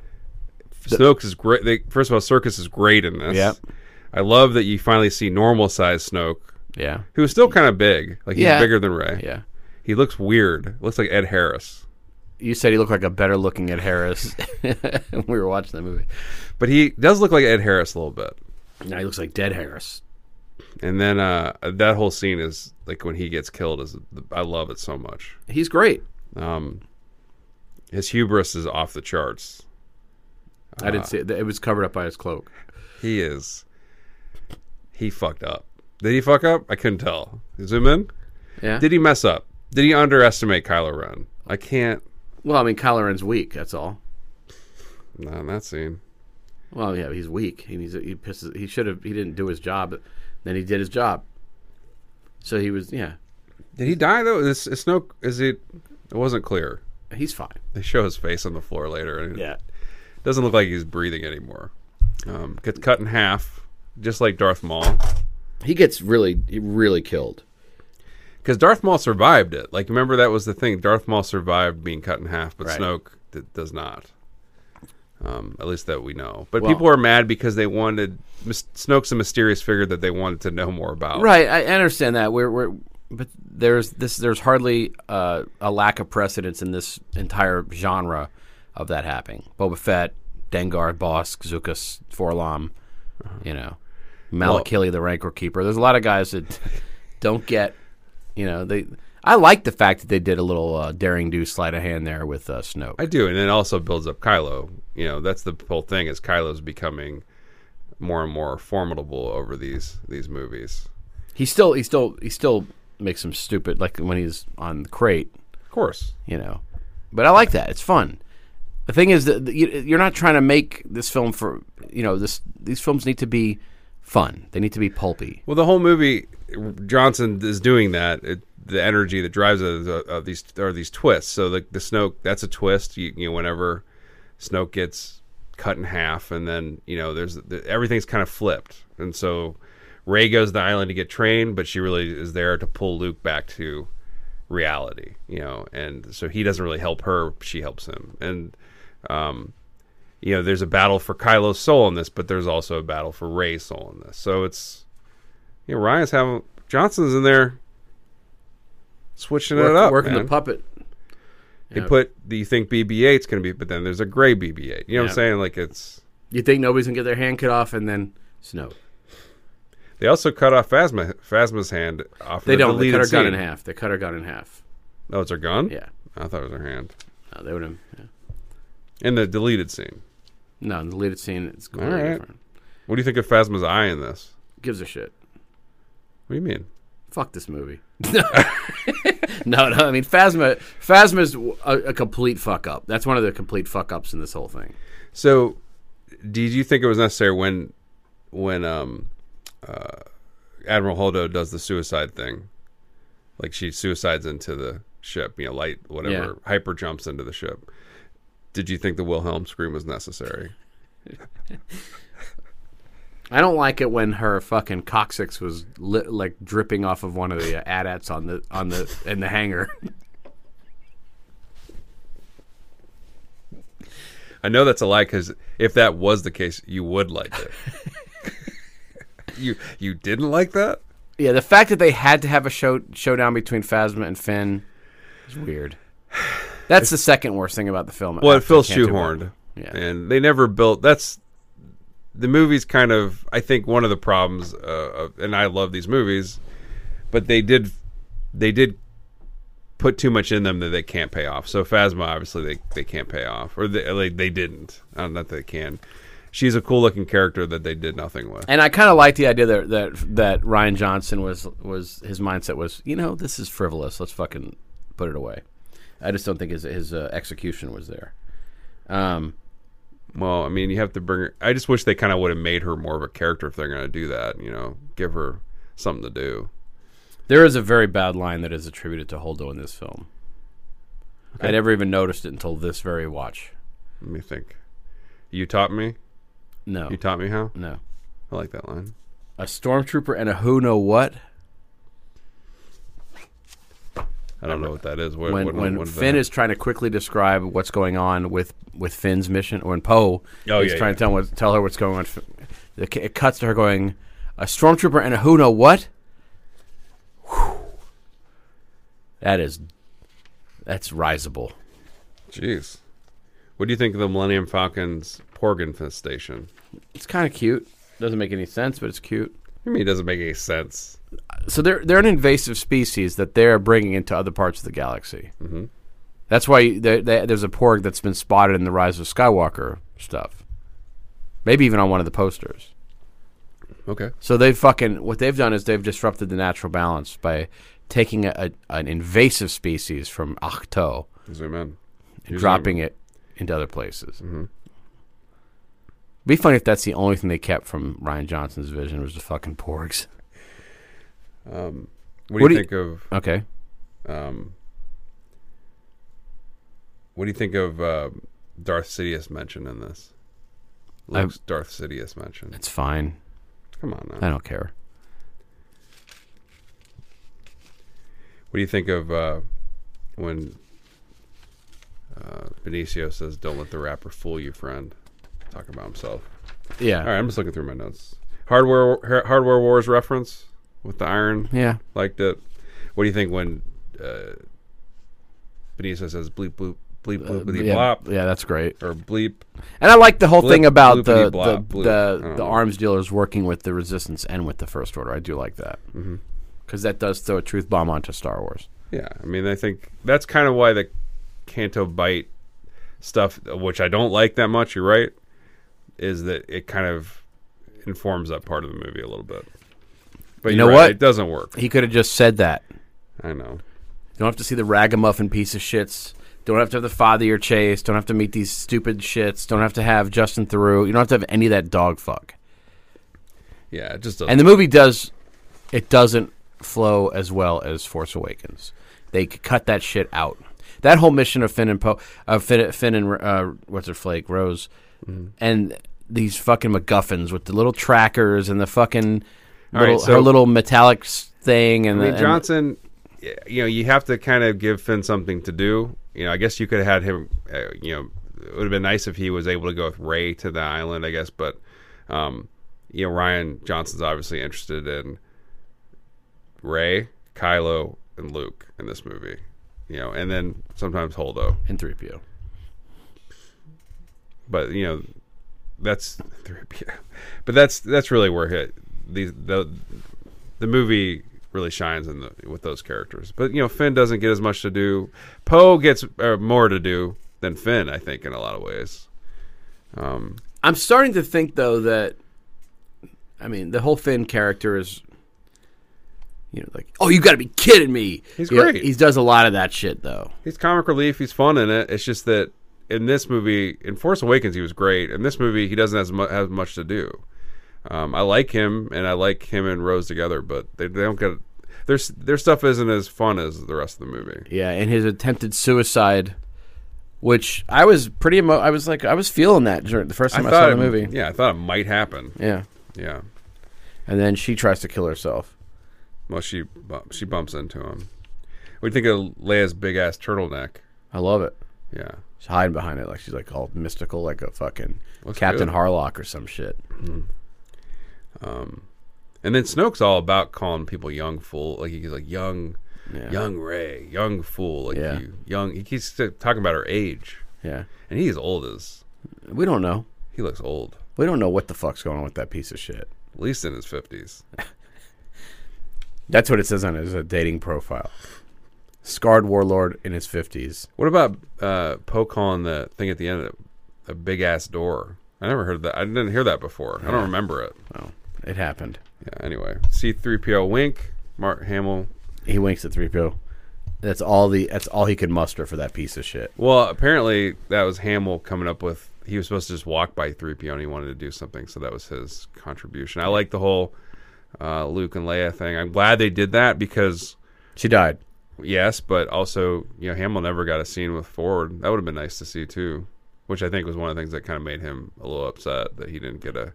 [SPEAKER 4] Snoke is great. They, first of all, Circus is great in this.
[SPEAKER 1] Yep.
[SPEAKER 4] I love that you finally see normal sized Snoke,
[SPEAKER 1] Yeah.
[SPEAKER 4] who's still kind of big. Like he's
[SPEAKER 1] Yeah.
[SPEAKER 4] bigger than Ray.
[SPEAKER 1] Yeah.
[SPEAKER 4] He looks weird. Looks like Ed Harris.
[SPEAKER 1] You said he looked like a better looking Ed Harris when we were watching the movie.
[SPEAKER 4] But he does look like Ed Harris a little bit.
[SPEAKER 1] Now he looks like Dead Harris.
[SPEAKER 4] And then uh, that whole scene is like when he gets killed is I love it so much.
[SPEAKER 1] He's great.
[SPEAKER 4] Um, his hubris is off the charts.
[SPEAKER 1] I didn't see it. It was covered up by his cloak.
[SPEAKER 4] He is. He fucked up. Did he fuck up? I couldn't tell. Zoom in.
[SPEAKER 1] Yeah.
[SPEAKER 4] Did he mess up? Did he underestimate Kylo Ren? I can't.
[SPEAKER 1] Well, I mean, Kylo Ren's weak. That's all.
[SPEAKER 4] Not in that scene.
[SPEAKER 1] Well, yeah, he's weak. He needs. He pisses. He should have. He didn't do his job. Then he did his job. So he was. Yeah,
[SPEAKER 4] Did he die though? Is, is Snoke? Is it? It wasn't clear.
[SPEAKER 1] he's fine.
[SPEAKER 4] They show his face on the floor later, and it doesn't look like he's breathing anymore. Um, gets cut in half, just like Darth Maul.
[SPEAKER 1] he gets really, he really killed.
[SPEAKER 4] because Darth Maul survived it. Like, remember that was the thing. Darth Maul survived being cut in half, but
[SPEAKER 1] Right.
[SPEAKER 4] Snoke d- does not. Um, at least that we know. But
[SPEAKER 1] Well-
[SPEAKER 4] people are mad because they wanted mis- Snoke's a mysterious figure that they wanted to know more about.
[SPEAKER 1] Right, I I understand that. We're, we're but there's this. There's hardly uh, a lack of precedence in this entire genre of that happening. Boba Fett, Dengar, Bosk, Zukas, Forlom, you know, Malakili, the Rancor Keeper. There's a lot of guys that don't get. You know, they. I like the fact that they did a little uh, daring do sleight of hand there with uh, Snoke.
[SPEAKER 4] I do, and it also builds up Kylo. You know, that's the whole thing is Kylo's becoming more and more formidable over these these movies.
[SPEAKER 1] He still, he still, he still makes some stupid like when he's on the crate.
[SPEAKER 4] Of course,
[SPEAKER 1] you know. But I like that; it's fun. The thing is that you- you're not trying to make this film for you know this. These films need to be fun. They need to be pulpy.
[SPEAKER 4] Well, the whole movie, Johnson is doing that. It, the energy that drives it is, uh, of these are these twists. So the the Snoke, that's a twist. You, you know, whenever Snoke gets cut in half, and then you know, there's the, everything's kind of flipped. And so Ray goes to the island to get trained, but she really is there to pull Luke back to reality. You know, and so he doesn't really help her; she helps him. And um, you know, there's a battle for Kylo's soul in this, but there's also a battle for Ray's soul in this. So it's yeah, Ryan's having Johnson's in there switching it up.
[SPEAKER 1] working
[SPEAKER 4] man.
[SPEAKER 1] the puppet.
[SPEAKER 4] They put the you think BB-8's going to be, but then there's a gray BB-8. You know what
[SPEAKER 1] Yeah.
[SPEAKER 4] I'm saying? Like it's
[SPEAKER 1] You think nobody's gonna get their hand cut off, and then Snoke.
[SPEAKER 4] they also cut off Phasma Phasma's hand off.
[SPEAKER 1] They
[SPEAKER 4] the
[SPEAKER 1] don't. They
[SPEAKER 4] deleted
[SPEAKER 1] cut her gun in
[SPEAKER 4] scene.
[SPEAKER 1] half. They cut her gun in half.
[SPEAKER 4] Oh, it's her gun.
[SPEAKER 1] Yeah.
[SPEAKER 4] I thought it was her hand
[SPEAKER 1] No, they would have. Yeah.
[SPEAKER 4] in the deleted scene.
[SPEAKER 1] No, in the deleted scene, it's completely
[SPEAKER 4] All right.
[SPEAKER 1] different.
[SPEAKER 4] What do you think of Phasma's eye in this?
[SPEAKER 1] Gives a shit.
[SPEAKER 4] What do you mean?
[SPEAKER 1] Fuck this movie. No, no. I mean, Phasma. Phasma's a, a complete fuck up. That's one of the complete fuck ups in this whole thing.
[SPEAKER 4] So, did you think it was necessary when when um, uh, Admiral Holdo does the suicide thing, like she suicides into the ship, you know, light whatever hyper jumps into the ship? Did you think the Wilhelm scream was necessary?
[SPEAKER 1] I don't like it when her fucking coccyx was li- like dripping off of one of the uh, adats on the on the in the hangar.
[SPEAKER 4] I know that's a lie because if that was the case, you would like it. you you didn't like that?
[SPEAKER 1] yeah, the fact that they had to have a show showdown between Phasma and Finn is weird. That's the second worst thing about the film.
[SPEAKER 4] Well, it
[SPEAKER 1] Actually,
[SPEAKER 4] feels
[SPEAKER 1] can't do
[SPEAKER 4] shoehorned,
[SPEAKER 1] Yeah.
[SPEAKER 4] and they never built. That's the movie's kind of. I think one of the problems, uh, of, and I love these movies, but they did they did put too much in them that they can't pay off. So Phasma, obviously, they they can't pay off, or they like, they didn't. I don't know if they can. She's a cool looking character that they did nothing with.
[SPEAKER 1] And I kind of like the idea that, that that Ryan Johnson was was his mindset was you know this is frivolous. Let's fucking put it away. I just don't think his his uh, execution was there. Um,
[SPEAKER 4] Well, I mean, you have to bring her. I just wish they kind of would have made her more of a character if they're going to do that. You know, give her something to do.
[SPEAKER 1] There is a very bad line that is attributed to Holdo in this film. I never even noticed it until this very watch.
[SPEAKER 4] Let me think. You taught me.
[SPEAKER 1] No,
[SPEAKER 4] You taught me how.
[SPEAKER 1] no.
[SPEAKER 4] I like that line.
[SPEAKER 1] A stormtrooper and a who know what.
[SPEAKER 4] I don't know what that is. What,
[SPEAKER 1] When
[SPEAKER 4] what,
[SPEAKER 1] when
[SPEAKER 4] what
[SPEAKER 1] Finn
[SPEAKER 4] that?
[SPEAKER 1] is trying to quickly describe what's going on with with Finn's mission, or when Poe
[SPEAKER 4] Oh,
[SPEAKER 1] is
[SPEAKER 4] yeah,
[SPEAKER 1] trying
[SPEAKER 4] yeah.
[SPEAKER 1] to tell what, tell her what's going on, the ca- it cuts to her going, "A stormtrooper and a who know what." Whew. That is, that's risable.
[SPEAKER 4] Jeez. What do you think of the Millennium Falcon's porg infestation?
[SPEAKER 1] It's kind of cute. Doesn't make any sense, but it's cute.
[SPEAKER 4] I mean, it doesn't make any sense.
[SPEAKER 1] so they're they're an invasive species that they're bringing into other parts of the galaxy. Mm-hmm. That's why you- there there- there's a porg that's been spotted in the Rise of Skywalker stuff, maybe even on one of the posters.
[SPEAKER 4] Okay.
[SPEAKER 1] So they fucking what they've done is they've disrupted the natural balance by taking a, a, an invasive species from Achto
[SPEAKER 4] Zoom in.
[SPEAKER 1] and dropping it into other places.
[SPEAKER 4] Mm-hmm.
[SPEAKER 1] Be funny if that's the only thing they kept from Ryan Johnson's vision was the fucking porgs.
[SPEAKER 4] What do
[SPEAKER 1] What
[SPEAKER 4] you
[SPEAKER 1] do you-
[SPEAKER 4] think of?
[SPEAKER 1] Okay.
[SPEAKER 4] What do you think of uh, Darth Sidious mentioned in this? Luke's Darth Sidious mentioned.
[SPEAKER 1] It's fine.
[SPEAKER 4] Come on
[SPEAKER 1] I
[SPEAKER 4] now.
[SPEAKER 1] don't care.
[SPEAKER 4] What do you think of uh, when uh, Benicio says, "Don't let the rapper fool you, friend"? Talking about himself.
[SPEAKER 1] Yeah.
[SPEAKER 4] All right, I'm just looking through my notes. Hardware Har- Hardware Wars reference with the iron.
[SPEAKER 1] Yeah.
[SPEAKER 4] liked it. What do you think when uh, Benicio says bleep bloop bleep bloop bleep
[SPEAKER 1] Uh, yeah,
[SPEAKER 4] blop
[SPEAKER 1] yeah, that's great.
[SPEAKER 4] or bleep?
[SPEAKER 1] And I like the whole
[SPEAKER 4] Blip,
[SPEAKER 1] thing about the the,
[SPEAKER 4] bloopity-blop, bloop. I
[SPEAKER 1] the,
[SPEAKER 4] don't
[SPEAKER 1] the
[SPEAKER 4] know.
[SPEAKER 1] arms dealers working with the resistance and with the first order. I do like that because
[SPEAKER 4] Mm-hmm.
[SPEAKER 1] that does throw a truth bomb onto Star Wars.
[SPEAKER 4] Yeah, I mean, I think that's kind of why the Canto Bite stuff, which I don't like that much. You're right, is that it kind of informs that part of the movie a little bit. But
[SPEAKER 1] You
[SPEAKER 4] you're
[SPEAKER 1] know
[SPEAKER 4] right,
[SPEAKER 1] what?
[SPEAKER 4] It doesn't work.
[SPEAKER 1] He could have just said that. You
[SPEAKER 4] I know.
[SPEAKER 1] don't have to see the ragamuffin piece of shits. Don't have to have the father you're chase. Don't have to meet these stupid shits. Don't have to have Justin Theroux. You don't have to have any of that dog fuck.
[SPEAKER 4] Yeah, it just doesn't.
[SPEAKER 1] And the movie does it doesn't flow as well as Force Awakens. They c- cut that shit out. That whole mission of Finn and Poe, of Finn, Finn and uh, what's her flake Rose, Mm-hmm. and these fucking MacGuffins with the little trackers and the fucking
[SPEAKER 4] All right,
[SPEAKER 1] little,
[SPEAKER 4] so-
[SPEAKER 1] her little metallic s- thing and
[SPEAKER 4] I mean,
[SPEAKER 1] the,
[SPEAKER 4] Johnson, y- you know, you have to kind of give Finn something to do. You know, I guess you could have had him. Uh, you know, it would have been nice if he was able to go with Ray to the island. I guess, but um, you know, Ryan Johnson's obviously interested in Ray, Kylo, and Luke in this movie. You know, and then sometimes Holdo.
[SPEAKER 1] and three PO.
[SPEAKER 4] But you know, that's but that's that's really where hit these the the movie really shines in the, with those characters. But you know, Finn doesn't get as much to do. Poe gets uh, more to do than Finn, I think, in a lot of ways.
[SPEAKER 1] I'm starting to think though that I mean the whole Finn character is You know, like, oh, you got to be kidding me.
[SPEAKER 4] He's
[SPEAKER 1] You know,
[SPEAKER 4] great.
[SPEAKER 1] he does a lot of that shit though.
[SPEAKER 4] He's comic relief. He's fun in it. It's just that in this movie, in Force Awakens, he was great. In this movie, he doesn't have as mu- have much to do. Um, I like him, and I like him and Rose together, but they, they don't get their s- their stuff isn't as fun as the rest of the movie.
[SPEAKER 1] Yeah, and his attempted suicide, which I was pretty. Emo- I was like, I was feeling that during the first time I, saw
[SPEAKER 4] it,
[SPEAKER 1] the movie.
[SPEAKER 4] Yeah, I thought it might happen.
[SPEAKER 1] yeah,
[SPEAKER 4] Yeah.
[SPEAKER 1] and then she tries to kill herself.
[SPEAKER 4] Well, she bu- she bumps into him. We think of Leia's big ass turtleneck.
[SPEAKER 1] I love it.
[SPEAKER 4] Yeah.
[SPEAKER 1] She's hiding behind it like she's like all mystical, like a fucking
[SPEAKER 4] Looks
[SPEAKER 1] Captain
[SPEAKER 4] good.
[SPEAKER 1] Harlock or some shit.
[SPEAKER 4] And then Snoke's all about calling people young fool. Like he's like young,
[SPEAKER 1] Yeah.
[SPEAKER 4] young Ray, young fool. Like
[SPEAKER 1] Yeah.
[SPEAKER 4] you, young. He keeps t- talking about her age,
[SPEAKER 1] Yeah,
[SPEAKER 4] and he's old as
[SPEAKER 1] we don't know.
[SPEAKER 4] he looks old,
[SPEAKER 1] We don't know what the fuck's going on with that piece of shit.
[SPEAKER 4] at least in his fifties.
[SPEAKER 1] That's what it says on his uh, dating profile. Scarred warlord in his fifties.
[SPEAKER 4] What about uh, Poe calling the thing at the end of the, a big ass door? I never heard that. I didn't hear that before. I don't remember it.
[SPEAKER 1] Oh, it happened.
[SPEAKER 4] Yeah, anyway, C three PO wink. Mark Hamill
[SPEAKER 1] He winks at three PO. That's all the. That's all he could muster for that piece of shit.
[SPEAKER 4] Well, apparently that was Hamill coming up with. He was supposed to just walk by 3PO and he wanted to do something, so that was his contribution. I like the whole uh, Luke and Leia thing. I'm glad they did that because
[SPEAKER 1] She died.
[SPEAKER 4] yes, but also you know Hamill never got a scene with Ford. That would have been nice to see too, which I think was one of the things that kind of made him a little upset that he didn't get a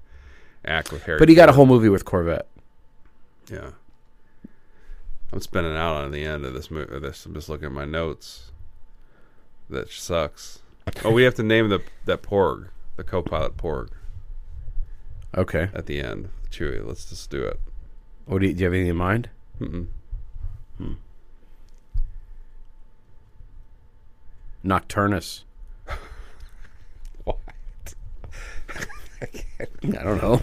[SPEAKER 4] act with Harry.
[SPEAKER 1] But he got a whole movie with Corvette.
[SPEAKER 4] yeah. I'm spinning out on the end of this movie. This I'm just looking at my notes. That sucks. Oh, we have to name the that porg, the co-pilot porg
[SPEAKER 1] Okay.
[SPEAKER 4] at the end. Chewie, let's just do it.
[SPEAKER 1] What do you, do you have anything in mind? Hmm.
[SPEAKER 4] Mm-mm.
[SPEAKER 1] Nocturnus.
[SPEAKER 4] What?
[SPEAKER 1] I don't know.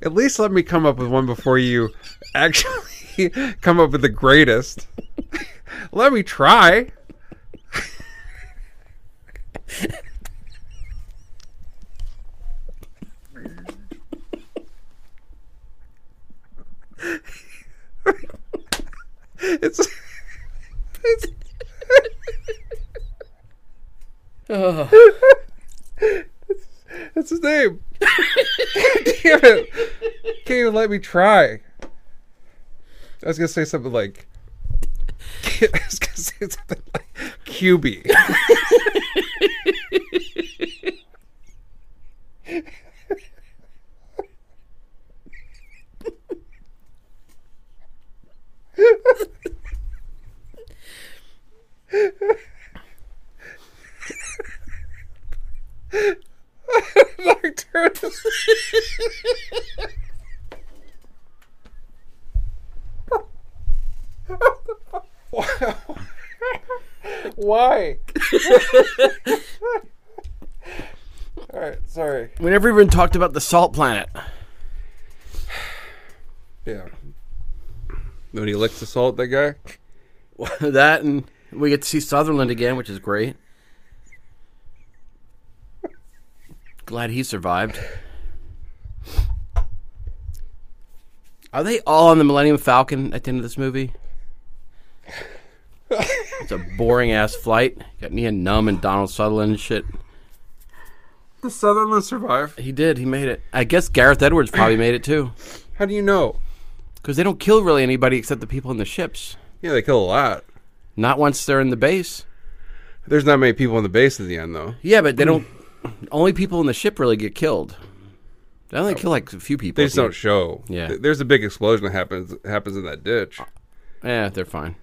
[SPEAKER 4] At least let me come up with one before you actually come up with the greatest. let me try. it's That's his name. Damn it. Can't even let me try. I was gonna say something like I was gonna say something like QB. Nocturnus. Why? All right, sorry.
[SPEAKER 1] We never even talked about the salt planet.
[SPEAKER 4] Yeah. When he licks the salt, that guy.
[SPEAKER 1] that and we get to see Sutherland again, which is great. Glad he survived. Are they all on the Millennium Falcon at the end of this movie? It's a boring ass flight. Got Nia Numb and Donald Sutherland and shit.
[SPEAKER 4] The Sutherland survive.
[SPEAKER 1] He did. He made it. I guess Gareth Edwards probably made it too,
[SPEAKER 4] How do you know?
[SPEAKER 1] because they don't kill really anybody except the people in the ships.
[SPEAKER 4] Yeah, they kill a lot.
[SPEAKER 1] Not once they're in the base.
[SPEAKER 4] There's not many people in the base at the end, though.
[SPEAKER 1] Yeah, but they don't. only people in the ship really get killed. They only kill like a few people.
[SPEAKER 4] Oh. They just don't show.
[SPEAKER 1] Yeah.
[SPEAKER 4] Th- There's a big explosion that happens happens in that ditch.
[SPEAKER 1] Yeah, they're fine.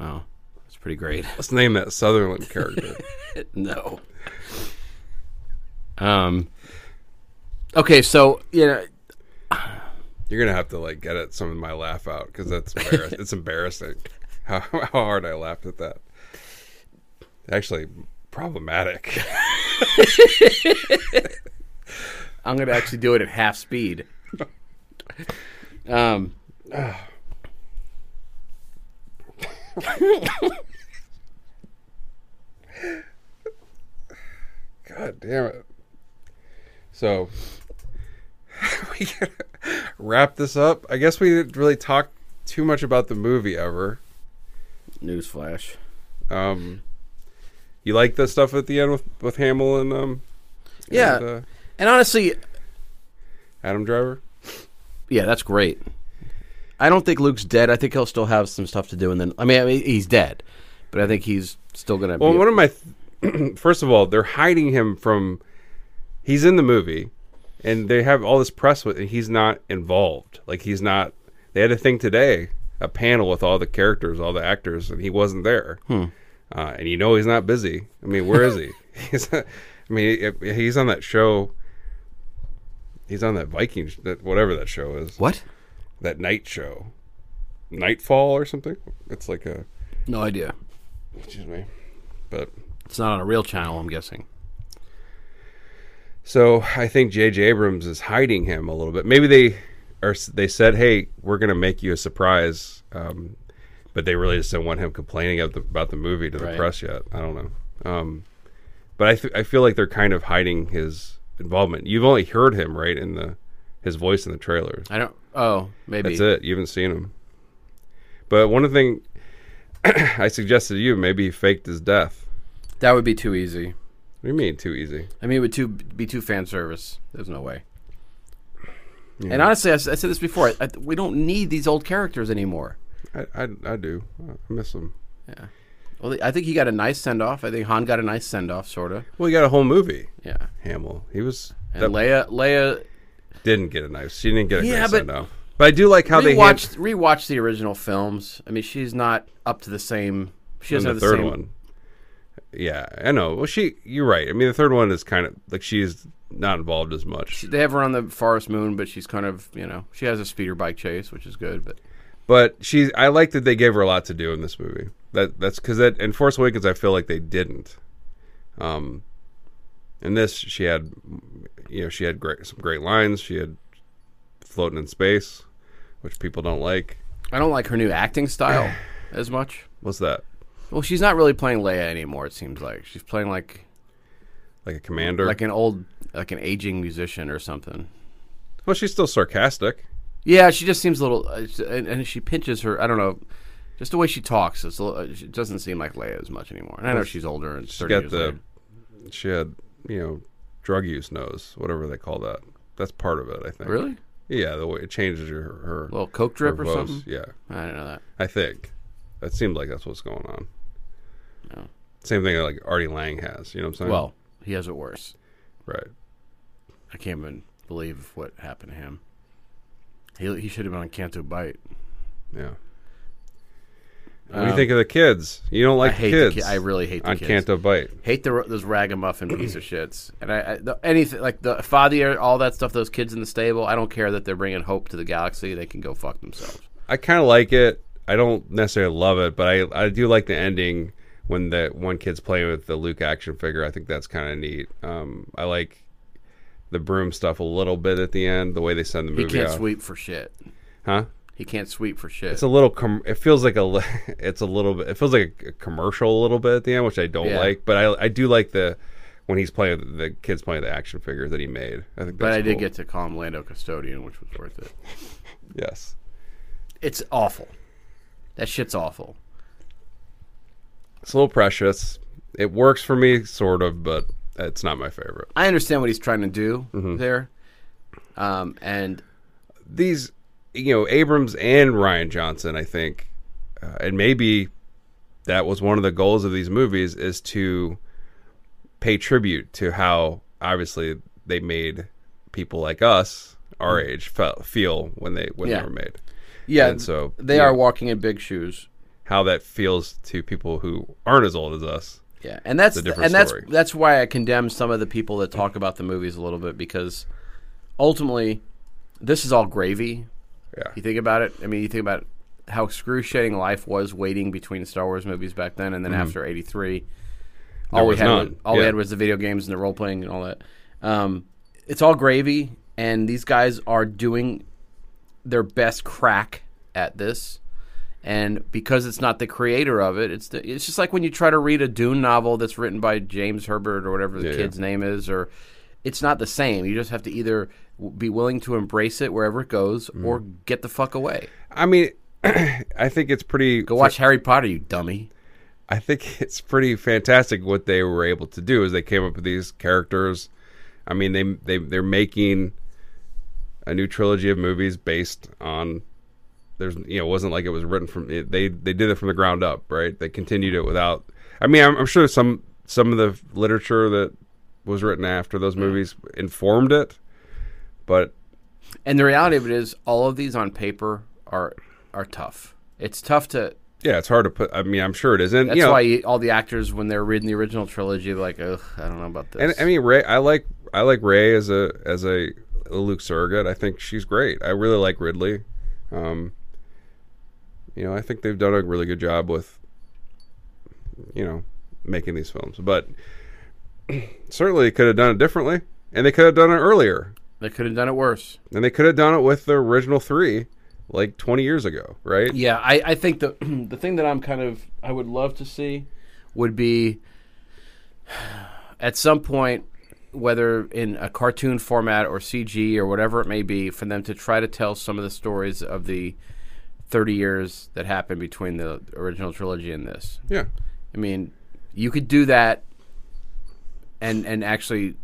[SPEAKER 1] Oh, that's pretty great.
[SPEAKER 4] Let's name that Sutherland character.
[SPEAKER 1] no. Um. Okay, so you know,
[SPEAKER 4] You're gonna have to like get at some of my laugh out because that's embarrassing. it's embarrassing how, how hard I laughed at that. Actually, problematic.
[SPEAKER 1] I'm gonna actually do it at half speed. Um.
[SPEAKER 4] God damn it. So we gotta wrap this up. I guess we didn't really talk too much about the movie ever.
[SPEAKER 7] Newsflash.
[SPEAKER 4] Um, you like the stuff at the end with, with Hamill and um,
[SPEAKER 1] Yeah.
[SPEAKER 4] and, uh,
[SPEAKER 1] And honestly,
[SPEAKER 4] Adam Driver.
[SPEAKER 1] yeah, that's great. I don't think Luke's dead. I think he'll still have some stuff to do, and then I mean, I mean he's dead, but I think he's still gonna.
[SPEAKER 4] Well,
[SPEAKER 1] be
[SPEAKER 4] one of my th- first of all, they're hiding him from. He's in the movie, and they have all this press with. And he's not involved. Like he's not. They had a thing today, a panel with all the characters, all the actors, and he wasn't there. Uh, and you know he's not busy. I mean, where is he? he's. I mean, if- if he's on that show. He's on that Viking, sh- that whatever that show is,
[SPEAKER 1] what?
[SPEAKER 4] that night show, Nightfall or something. It's like a
[SPEAKER 1] No idea.
[SPEAKER 4] excuse me, but
[SPEAKER 1] It's not on a real channel, I'm guessing.
[SPEAKER 4] So I think J.J. Abrams is hiding him a little bit. Maybe they are. They said, "Hey, we're going to make you a surprise," um, but they really just don't want him complaining of the, about the movie to the
[SPEAKER 1] Right.
[SPEAKER 4] press yet. I don't know. Um, but I, th- I feel like they're kind of hiding his involvement. You've only heard him right in the his voice in the trailer.
[SPEAKER 1] I don't. Oh, maybe
[SPEAKER 4] That's it. You haven't seen him. But one thing I suggested to you, maybe he faked his death.
[SPEAKER 7] That would be too easy.
[SPEAKER 4] What do you mean, too easy?
[SPEAKER 1] I mean, it would too, be too fan service. There's no way. And honestly, I, s- I said this before. I, we don't need these old characters anymore.
[SPEAKER 4] I, I, I do. I miss him.
[SPEAKER 1] Well, I think he got a nice send off. I think Han got a nice send off, sort of.
[SPEAKER 4] Well, he got a whole movie.
[SPEAKER 1] Yeah.
[SPEAKER 4] Hamill. He was
[SPEAKER 1] And
[SPEAKER 4] that
[SPEAKER 1] Leia, Leia
[SPEAKER 4] didn't get a knife. She didn't get a
[SPEAKER 1] Yeah,
[SPEAKER 4] yeah,
[SPEAKER 1] but-
[SPEAKER 4] but, no. But I do like how they hand-
[SPEAKER 1] rewatched rewatched the original films. I mean, she's not up to the same. She
[SPEAKER 4] and
[SPEAKER 1] doesn't
[SPEAKER 4] the
[SPEAKER 1] have
[SPEAKER 4] third
[SPEAKER 1] same,
[SPEAKER 4] one. Yeah, I know. Well, she. You're right. I mean, the third one is kind of like she's not involved as much.
[SPEAKER 1] They have her on the Forest Moon, but she's kind of you know she has a speeder bike chase, which is good. But
[SPEAKER 4] But she's. I like that they gave her a lot to do in this movie. That that's because that in Force Awakens I feel like they didn't. Um, in this she had, you know, she had great some great lines. She had floating in space, which people don't like.
[SPEAKER 1] I don't like her new acting style as much.
[SPEAKER 4] What's that?
[SPEAKER 1] Well, she's not really playing Leia anymore. It seems like she's playing like
[SPEAKER 4] Like a commander?
[SPEAKER 1] like an old like an aging musician or something.
[SPEAKER 4] well, she's still sarcastic.
[SPEAKER 1] Yeah, she just seems a little, uh, s- and, and she pinches her. I don't know, just the way she talks. It's a little, uh, she doesn't seem like Leia as much anymore. And I know she's older and
[SPEAKER 4] She
[SPEAKER 1] thirty
[SPEAKER 4] got
[SPEAKER 1] years
[SPEAKER 4] the
[SPEAKER 1] older.
[SPEAKER 4] she had you know drug use nose, whatever they call that. That's part of it, I think.
[SPEAKER 1] Really?
[SPEAKER 4] Yeah, the way it changes her her
[SPEAKER 1] little coke drip
[SPEAKER 4] her
[SPEAKER 1] or
[SPEAKER 4] voice.
[SPEAKER 1] something.
[SPEAKER 4] Yeah,
[SPEAKER 1] I don't know that.
[SPEAKER 4] I think that seemed like that's what's going on.
[SPEAKER 1] No.
[SPEAKER 4] Same thing that, like Artie Lang has. You know what I'm saying?
[SPEAKER 1] Well, he has it worse.
[SPEAKER 4] right.
[SPEAKER 1] I can't even believe what happened to him. He he should have been on Canto Bite.
[SPEAKER 4] Yeah. What do you think of the kids? You don't like
[SPEAKER 1] Um, I hate the
[SPEAKER 4] kids.
[SPEAKER 1] ki- I really hate the
[SPEAKER 4] on
[SPEAKER 1] kids.
[SPEAKER 4] Canto Bite.
[SPEAKER 1] Hate the, those ragamuffin piece of shits. And I, I the, anything like the father, all that stuff. Those kids in the stable. I don't care that they're bringing hope to the galaxy. They can go fuck themselves.
[SPEAKER 4] I kind of like it. I don't necessarily love it, but I I do like the ending when the one kid's playing with the Luke action figure. I think that's kind of neat. Um, I like the broom stuff a little bit at the end, the way they send the
[SPEAKER 1] He
[SPEAKER 4] movie
[SPEAKER 1] can't
[SPEAKER 4] off.
[SPEAKER 1] sweep for shit.
[SPEAKER 4] Huh?
[SPEAKER 1] He can't sweep for shit.
[SPEAKER 4] It's a little. Com- it feels like a. li- It's a little bit. It feels like a commercial a little bit at the end, which I don't
[SPEAKER 1] Yeah.
[SPEAKER 4] like. But I I do like the when he's playing with the kids playing with the action figure that he made. I think. That's
[SPEAKER 1] But I did
[SPEAKER 4] cool.
[SPEAKER 1] get to call him Lando Custodian, which was worth it.
[SPEAKER 4] yes.
[SPEAKER 1] It's awful. That shit's awful.
[SPEAKER 4] It's a little precious. It works for me, sort of, but it's not my favorite.
[SPEAKER 1] I understand what he's trying to do
[SPEAKER 4] Mm-hmm.
[SPEAKER 1] there. Um, and
[SPEAKER 4] these, you know, Abrams and Ryan Johnson, I think, uh, and maybe that was one of the goals of these movies is to pay tribute to how obviously they made people like us our age fe- feel when they when
[SPEAKER 1] Mm-hmm. Yeah.
[SPEAKER 4] they were made.
[SPEAKER 1] yeah,
[SPEAKER 4] And so,
[SPEAKER 1] they
[SPEAKER 4] yeah.
[SPEAKER 1] are walking in big shoes.
[SPEAKER 4] How that feels to people who aren't as old as us.
[SPEAKER 1] Yeah, and that's
[SPEAKER 4] It's a different
[SPEAKER 1] and that's
[SPEAKER 4] story.
[SPEAKER 1] that's why I condemn some of the people that talk about the movies a little bit because ultimately this is all gravy.
[SPEAKER 4] Yeah.
[SPEAKER 1] You think about it. I mean, you think about how excruciating life was waiting between Star Wars movies back then, and then after '83, all we
[SPEAKER 4] Mm-hmm. was
[SPEAKER 1] had
[SPEAKER 4] none.
[SPEAKER 1] was, all we
[SPEAKER 4] Yeah.
[SPEAKER 1] had was the video games and the role playing and all that. Um, it's all gravy, and these guys are doing their best crack at this And because it's not the creator of it, it's the, it's just like when you try to read a Dune novel that's written by James Herbert or whatever the
[SPEAKER 4] Yeah, yeah.
[SPEAKER 1] kid's name is, or it's not the same. You just have to either w- be willing to embrace it wherever it goes,
[SPEAKER 4] Mm.
[SPEAKER 1] or get the fuck away.
[SPEAKER 4] I mean, I think it's pretty.
[SPEAKER 1] Go watch Harry Potter, you dummy.
[SPEAKER 4] I think it's pretty fantastic what they were able to do is they came up with these characters. I mean, they they they're making a new trilogy of movies based on there's you know it wasn't like it was written from it, they they did it from the ground up right they continued it without I mean I'm, I'm sure some some of the literature that was written after
[SPEAKER 1] Mm.
[SPEAKER 4] those movies informed it but
[SPEAKER 1] And the reality of it is, all of these on paper are are tough. It's tough to.
[SPEAKER 4] yeah it's hard to put I mean I'm sure it is and
[SPEAKER 1] That's
[SPEAKER 4] you know,
[SPEAKER 1] why you, all the actors, when they're reading the original trilogy, they're like, ugh, I don't know about this.
[SPEAKER 4] And I mean, Ray, I like I like Ray as a as a Luke surrogate. I think she's great. I really like Ridley. Um, you know, I think they've done a really good job with you know making these films, but certainly could have done it differently, and they could have done it earlier,
[SPEAKER 1] they could have done it worse.
[SPEAKER 4] and they could have done it with the original three, like twenty years ago, right?
[SPEAKER 1] Yeah, I, I think the the thing that I'm kind of I would love to see would be at some point, whether in a cartoon format or CG or whatever it may be, for them to try to tell some of the stories of the 30 years that happened between the original trilogy and this.
[SPEAKER 4] Yeah.
[SPEAKER 1] I mean, you could do that and and actually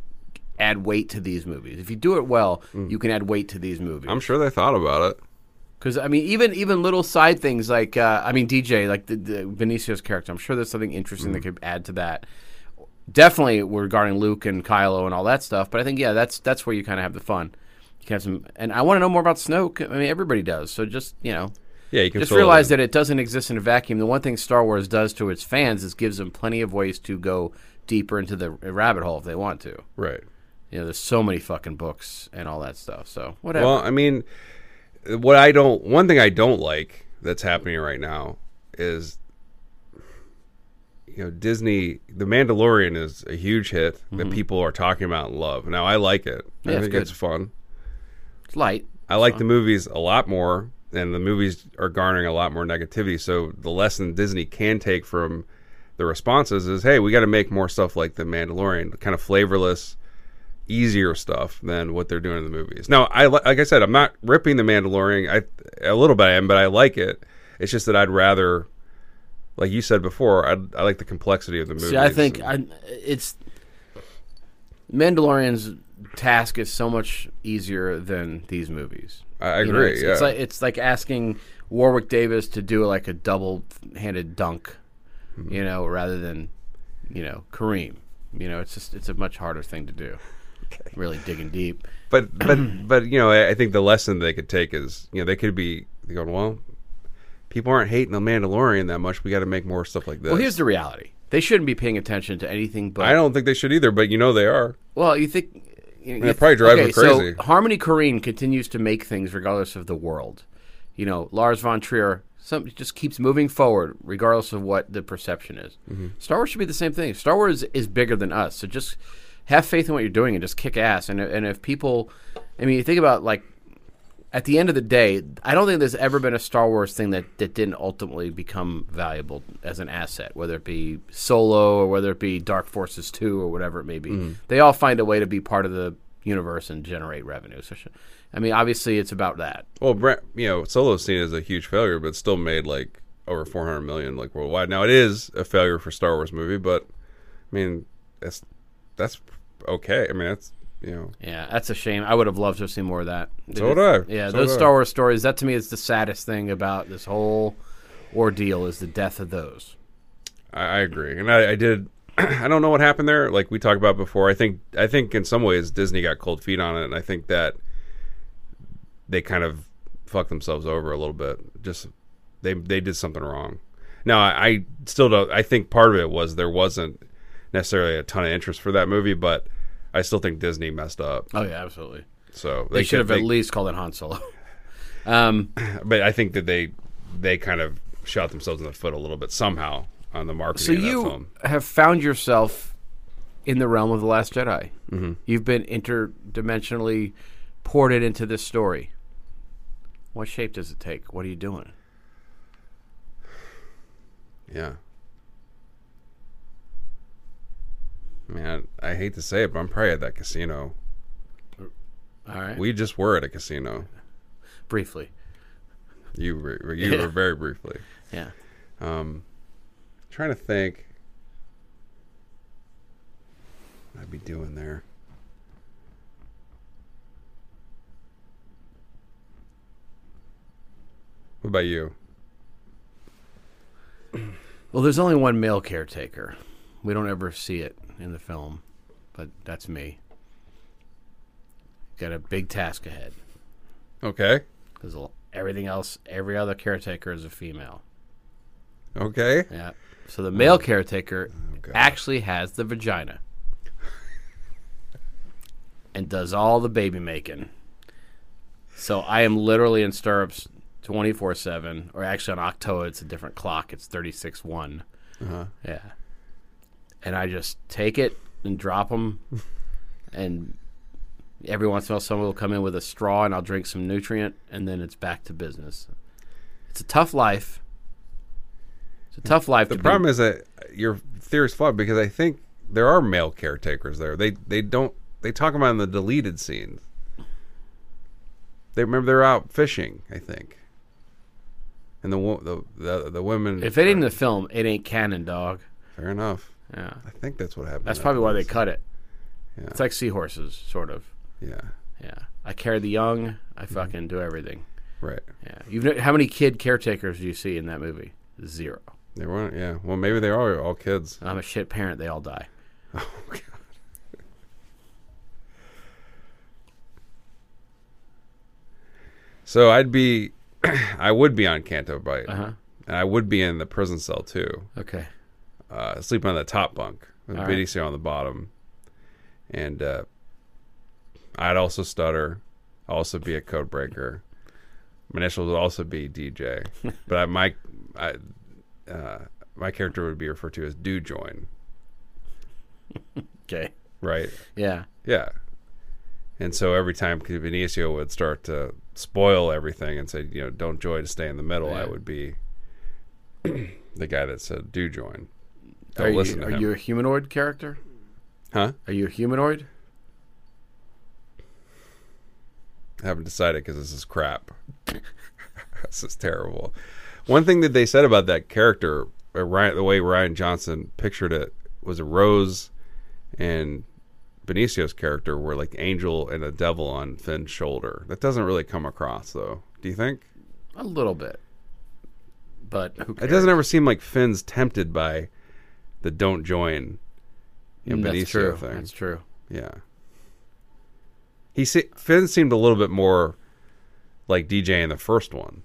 [SPEAKER 1] add weight to these movies. If you do it well, you can add weight to these movies.
[SPEAKER 4] I'm sure they thought about it.
[SPEAKER 1] Because I mean, even even little side things like uh, I mean, DJ like the, the Benicio's character. I'm sure there's something interesting that could add to that. Definitely regarding Luke and Kylo and all that stuff. But I think yeah, that's that's where you kind of have the fun. You can have some, and I want to know more about Snoke. I mean, everybody does. So just you know,
[SPEAKER 4] Yeah, you can
[SPEAKER 1] just
[SPEAKER 4] fill it
[SPEAKER 1] realize
[SPEAKER 4] in.
[SPEAKER 1] that it doesn't exist in a vacuum. The one thing Star Wars does to its fans is gives them plenty of ways to go deeper into the rabbit hole if they want to.
[SPEAKER 4] right.
[SPEAKER 1] You know, there's so many fucking books and all that stuff. So whatever.
[SPEAKER 4] Well, I mean, what I don't, one thing I don't like that's happening right now is, you know, Disney, The Mandalorian is a huge hit that people are talking about and love. Now, I like it.
[SPEAKER 1] Mm-hmm. Yeah,
[SPEAKER 4] I
[SPEAKER 1] it's
[SPEAKER 4] think
[SPEAKER 1] good.
[SPEAKER 4] it's fun.
[SPEAKER 1] it's light.
[SPEAKER 4] I like the movies a lot more, and the movies are garnering a lot more negativity. So the lesson Disney can take from the responses is, hey, we got to make more stuff like The Mandalorian, kind of flavorless, easier stuff than what they're doing in the movies. Now, I li- like I said, I'm not ripping The Mandalorian. I a little bit I am, but I like it. It's just that I'd rather, like you said before, I'd, I like the complexity of the movies.
[SPEAKER 1] See, I think
[SPEAKER 4] and-
[SPEAKER 1] I, it's Mandalorian's task is so much easier than these movies.
[SPEAKER 4] I- I
[SPEAKER 1] You know,
[SPEAKER 4] agree,
[SPEAKER 1] it's, it's
[SPEAKER 4] yeah.
[SPEAKER 1] like it's like asking Warwick Davis to do like a double-handed dunk,
[SPEAKER 4] Mm-hmm.
[SPEAKER 1] you know, rather than you know Kareem. You know, it's just it's a much harder thing to do. Really digging deep.
[SPEAKER 4] but but but you know, I, I think the lesson they could take is you know they could be they going well. People aren't hating the Mandalorian that much. We got to make more stuff like this.
[SPEAKER 1] Well, here's the reality: they shouldn't be paying attention to anything but
[SPEAKER 4] I don't think they should either, but you know they are.
[SPEAKER 1] Well, you think you know,
[SPEAKER 4] it probably drives her crazy.
[SPEAKER 1] So Harmony Korine continues to make things regardless of the world. You know, Lars von Trier some, just keeps moving forward regardless of what the perception is.
[SPEAKER 4] Mm-hmm.
[SPEAKER 1] Star Wars should be the same thing. Star Wars is bigger than us, so just have faith in what you're doing and just kick ass. And and if people, I mean, you think about like at the end of the day, I don't think there's ever been a Star Wars thing that, that didn't ultimately become valuable as an asset, whether it be Solo or whether it be Dark Forces 2 or whatever it may be.
[SPEAKER 4] Mm-hmm.
[SPEAKER 1] They all find a way to be part of the universe and generate revenue. So, sh- I mean, obviously, it's about that.
[SPEAKER 4] Well, Brent, you know, solo scene is a huge failure, but still made like over 400 million like worldwide. Now it is a failure for Star Wars movie, but I mean, that's that's okay. I mean, that's you know,
[SPEAKER 1] Yeah, that's a shame. I would have loved to have seen more of that.
[SPEAKER 4] So would I.
[SPEAKER 1] Yeah,
[SPEAKER 4] So
[SPEAKER 1] those
[SPEAKER 4] would I.
[SPEAKER 1] Star Wars stories, that to me is the saddest thing about this whole ordeal is the death of those.
[SPEAKER 4] I, I agree, and I, I did. I don't know what happened there. Like we talked about before, I think I think in some ways Disney got cold feet on it, and I think that they kind of fucked themselves over a little bit. Just they they did something wrong. Now I, I still don't. I think part of it was there wasn't necessarily a ton of interest for that movie, but I still think Disney messed up.
[SPEAKER 1] Oh, yeah, absolutely.
[SPEAKER 4] So
[SPEAKER 1] They, should have
[SPEAKER 4] could-
[SPEAKER 1] at least called it Han Solo. um,
[SPEAKER 4] But I think that they they kind of shot themselves in the foot a little bit somehow on the marketing
[SPEAKER 1] So
[SPEAKER 4] of that
[SPEAKER 1] you
[SPEAKER 4] film.
[SPEAKER 1] have found yourself in the realm of the Last Jedi. Mm-hmm. You've been interdimensionally ported into this story. What shape does it take? What are you doing?
[SPEAKER 4] Yeah. Man, I hate to say it, but I'm probably at that casino.
[SPEAKER 1] All right.
[SPEAKER 4] We just were at a casino.
[SPEAKER 1] Briefly.
[SPEAKER 4] You were, you were very briefly.
[SPEAKER 1] Yeah.
[SPEAKER 4] Um, trying to think. what I'd be doing there. What about you?
[SPEAKER 1] Well, there's only one male caretaker. We don't ever see it in the film, but that's me. Got a big task ahead
[SPEAKER 4] Okay.
[SPEAKER 1] because everything else, every other caretaker is a female.
[SPEAKER 4] Okay.
[SPEAKER 1] Yeah. So the
[SPEAKER 4] Um,
[SPEAKER 1] male caretaker actually has the vagina and does all the baby making. So I am literally in stirrups 24 7, or actually on Octo, it's a different clock. It's 36 one
[SPEAKER 4] Uh-huh.
[SPEAKER 1] Yeah. And I just take it and drop them. and every once in a while, someone will come in with a straw and I'll drink some nutrient, and then it's back to business. It's a tough life. It's a tough life.
[SPEAKER 4] The
[SPEAKER 1] to be-
[SPEAKER 4] problem is that your theory is flawed because I think there are male caretakers there. They they don't they talk about it in the deleted scenes. They remember they're out fishing, I think. And the wo- the the, the women
[SPEAKER 1] If it ain't in the film, it ain't canon, dog.
[SPEAKER 4] fair enough.
[SPEAKER 1] Yeah,
[SPEAKER 4] I think that's what happened.
[SPEAKER 1] that's
[SPEAKER 4] in that
[SPEAKER 1] probably why they
[SPEAKER 4] place.
[SPEAKER 1] cut it.
[SPEAKER 4] Yeah.
[SPEAKER 1] It's like seahorses, sort of.
[SPEAKER 4] Yeah.
[SPEAKER 1] Yeah, I carry the young. I
[SPEAKER 4] Mm-hmm.
[SPEAKER 1] fucking do everything.
[SPEAKER 4] Right.
[SPEAKER 1] Yeah, you've kn- how many kid caretakers do you see in that movie? Zero.
[SPEAKER 4] They weren't yeah. Well maybe they are all kids.
[SPEAKER 1] I'm a shit parent. They all die.
[SPEAKER 4] Oh god. So I'd be, I would be on Canto Bite,
[SPEAKER 1] Uh-huh.
[SPEAKER 4] and I would be in the prison cell too,
[SPEAKER 1] Okay.
[SPEAKER 4] uh, sleeping on the top bunk with
[SPEAKER 1] All
[SPEAKER 4] Biddy
[SPEAKER 1] right.
[SPEAKER 4] on the bottom, and uh, I'd also stutter, also be a code breaker. My initials would also be DJ, but I, my I, uh, my character would be referred to as Do Join,
[SPEAKER 1] Okay.
[SPEAKER 4] right?
[SPEAKER 1] Yeah.
[SPEAKER 4] Yeah. And so every time Benicio would start to spoil everything and say, you know, don't join, stay in the middle, I
[SPEAKER 1] Yeah.
[SPEAKER 4] would be the guy that said, do join. Don't
[SPEAKER 1] Are you,
[SPEAKER 4] listen to
[SPEAKER 1] are
[SPEAKER 4] him.
[SPEAKER 1] you a humanoid character?
[SPEAKER 4] huh?
[SPEAKER 1] Are you a humanoid?
[SPEAKER 4] I haven't decided because this is crap. this is terrible. One thing that they said about that character, uh, Ryan, the way Ryan Johnson pictured it, was a Rose and Benicio's character were like angel and a devil on Finn's shoulder. That doesn't really come across, though. Do you think?
[SPEAKER 1] A little bit. But who
[SPEAKER 4] It
[SPEAKER 1] cares?
[SPEAKER 4] doesn't ever seem like Finn's tempted by the don't join you know, Benicio
[SPEAKER 1] Mm, That's true.
[SPEAKER 4] thing.
[SPEAKER 1] That's true.
[SPEAKER 4] Yeah. He se- Finn seemed a little bit more like DJ in the first one.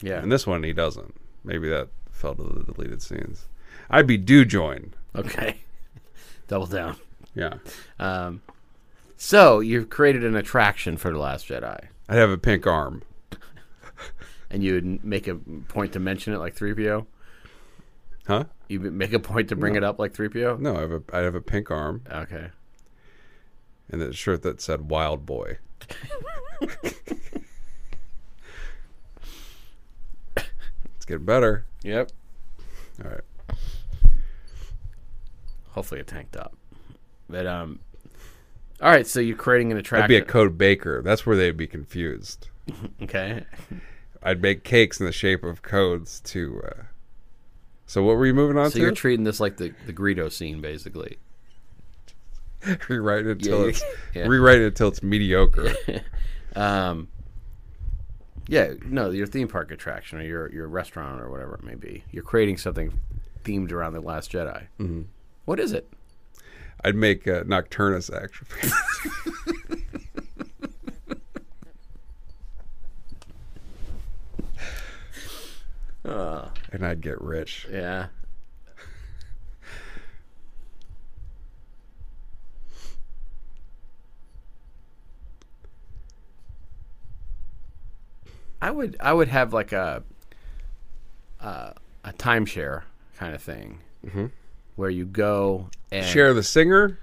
[SPEAKER 1] Yeah.
[SPEAKER 4] In this one, he doesn't. Maybe that fell to the deleted scenes. I'd be do join.
[SPEAKER 1] okay. Double down.
[SPEAKER 4] Yeah.
[SPEAKER 1] Um, so you've created an attraction for the Last Jedi.
[SPEAKER 4] I'd have a pink arm.
[SPEAKER 1] and you would n- make a point to mention it like 3PO?
[SPEAKER 4] Huh?
[SPEAKER 1] You would make a point to bring it up like 3PO?
[SPEAKER 4] No, I have a, I'd have a pink arm
[SPEAKER 1] Okay.
[SPEAKER 4] and a shirt that said Wild Boy. it's getting better.
[SPEAKER 1] Yep.
[SPEAKER 4] All right.
[SPEAKER 1] Hopefully it tanked up. But, um, all right, so you're creating an
[SPEAKER 4] I'd be
[SPEAKER 1] attraction.
[SPEAKER 4] a code baker. That's where they'd be confused.
[SPEAKER 1] okay.
[SPEAKER 4] I'd make cakes in the shape of codes to. Uh... So what were you moving on
[SPEAKER 1] So
[SPEAKER 4] to?
[SPEAKER 1] you're treating this like the, the Greedo scene, basically.
[SPEAKER 4] rewrite it until
[SPEAKER 1] Yeah,
[SPEAKER 4] it's
[SPEAKER 1] yeah.
[SPEAKER 4] rewrite it until it's mediocre.
[SPEAKER 1] Um, yeah, no, your theme park attraction or your, your restaurant or whatever it may be. You're creating something themed around The Last Jedi. Mm-hmm. is it?
[SPEAKER 4] I'd make uh, Nocturnus action. figures. and I'd get rich.
[SPEAKER 1] Yeah. I would I would have like a uh, a timeshare kind of thing where you go and
[SPEAKER 4] Share the singer.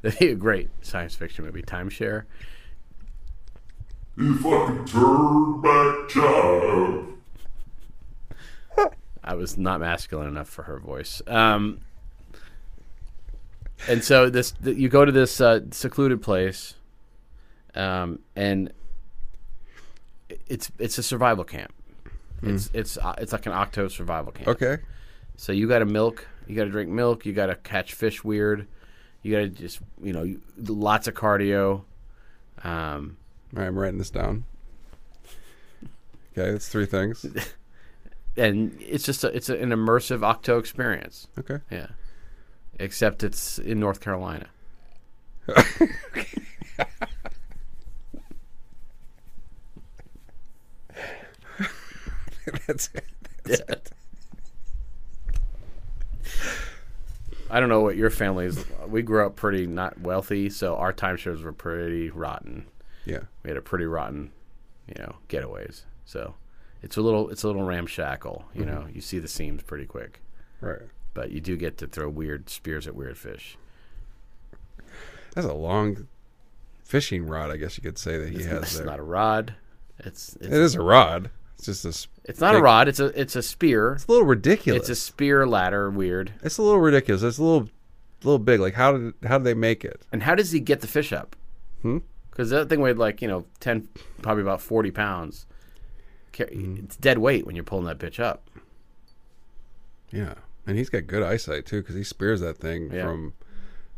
[SPEAKER 1] That'd be a great science fiction movie timeshare.
[SPEAKER 8] If I could turn back time,
[SPEAKER 1] I was not masculine enough for her voice. Um, and so this, th- you go to this uh, secluded place, um, and i- it's it's a survival camp. It's it's uh, it's like an octo survival camp.
[SPEAKER 4] Okay.
[SPEAKER 1] So you got to milk, you got to drink milk, you got to catch fish weird, you got to just you know you- lots of cardio. Um,
[SPEAKER 4] All right, I'm writing this down. Okay, that's three things.
[SPEAKER 1] and it's just a, it's a, an immersive octo experience.
[SPEAKER 4] Okay.
[SPEAKER 1] Yeah. Except it's in North Carolina.
[SPEAKER 4] that's it.
[SPEAKER 1] I don't know what your family is. We grew up pretty not wealthy, so our timeshares were pretty rotten.
[SPEAKER 4] Yeah.
[SPEAKER 1] We had a pretty rotten, you know, getaways. So it's a little it's a little ramshackle. You know, you see the seams pretty quick,
[SPEAKER 4] Right.
[SPEAKER 1] but you do get to throw weird spears at weird fish.
[SPEAKER 4] That's a long fishing rod, I guess you could say that he has
[SPEAKER 1] it's
[SPEAKER 4] there.
[SPEAKER 1] not a rod. It's it's,
[SPEAKER 4] it is a rod. It's just this.
[SPEAKER 1] it's not a
[SPEAKER 4] big-
[SPEAKER 1] rod. It's a it's a spear.
[SPEAKER 4] It's a little ridiculous.
[SPEAKER 1] It's a spear ladder. Weird.
[SPEAKER 4] It's a little ridiculous. It's a little, little big. Like how did how did they make it?
[SPEAKER 1] And how does he get the fish up?
[SPEAKER 4] Hmm?
[SPEAKER 1] Because that thing weighed like you know ten, probably about forty pounds. Ca-
[SPEAKER 4] Hmm.
[SPEAKER 1] It's dead weight when you're pulling that bitch up.
[SPEAKER 4] Yeah, and he's got good eyesight too because he spears that thing
[SPEAKER 1] Yeah.
[SPEAKER 4] from.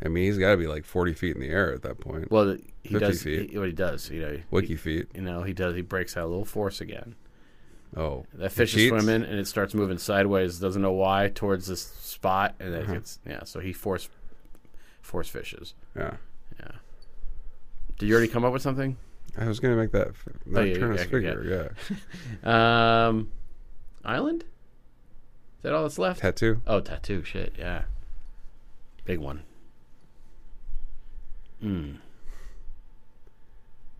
[SPEAKER 4] I mean, he's got to be like forty feet in the air at that point.
[SPEAKER 1] Well, th- he
[SPEAKER 4] 50
[SPEAKER 1] does.
[SPEAKER 4] feet.
[SPEAKER 1] He, what he does, you know,
[SPEAKER 4] Wiki feet.
[SPEAKER 1] you know, he does. He breaks out a little force again.
[SPEAKER 4] Oh,
[SPEAKER 1] That
[SPEAKER 4] he
[SPEAKER 1] fish is
[SPEAKER 4] cheats?
[SPEAKER 1] swimming and it starts moving sideways. Doesn't know why towards this spot, and
[SPEAKER 4] Uh-huh.
[SPEAKER 1] it gets yeah. So he force force fishes.
[SPEAKER 4] Yeah,
[SPEAKER 1] Did you already come up with something?
[SPEAKER 4] I was gonna make that f- nocturnus
[SPEAKER 1] Oh, yeah, yeah.
[SPEAKER 4] figure. Yeah,
[SPEAKER 1] Um, island. Is that all that's left?
[SPEAKER 4] tattoo.
[SPEAKER 1] Oh, tattoo. Shit, yeah. Big one.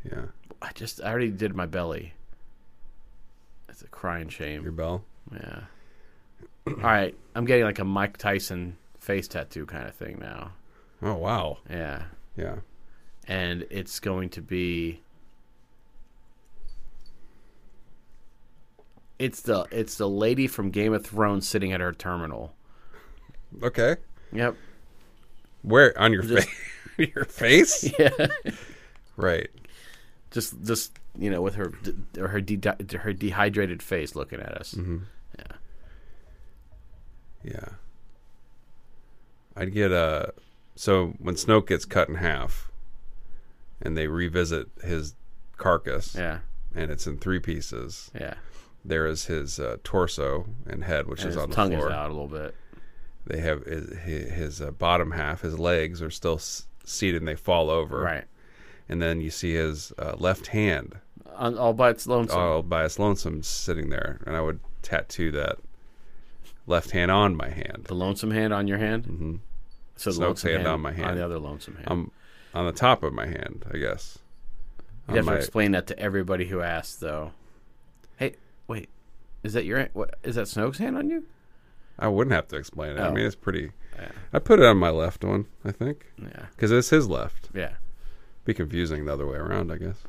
[SPEAKER 4] Yeah,
[SPEAKER 1] I just I already did my belly. It's a crying
[SPEAKER 4] your
[SPEAKER 1] shame.
[SPEAKER 4] bell.
[SPEAKER 1] Yeah. All right, I'm getting like a Mike Tyson face tattoo kind of thing now.
[SPEAKER 4] Oh wow.
[SPEAKER 1] Yeah,
[SPEAKER 4] Yeah.
[SPEAKER 1] and it's going to be. It's the it's the lady from Game of Thrones sitting at her terminal.
[SPEAKER 4] Okay.
[SPEAKER 1] Yep.
[SPEAKER 4] Where on your face? your face?
[SPEAKER 1] Yeah.
[SPEAKER 4] Right.
[SPEAKER 1] just just you know with her d- her de- her dehydrated face looking at us.
[SPEAKER 4] Mm-hmm. Yeah. I'd get a. So when Snoke gets cut in half, and they revisit his carcass,
[SPEAKER 1] Yeah.
[SPEAKER 4] and it's in three pieces.
[SPEAKER 1] Yeah.
[SPEAKER 4] There is his uh, torso and head, which
[SPEAKER 1] And
[SPEAKER 4] is
[SPEAKER 1] his
[SPEAKER 4] on
[SPEAKER 1] tongue
[SPEAKER 4] the floor.
[SPEAKER 1] is out a little bit.
[SPEAKER 4] They have his, his, his uh, bottom half. His legs are still s- seated, and they fall over.
[SPEAKER 1] Right.
[SPEAKER 4] And then you see his uh, left hand,
[SPEAKER 1] On, all by its lonesome.
[SPEAKER 4] all by its lonesome, sitting there. And I would tattoo that left hand on my hand,
[SPEAKER 1] The lonesome hand on your hand. Mm-hmm. So the
[SPEAKER 4] Snoke's
[SPEAKER 1] lonesome
[SPEAKER 4] hand on my hand.
[SPEAKER 1] the other lonesome hand.
[SPEAKER 4] um, on the top of my hand, I guess.
[SPEAKER 1] you have
[SPEAKER 4] on
[SPEAKER 1] to
[SPEAKER 4] my-
[SPEAKER 1] explain that to everybody who asks, though. Hey, wait, is that your hand? What, is that Snoke's hand on you?
[SPEAKER 4] I wouldn't have to explain it. I
[SPEAKER 1] Oh.
[SPEAKER 4] mean, it's pretty. I put it on my left one, I think,
[SPEAKER 1] Yeah.
[SPEAKER 4] because it's his left.
[SPEAKER 1] Yeah.
[SPEAKER 4] Be confusing the other way around, I guess.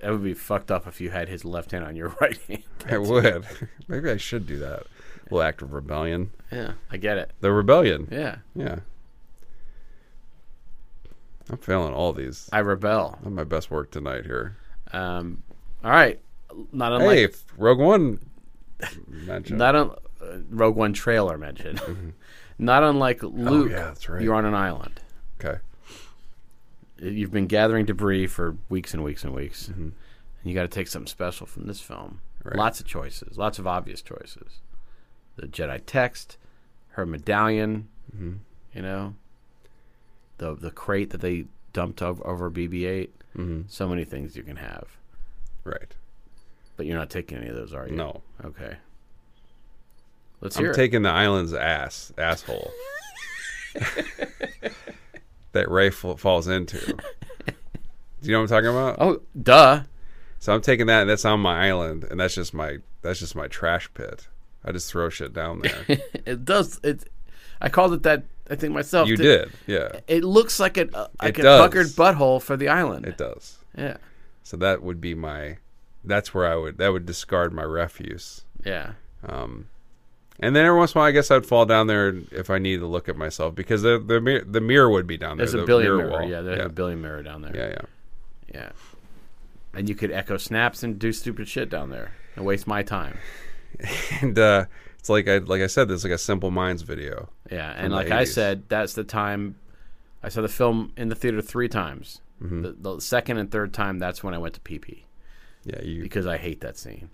[SPEAKER 1] That would be fucked up if you had his left hand on your right hand.
[SPEAKER 4] I would. Maybe I should do that. little act of rebellion.
[SPEAKER 1] Yeah. I get it.
[SPEAKER 4] The rebellion. Yeah.
[SPEAKER 1] Yeah.
[SPEAKER 4] I'm failing all these.
[SPEAKER 1] I rebel.
[SPEAKER 4] I'm my best work tonight here.
[SPEAKER 1] Um, all right. Not unlike
[SPEAKER 4] hey, if Rogue One. mentioned.
[SPEAKER 1] Not on uh, Rogue One trailer mentioned. Not unlike Luke,
[SPEAKER 4] Mm-hmm. Oh, yeah, that's right.
[SPEAKER 1] you're on an island. Uh,
[SPEAKER 4] okay.
[SPEAKER 1] You've been gathering debris for weeks and weeks and weeks, and you got to take something special from this film.
[SPEAKER 4] Mm-hmm. Right.
[SPEAKER 1] Lots of choices, lots of obvious choices. The Jedi text, her medallion,
[SPEAKER 4] Mm-hmm.
[SPEAKER 1] you know, the the crate that they dumped over, over BB-8.
[SPEAKER 4] Mm-hmm.
[SPEAKER 1] So many things you can have,
[SPEAKER 4] Right.
[SPEAKER 1] but you're not taking any of those, are you?
[SPEAKER 4] No.
[SPEAKER 1] Okay. Let's hear
[SPEAKER 4] I'm
[SPEAKER 1] it.
[SPEAKER 4] taking the island's ass, asshole. that Ray f- falls into. Do you know what I'm talking about?
[SPEAKER 1] oh, duh.
[SPEAKER 4] So I'm taking that, and that's on my island, and that's just my that's just my trash pit. I just throw shit down there.
[SPEAKER 1] It does. It. I called it that. I think myself.
[SPEAKER 4] you did, yeah.
[SPEAKER 1] It looks like an uh, like
[SPEAKER 4] It
[SPEAKER 1] a
[SPEAKER 4] does.
[SPEAKER 1] puckered butthole for the island.
[SPEAKER 4] It does.
[SPEAKER 1] Yeah.
[SPEAKER 4] So that would be my. That's where I would that would discard my refuse.
[SPEAKER 1] Yeah.
[SPEAKER 4] And then every once in a while, I guess I'd fall down there if I needed to look at myself because the the mirror, the mirror would be down there.
[SPEAKER 1] There's
[SPEAKER 4] the
[SPEAKER 1] a billion
[SPEAKER 4] mirror
[SPEAKER 1] mirror.
[SPEAKER 4] wall.
[SPEAKER 1] Yeah, there's
[SPEAKER 4] yeah.
[SPEAKER 1] a billion mirror down there.
[SPEAKER 4] yeah, yeah.
[SPEAKER 1] Yeah. And you could echo snaps and do stupid shit down there and waste my time.
[SPEAKER 4] And uh, it's like I like I said, there's like a Simple Minds video.
[SPEAKER 1] Yeah.
[SPEAKER 4] From
[SPEAKER 1] And
[SPEAKER 4] the
[SPEAKER 1] like I
[SPEAKER 4] 80s.
[SPEAKER 1] said, that's the time I saw the film in the theater three times.
[SPEAKER 4] Mm-hmm.
[SPEAKER 1] The, the second and third time, that's when I went to PP
[SPEAKER 4] Yeah, you.
[SPEAKER 1] because I hate that scene.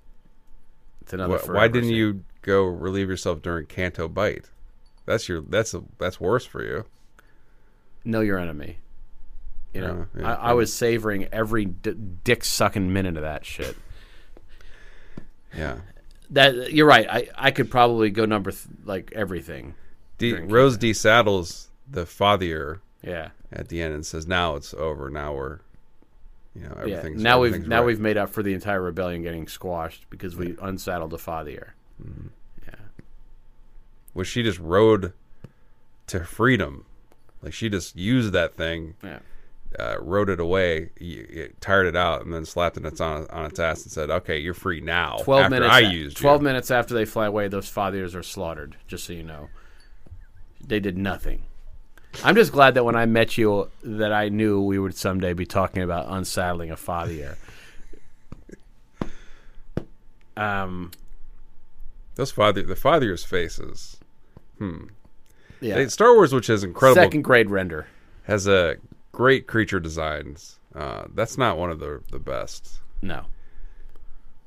[SPEAKER 1] It's another.
[SPEAKER 4] Wh- why
[SPEAKER 1] forever
[SPEAKER 4] didn't
[SPEAKER 1] scene.
[SPEAKER 4] you go relieve yourself during Canto Bite? That's your. That's a, that's worse for you.
[SPEAKER 1] know your enemy? You know,
[SPEAKER 4] Yeah, yeah,
[SPEAKER 1] I, I was savoring every d- dick sucking minute of that shit.
[SPEAKER 4] Yeah.
[SPEAKER 1] That you're right. I, I could probably go number th- like everything.
[SPEAKER 4] D,
[SPEAKER 1] During
[SPEAKER 4] Rose D. Saddles the father
[SPEAKER 1] Yeah.
[SPEAKER 4] at the end and says, "Now it's over. Now we're, you know,
[SPEAKER 1] Yeah.
[SPEAKER 4] everything's
[SPEAKER 1] Now we've
[SPEAKER 4] everything's
[SPEAKER 1] now
[SPEAKER 4] right."
[SPEAKER 1] we've made up for the entire rebellion getting squashed because we unsaddled the father.
[SPEAKER 4] was she just rode to freedom. Like she just used that thing,
[SPEAKER 1] Yeah.
[SPEAKER 4] uh, rode it away, y- y- tired it out, and then slapped it on on its ass and said, "Okay, you're free now."
[SPEAKER 1] Twelve
[SPEAKER 4] after
[SPEAKER 1] minutes.
[SPEAKER 4] I
[SPEAKER 1] a-
[SPEAKER 4] used
[SPEAKER 1] Twelve
[SPEAKER 4] you.
[SPEAKER 1] minutes after they fly away, those fathers are slaughtered. Just so you know, they did nothing. I'm just glad that when I met you, that I knew we would someday be talking about unsaddling a father. um.
[SPEAKER 4] Those father the father's faces.
[SPEAKER 1] Yeah.
[SPEAKER 4] They- Star Wars, which is incredible,
[SPEAKER 1] Second grade render.
[SPEAKER 4] has a great creature designs. Uh, that's not one of the the best.
[SPEAKER 1] No.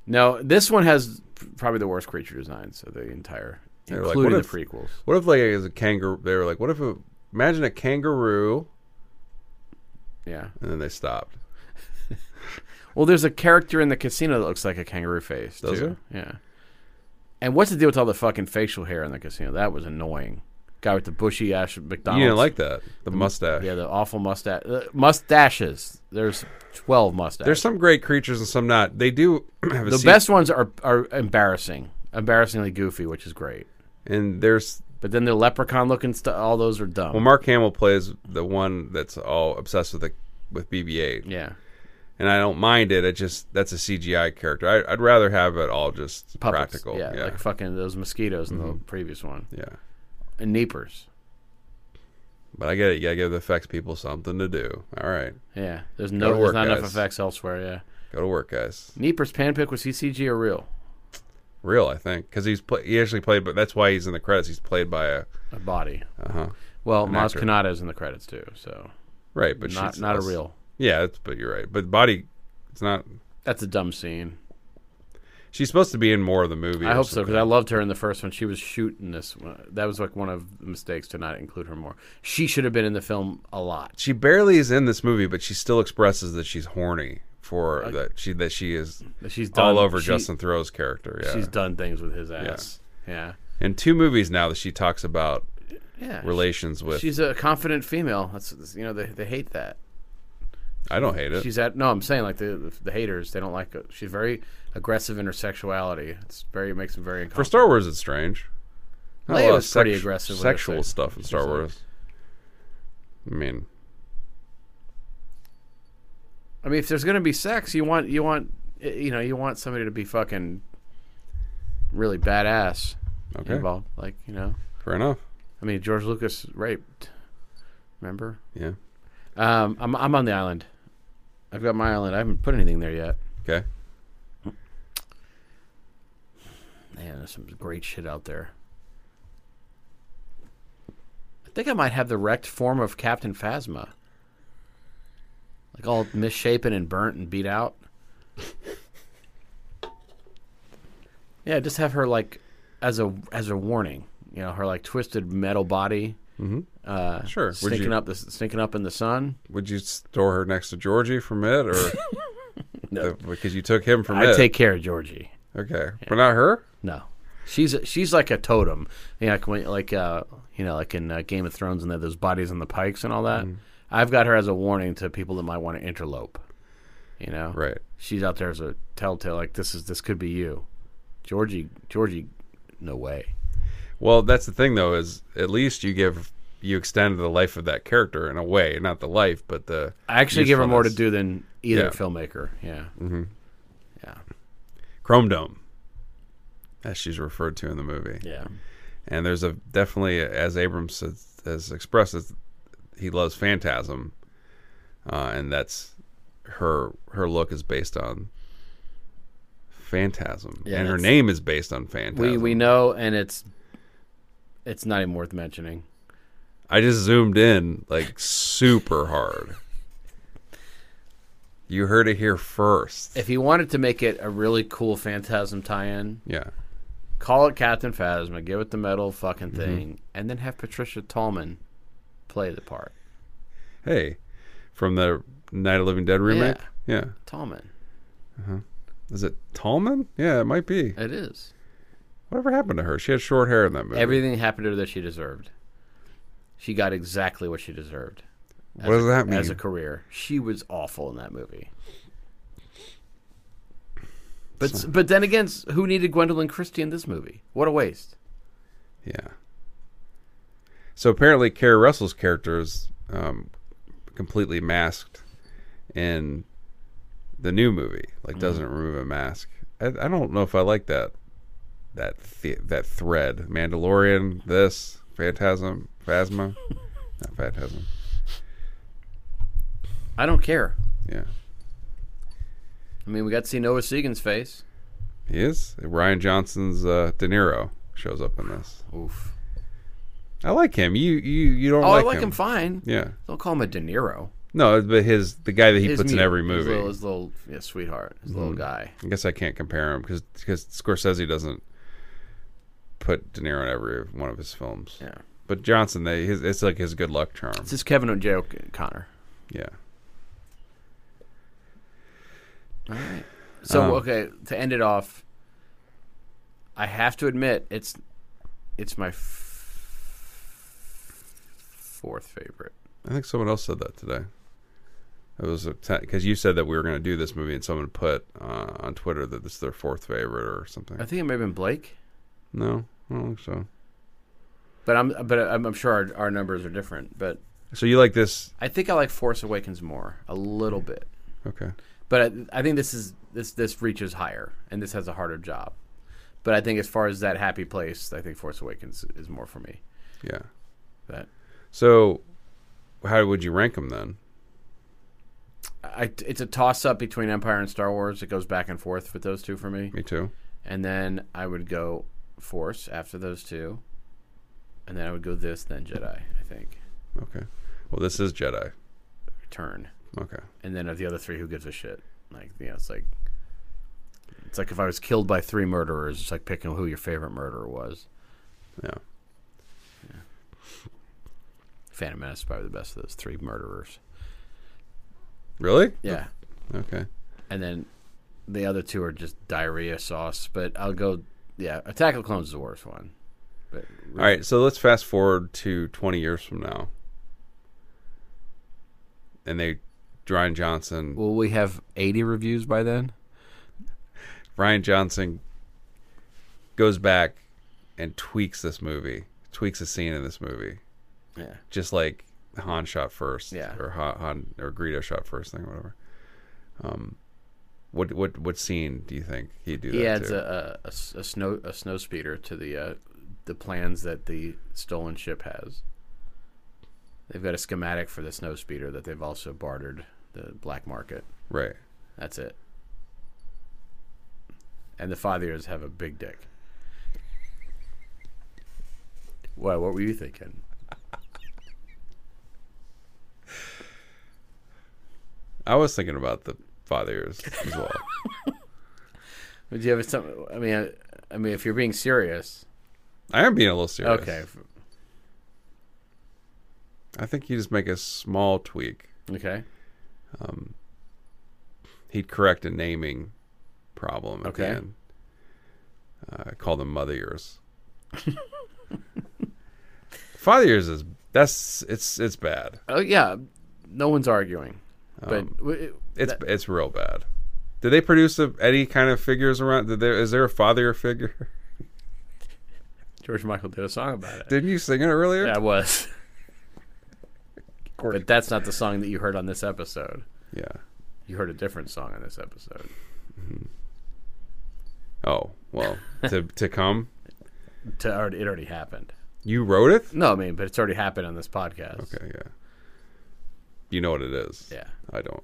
[SPEAKER 1] No, this one has probably the worst creature designs of the entire,
[SPEAKER 4] They're like,
[SPEAKER 1] including
[SPEAKER 4] what
[SPEAKER 1] the
[SPEAKER 4] if-
[SPEAKER 1] prequels.
[SPEAKER 4] What if like it was a kangaroo? They were like, "What if a, imagine a kangaroo?"
[SPEAKER 1] Yeah.
[SPEAKER 4] And then they stopped.
[SPEAKER 1] Well, there's a character in the casino that looks like a kangaroo face.
[SPEAKER 4] Does
[SPEAKER 1] too. Yeah. And what's the deal with all the fucking facial hair in the casino? That was annoying. Guy with the bushy ash McDonald's.
[SPEAKER 4] You didn't like that the mustache.
[SPEAKER 1] Yeah, the awful mustache. Uh, mustaches. There's twelve mustaches.
[SPEAKER 4] There's some great creatures and some not. They do have a
[SPEAKER 1] the
[SPEAKER 4] se-
[SPEAKER 1] best ones are are embarrassing, embarrassingly goofy, which is great.
[SPEAKER 4] And there's
[SPEAKER 1] But then the leprechaun looking stuff. All those are dumb.
[SPEAKER 4] well, Mark Hamill plays the one that's all obsessed with the with BB-8,
[SPEAKER 1] yeah.
[SPEAKER 4] and I don't mind it. It just that's a CGI character. I, I'd rather have it all just
[SPEAKER 1] Puppets. Yeah,
[SPEAKER 4] practical. yeah, Mm-hmm.
[SPEAKER 1] like fucking those mosquitoes in the previous one.
[SPEAKER 4] yeah.
[SPEAKER 1] And Neepers.
[SPEAKER 4] But I get it. You gotta give the effects people something to do. All right,
[SPEAKER 1] Yeah. There's no
[SPEAKER 4] to
[SPEAKER 1] there's
[SPEAKER 4] work,
[SPEAKER 1] not enough
[SPEAKER 4] guys.
[SPEAKER 1] effects elsewhere,
[SPEAKER 4] go to work, guys.
[SPEAKER 1] yeah. Neepers Panpick, was he CG or real?
[SPEAKER 4] Real, I think, because he's play, he actually played, but that's why he's in the credits. He's played by a
[SPEAKER 1] A body.
[SPEAKER 4] uh huh.
[SPEAKER 1] Well, Maz
[SPEAKER 4] actor.
[SPEAKER 1] Kanata's in the credits too, so
[SPEAKER 4] Right, but
[SPEAKER 1] not
[SPEAKER 4] she's
[SPEAKER 1] not a
[SPEAKER 4] also-
[SPEAKER 1] real.
[SPEAKER 4] Yeah, it's, but you're right. But body, it's not.
[SPEAKER 1] That's a dumb scene.
[SPEAKER 4] She's supposed to be in more of the movie.
[SPEAKER 1] I
[SPEAKER 4] or
[SPEAKER 1] hope so
[SPEAKER 4] something.
[SPEAKER 1] because I loved her in the first one. She was shooting this. One. That was like one of the mistakes to not include her more. She should have been in the film a lot.
[SPEAKER 4] she barely is in this movie, but she still expresses that she's horny for that she that she is
[SPEAKER 1] She's done,
[SPEAKER 4] all over
[SPEAKER 1] she-
[SPEAKER 4] Justin Thoreau's character. Yeah,
[SPEAKER 1] She's done things with his ass. Yeah,
[SPEAKER 4] in two movies now that she talks about
[SPEAKER 1] yeah.
[SPEAKER 4] relations with.
[SPEAKER 1] She's a confident female. That's you know they they hate that.
[SPEAKER 4] I don't hate it.
[SPEAKER 1] She's at no. I'm saying like the the, the haters. They don't like. it. She's very aggressive in her sexuality. It's very it makes them very
[SPEAKER 4] for
[SPEAKER 1] uncomfortable.
[SPEAKER 4] Star Wars, it's strange. Not a
[SPEAKER 1] Leia
[SPEAKER 4] lot of
[SPEAKER 1] was pretty aggressive with her
[SPEAKER 4] Sexual
[SPEAKER 1] sex.
[SPEAKER 4] stuff in Star
[SPEAKER 1] like-
[SPEAKER 4] Wars. I mean,
[SPEAKER 1] I mean, if there's gonna be sex, you want you want eh, you know you want somebody to be fucking really badass
[SPEAKER 4] Okay.
[SPEAKER 1] involved. Like you know,
[SPEAKER 4] fair enough.
[SPEAKER 1] I mean George Lucas raped. Remember?
[SPEAKER 4] Yeah.
[SPEAKER 1] Um, I'm I'm on the island. I've got my island. I haven't put anything there yet.
[SPEAKER 4] Okay.
[SPEAKER 1] Man, there's some great shit out there. I think I might have the wrecked form of Captain Phasma. Like all misshapen and burnt and beat out. yeah, just have her like as a as a warning. You know, her like twisted metal body Uh,
[SPEAKER 4] Sure. Would
[SPEAKER 1] stinking
[SPEAKER 4] you,
[SPEAKER 1] up the stinking up in the sun.
[SPEAKER 4] would you store her next to Georgie from it, or
[SPEAKER 1] No.
[SPEAKER 4] because you took him from
[SPEAKER 1] I
[SPEAKER 4] it?
[SPEAKER 1] take care of Georgie.
[SPEAKER 4] okay, but not her.
[SPEAKER 1] No, she's a, she's like a totem. You know, like when, like uh, you know, like in uh, Game of Thrones, and they have those bodies on the pikes and all that.
[SPEAKER 4] Mm.
[SPEAKER 1] I've got her as a warning to people that might want to interlope. You know,
[SPEAKER 4] Right.
[SPEAKER 1] She's out there as a telltale. Like this is this could be you, Georgie. Georgie, no way.
[SPEAKER 4] Well, that's the thing though is at least you give you extend the life of that character in a way, not the life, but the
[SPEAKER 1] I actually give her more to
[SPEAKER 4] usefulness. Mm.
[SPEAKER 1] do than either
[SPEAKER 4] Yeah.
[SPEAKER 1] filmmaker. Yeah,
[SPEAKER 4] Chrome Dome. as she's referred to in the movie.
[SPEAKER 1] Yeah.
[SPEAKER 4] And there's a definitely, as Abrams has, has expressed, is he loves Phantasm, uh, and that's her her look is based on Phantasm,
[SPEAKER 1] Yeah,
[SPEAKER 4] and her
[SPEAKER 1] that's-
[SPEAKER 4] name is based on Phantasm.
[SPEAKER 1] We we know, and it's it's not even worth mentioning.
[SPEAKER 4] I just zoomed in like super hard. You heard it here first.
[SPEAKER 1] If he wanted to make it a really cool Phantasm tie-in,
[SPEAKER 4] Yeah.
[SPEAKER 1] call it Captain Phasma, give it the metal fucking
[SPEAKER 4] Mm-hmm.
[SPEAKER 1] thing, and then have Patricia Tallman play the part.
[SPEAKER 4] Hey, from the Night of the Living Dead remake. Yeah.
[SPEAKER 1] Tallman,
[SPEAKER 4] Is it Tallman? Yeah, it might be.
[SPEAKER 1] it is.
[SPEAKER 4] Whatever happened to her? She had short hair in that movie.
[SPEAKER 1] Everything happened to her that she deserved. She got exactly what she deserved.
[SPEAKER 4] what does that mean?
[SPEAKER 1] As a career, she was awful in that movie. But but then again, s- who needed Gwendolyn Christie in this movie? What a waste.
[SPEAKER 4] yeah. So apparently, Carrie Russell's character is um, completely masked in the new movie.
[SPEAKER 1] Mm-hmm.
[SPEAKER 4] Like, doesn't remove a mask. I, I don't know if I like that. That th- that thread, Mandalorian, this Phantasm, Phasma, not Phantasm.
[SPEAKER 1] I don't care.
[SPEAKER 4] Yeah,
[SPEAKER 1] I mean, we got to see Noah Segan's face.
[SPEAKER 4] he is. Ryan Johnson's uh, De Niro shows up in this.
[SPEAKER 1] Oof.
[SPEAKER 4] I like him. You you you don't
[SPEAKER 1] Oh,
[SPEAKER 4] like,
[SPEAKER 1] I like him,
[SPEAKER 4] him.
[SPEAKER 1] fine.
[SPEAKER 4] Yeah.
[SPEAKER 1] Don't call him a De Niro.
[SPEAKER 4] No, but his the guy that he
[SPEAKER 1] His
[SPEAKER 4] puts in
[SPEAKER 1] mute,
[SPEAKER 4] every
[SPEAKER 1] His
[SPEAKER 4] movie. Mm-hmm.
[SPEAKER 1] little, his little yeah, sweetheart, his little guy.
[SPEAKER 4] I guess I can't compare him because Scorsese doesn't put De Niro in every one of his films.
[SPEAKER 1] Yeah.
[SPEAKER 4] But Johnson, they his, it's like his good luck charm.
[SPEAKER 1] This is Kevin O'J. O'Connor.
[SPEAKER 4] yeah.
[SPEAKER 1] So
[SPEAKER 4] Um,
[SPEAKER 1] okay, to end it off, I have to admit it's it's my f- fourth favorite.
[SPEAKER 4] I think someone else said that today. It was because you said that we were going to do this movie, and someone put uh, on Twitter that this is their fourth favorite or something.
[SPEAKER 1] I think it may have been Blake,
[SPEAKER 4] no, I don't think so.
[SPEAKER 1] but I'm but I'm, I'm sure our, our numbers are different. But
[SPEAKER 4] So you like this?
[SPEAKER 1] I think I like Force Awakens more a little bit.
[SPEAKER 4] Okay.
[SPEAKER 1] But I, I think this is this this reaches higher and this has a harder job. But I think as far as that happy place, I think Force Awakens is more for me.
[SPEAKER 4] Yeah.
[SPEAKER 1] But
[SPEAKER 4] So, how would you rank them then?
[SPEAKER 1] I, it's a toss up between Empire and Star Wars. It goes back and forth with those two for me.
[SPEAKER 4] Me too.
[SPEAKER 1] And then I would go Force after those two. And then I would go this, then Jedi, I think.
[SPEAKER 4] Okay. Well, this is Jedi.
[SPEAKER 1] Return.
[SPEAKER 4] Okay.
[SPEAKER 1] And then of the other three, who gives a shit? Like, you know, it's like. It's like if I was killed by three murderers, it's like picking who your favorite murderer was.
[SPEAKER 4] Yeah.
[SPEAKER 1] Phantom Menace is probably the best of those three murderers.
[SPEAKER 4] Really?
[SPEAKER 1] Yeah.
[SPEAKER 4] Okay.
[SPEAKER 1] And then the other two are just diarrhea sauce, but I'll go. Yeah, Attack of the Clones is the worst one. But
[SPEAKER 4] All right. So let's fast forward to 20 years from now, and they, Ryan Johnson,
[SPEAKER 9] Will we have 80 reviews by then?
[SPEAKER 4] Ryan Johnson goes back and tweaks this movie, tweaks a scene in this movie,
[SPEAKER 1] Yeah.
[SPEAKER 4] just like Han shot first,
[SPEAKER 1] Yeah.
[SPEAKER 4] or Han, Han or Greedo shot first thing, whatever. Um, what what what scene do you think he'd do?
[SPEAKER 1] he
[SPEAKER 4] that
[SPEAKER 1] adds
[SPEAKER 4] to?
[SPEAKER 1] a, a, a s- a snow a snow speeder to the uh, the plans that the stolen ship has. They've got a schematic for the snow speeder that they've also bartered the black market.
[SPEAKER 4] right.
[SPEAKER 1] That's it. And the five years have a big dick. Well, what were you thinking?
[SPEAKER 4] I was thinking about the father years as well.
[SPEAKER 1] Do you have some? I mean, I, I mean, if you're being serious,
[SPEAKER 4] I am being a little serious.
[SPEAKER 1] okay,
[SPEAKER 4] I think you just make a small tweak.
[SPEAKER 1] okay,
[SPEAKER 4] He'd correct a naming problem. At
[SPEAKER 1] Okay.
[SPEAKER 4] The end. Uh, call them mother years. Father years is that's it's it's bad.
[SPEAKER 1] oh yeah, no one's arguing, but w-
[SPEAKER 4] It's it's real bad. Did they produce a, any kind of figures around? Did there is there a father year figure?
[SPEAKER 1] George Michael did a song about it.
[SPEAKER 4] Didn't you sing it earlier?
[SPEAKER 1] Yeah, I was. but that's not the song that you heard on this episode.
[SPEAKER 4] yeah.
[SPEAKER 1] You heard a different song on this episode.
[SPEAKER 4] Oh well, to to come.
[SPEAKER 1] To already, it already happened.
[SPEAKER 4] You wrote it?
[SPEAKER 1] No, I mean, but it's already happened on this podcast.
[SPEAKER 4] Okay, yeah. You know what it is.
[SPEAKER 1] Yeah.
[SPEAKER 4] I don't.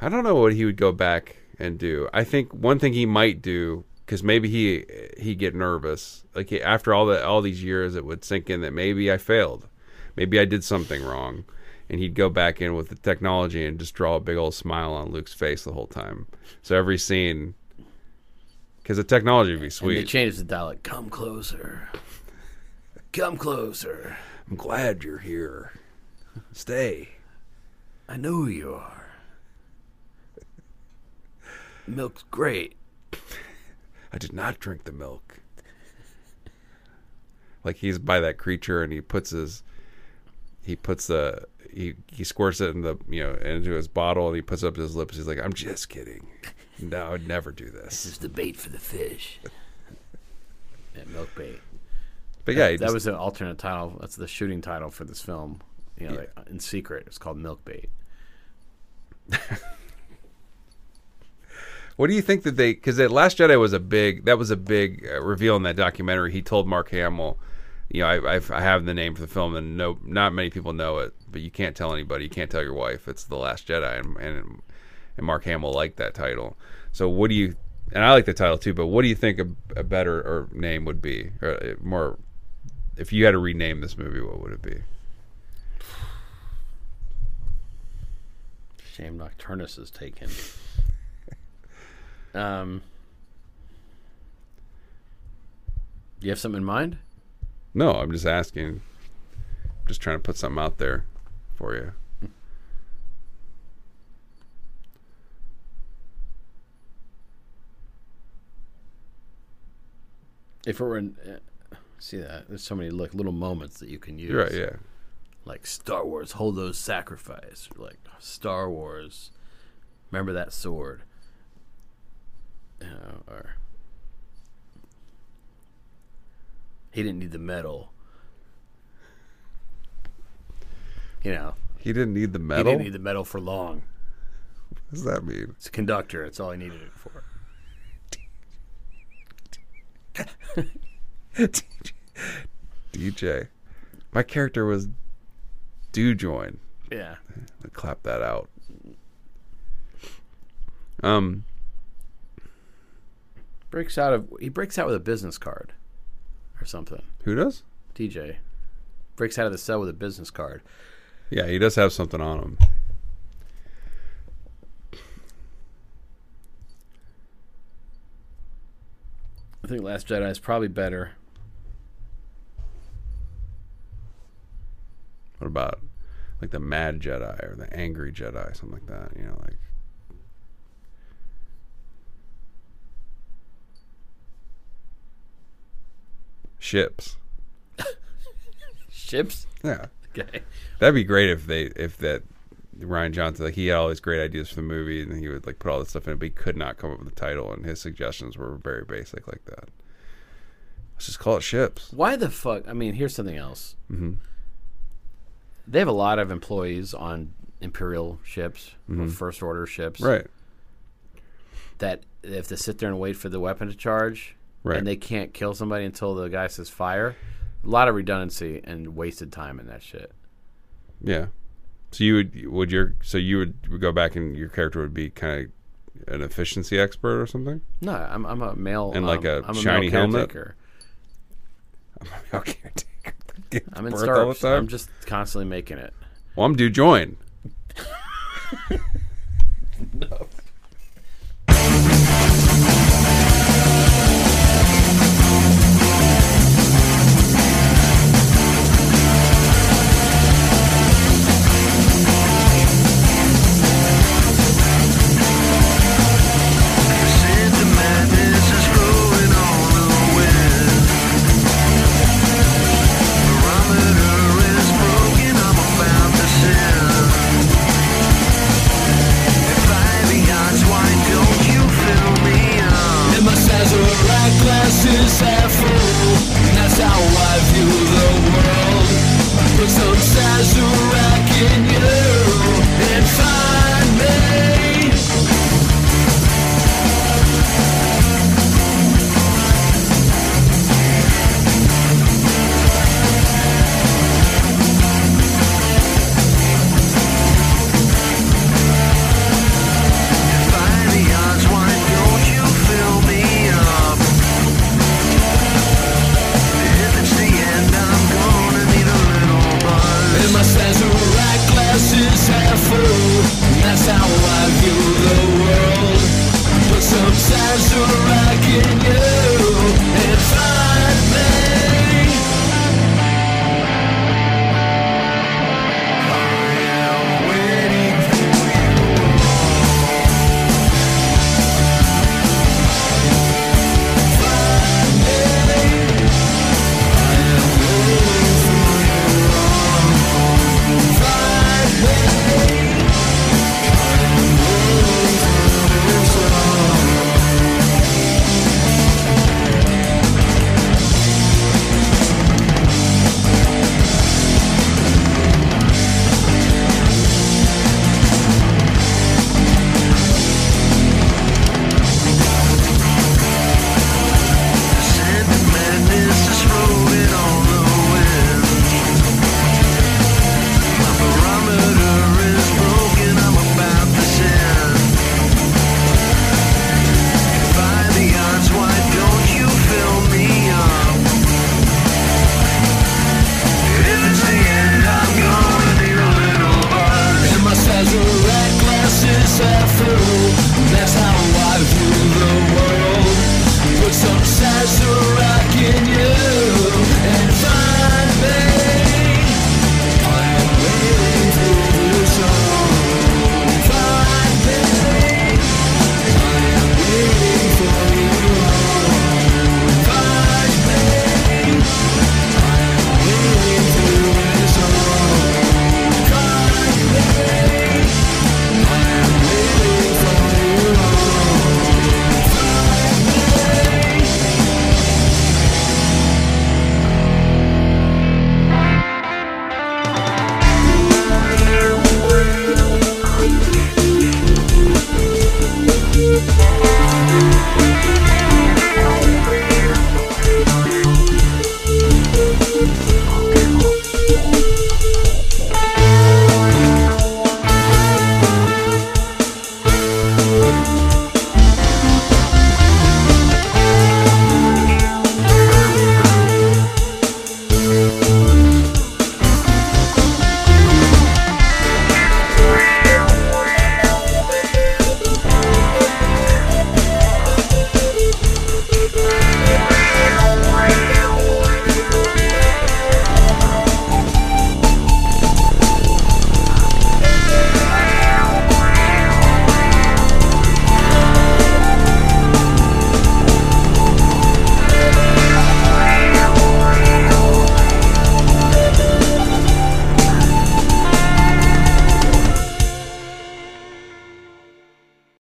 [SPEAKER 4] I don't know what he would go back and do. I think one thing he might do because maybe he he get nervous. Like he- after all the all these years, it would sink in that maybe I failed, maybe I did something wrong, and he'd go back in with the technology and just draw a big old smile on Luke's face the whole time. So every scene, because the technology would be
[SPEAKER 1] And they
[SPEAKER 4] sweet.
[SPEAKER 1] changed the dialect. Come closer. Come closer.
[SPEAKER 4] I'm glad you're here. Stay.
[SPEAKER 1] I know who you are. Milk's great.
[SPEAKER 4] I did not drink the milk. Like he's by that creature and he puts his he puts the he, he squirts it in the you know into his bottle and he puts it up to his lips. He's like, I'm just kidding. No, I would never do this.
[SPEAKER 1] It's the bait for the fish. yeah, milk bait.
[SPEAKER 4] But yeah, he
[SPEAKER 1] that
[SPEAKER 4] just-
[SPEAKER 1] was an alternate title. That's the shooting title for this film. You know, like, in secret, it's called Milk Bait.
[SPEAKER 4] What do you think that they? Because that Last Jedi was a big. That was a big uh, reveal in that documentary. He told Mark Hamill, you know, I, I've, I have the name for the film, and no, not many people know it. But you can't tell anybody. You can't tell your wife. It's the Last Jedi, and and, and Mark Hamill liked that title. So what do you? And I like the title too. But what do you think a, a better or name would be, or uh, more? If you had to rename this movie, what would it be?
[SPEAKER 1] Shame Nocturnus is taken. um, do you have something in mind?
[SPEAKER 4] No, I'm just asking. Just trying to put something out there for you.
[SPEAKER 1] If it were in, uh, see that there's so many like little moments that you can use.
[SPEAKER 4] You're right. Yeah.
[SPEAKER 1] Like Star Wars, hold those sacrifice. Or Like Star Wars, remember that sword. You know, or he didn't need the medal. You know,
[SPEAKER 4] He didn't need the
[SPEAKER 1] he
[SPEAKER 4] medal.
[SPEAKER 1] didn't need the medal for long.
[SPEAKER 4] what does that mean?
[SPEAKER 1] It's a conductor. That's all I needed it for.
[SPEAKER 4] DJ. My character was do join.
[SPEAKER 1] Yeah.
[SPEAKER 4] Clap that out. Um,
[SPEAKER 1] Breaks out of he breaks out with a business card or something.
[SPEAKER 4] who does?
[SPEAKER 1] DJ breaks out of the cell with a business card.
[SPEAKER 4] Yeah, he does have something on him.
[SPEAKER 1] I think Last Jedi is probably better.
[SPEAKER 4] What about like the Mad Jedi or the Angry Jedi, something like that? You know, like ships.
[SPEAKER 1] Ships.
[SPEAKER 4] Yeah.
[SPEAKER 1] Okay.
[SPEAKER 4] That'd be great if they if that Ryan Johnson like he had all these great ideas for the movie and he would like put all this stuff in it, but he could not come up with a title and his suggestions were very basic like that. Let's just call it ships.
[SPEAKER 1] Why the fuck? I mean, here's something else. Mm-hmm. They have a lot of employees on Imperial ships, or First Order ships,
[SPEAKER 4] Right.
[SPEAKER 1] That they have to sit there and wait for the weapon to charge,
[SPEAKER 4] Right.
[SPEAKER 1] And they can't kill somebody until the guy says fire. A lot of redundancy and wasted time in that shit.
[SPEAKER 4] Yeah. So you would would your so you would, would go back and your character would be kind of an efficiency expert or something?
[SPEAKER 1] No, I'm I'm a male
[SPEAKER 4] And like
[SPEAKER 1] um,
[SPEAKER 4] a
[SPEAKER 1] I'm male
[SPEAKER 4] shiny helmet?
[SPEAKER 1] caretaker.
[SPEAKER 4] Okay.
[SPEAKER 1] I'm in
[SPEAKER 4] Burke all the
[SPEAKER 1] startups.
[SPEAKER 4] time?
[SPEAKER 1] I'm just constantly making it.
[SPEAKER 4] Well, I'm due join.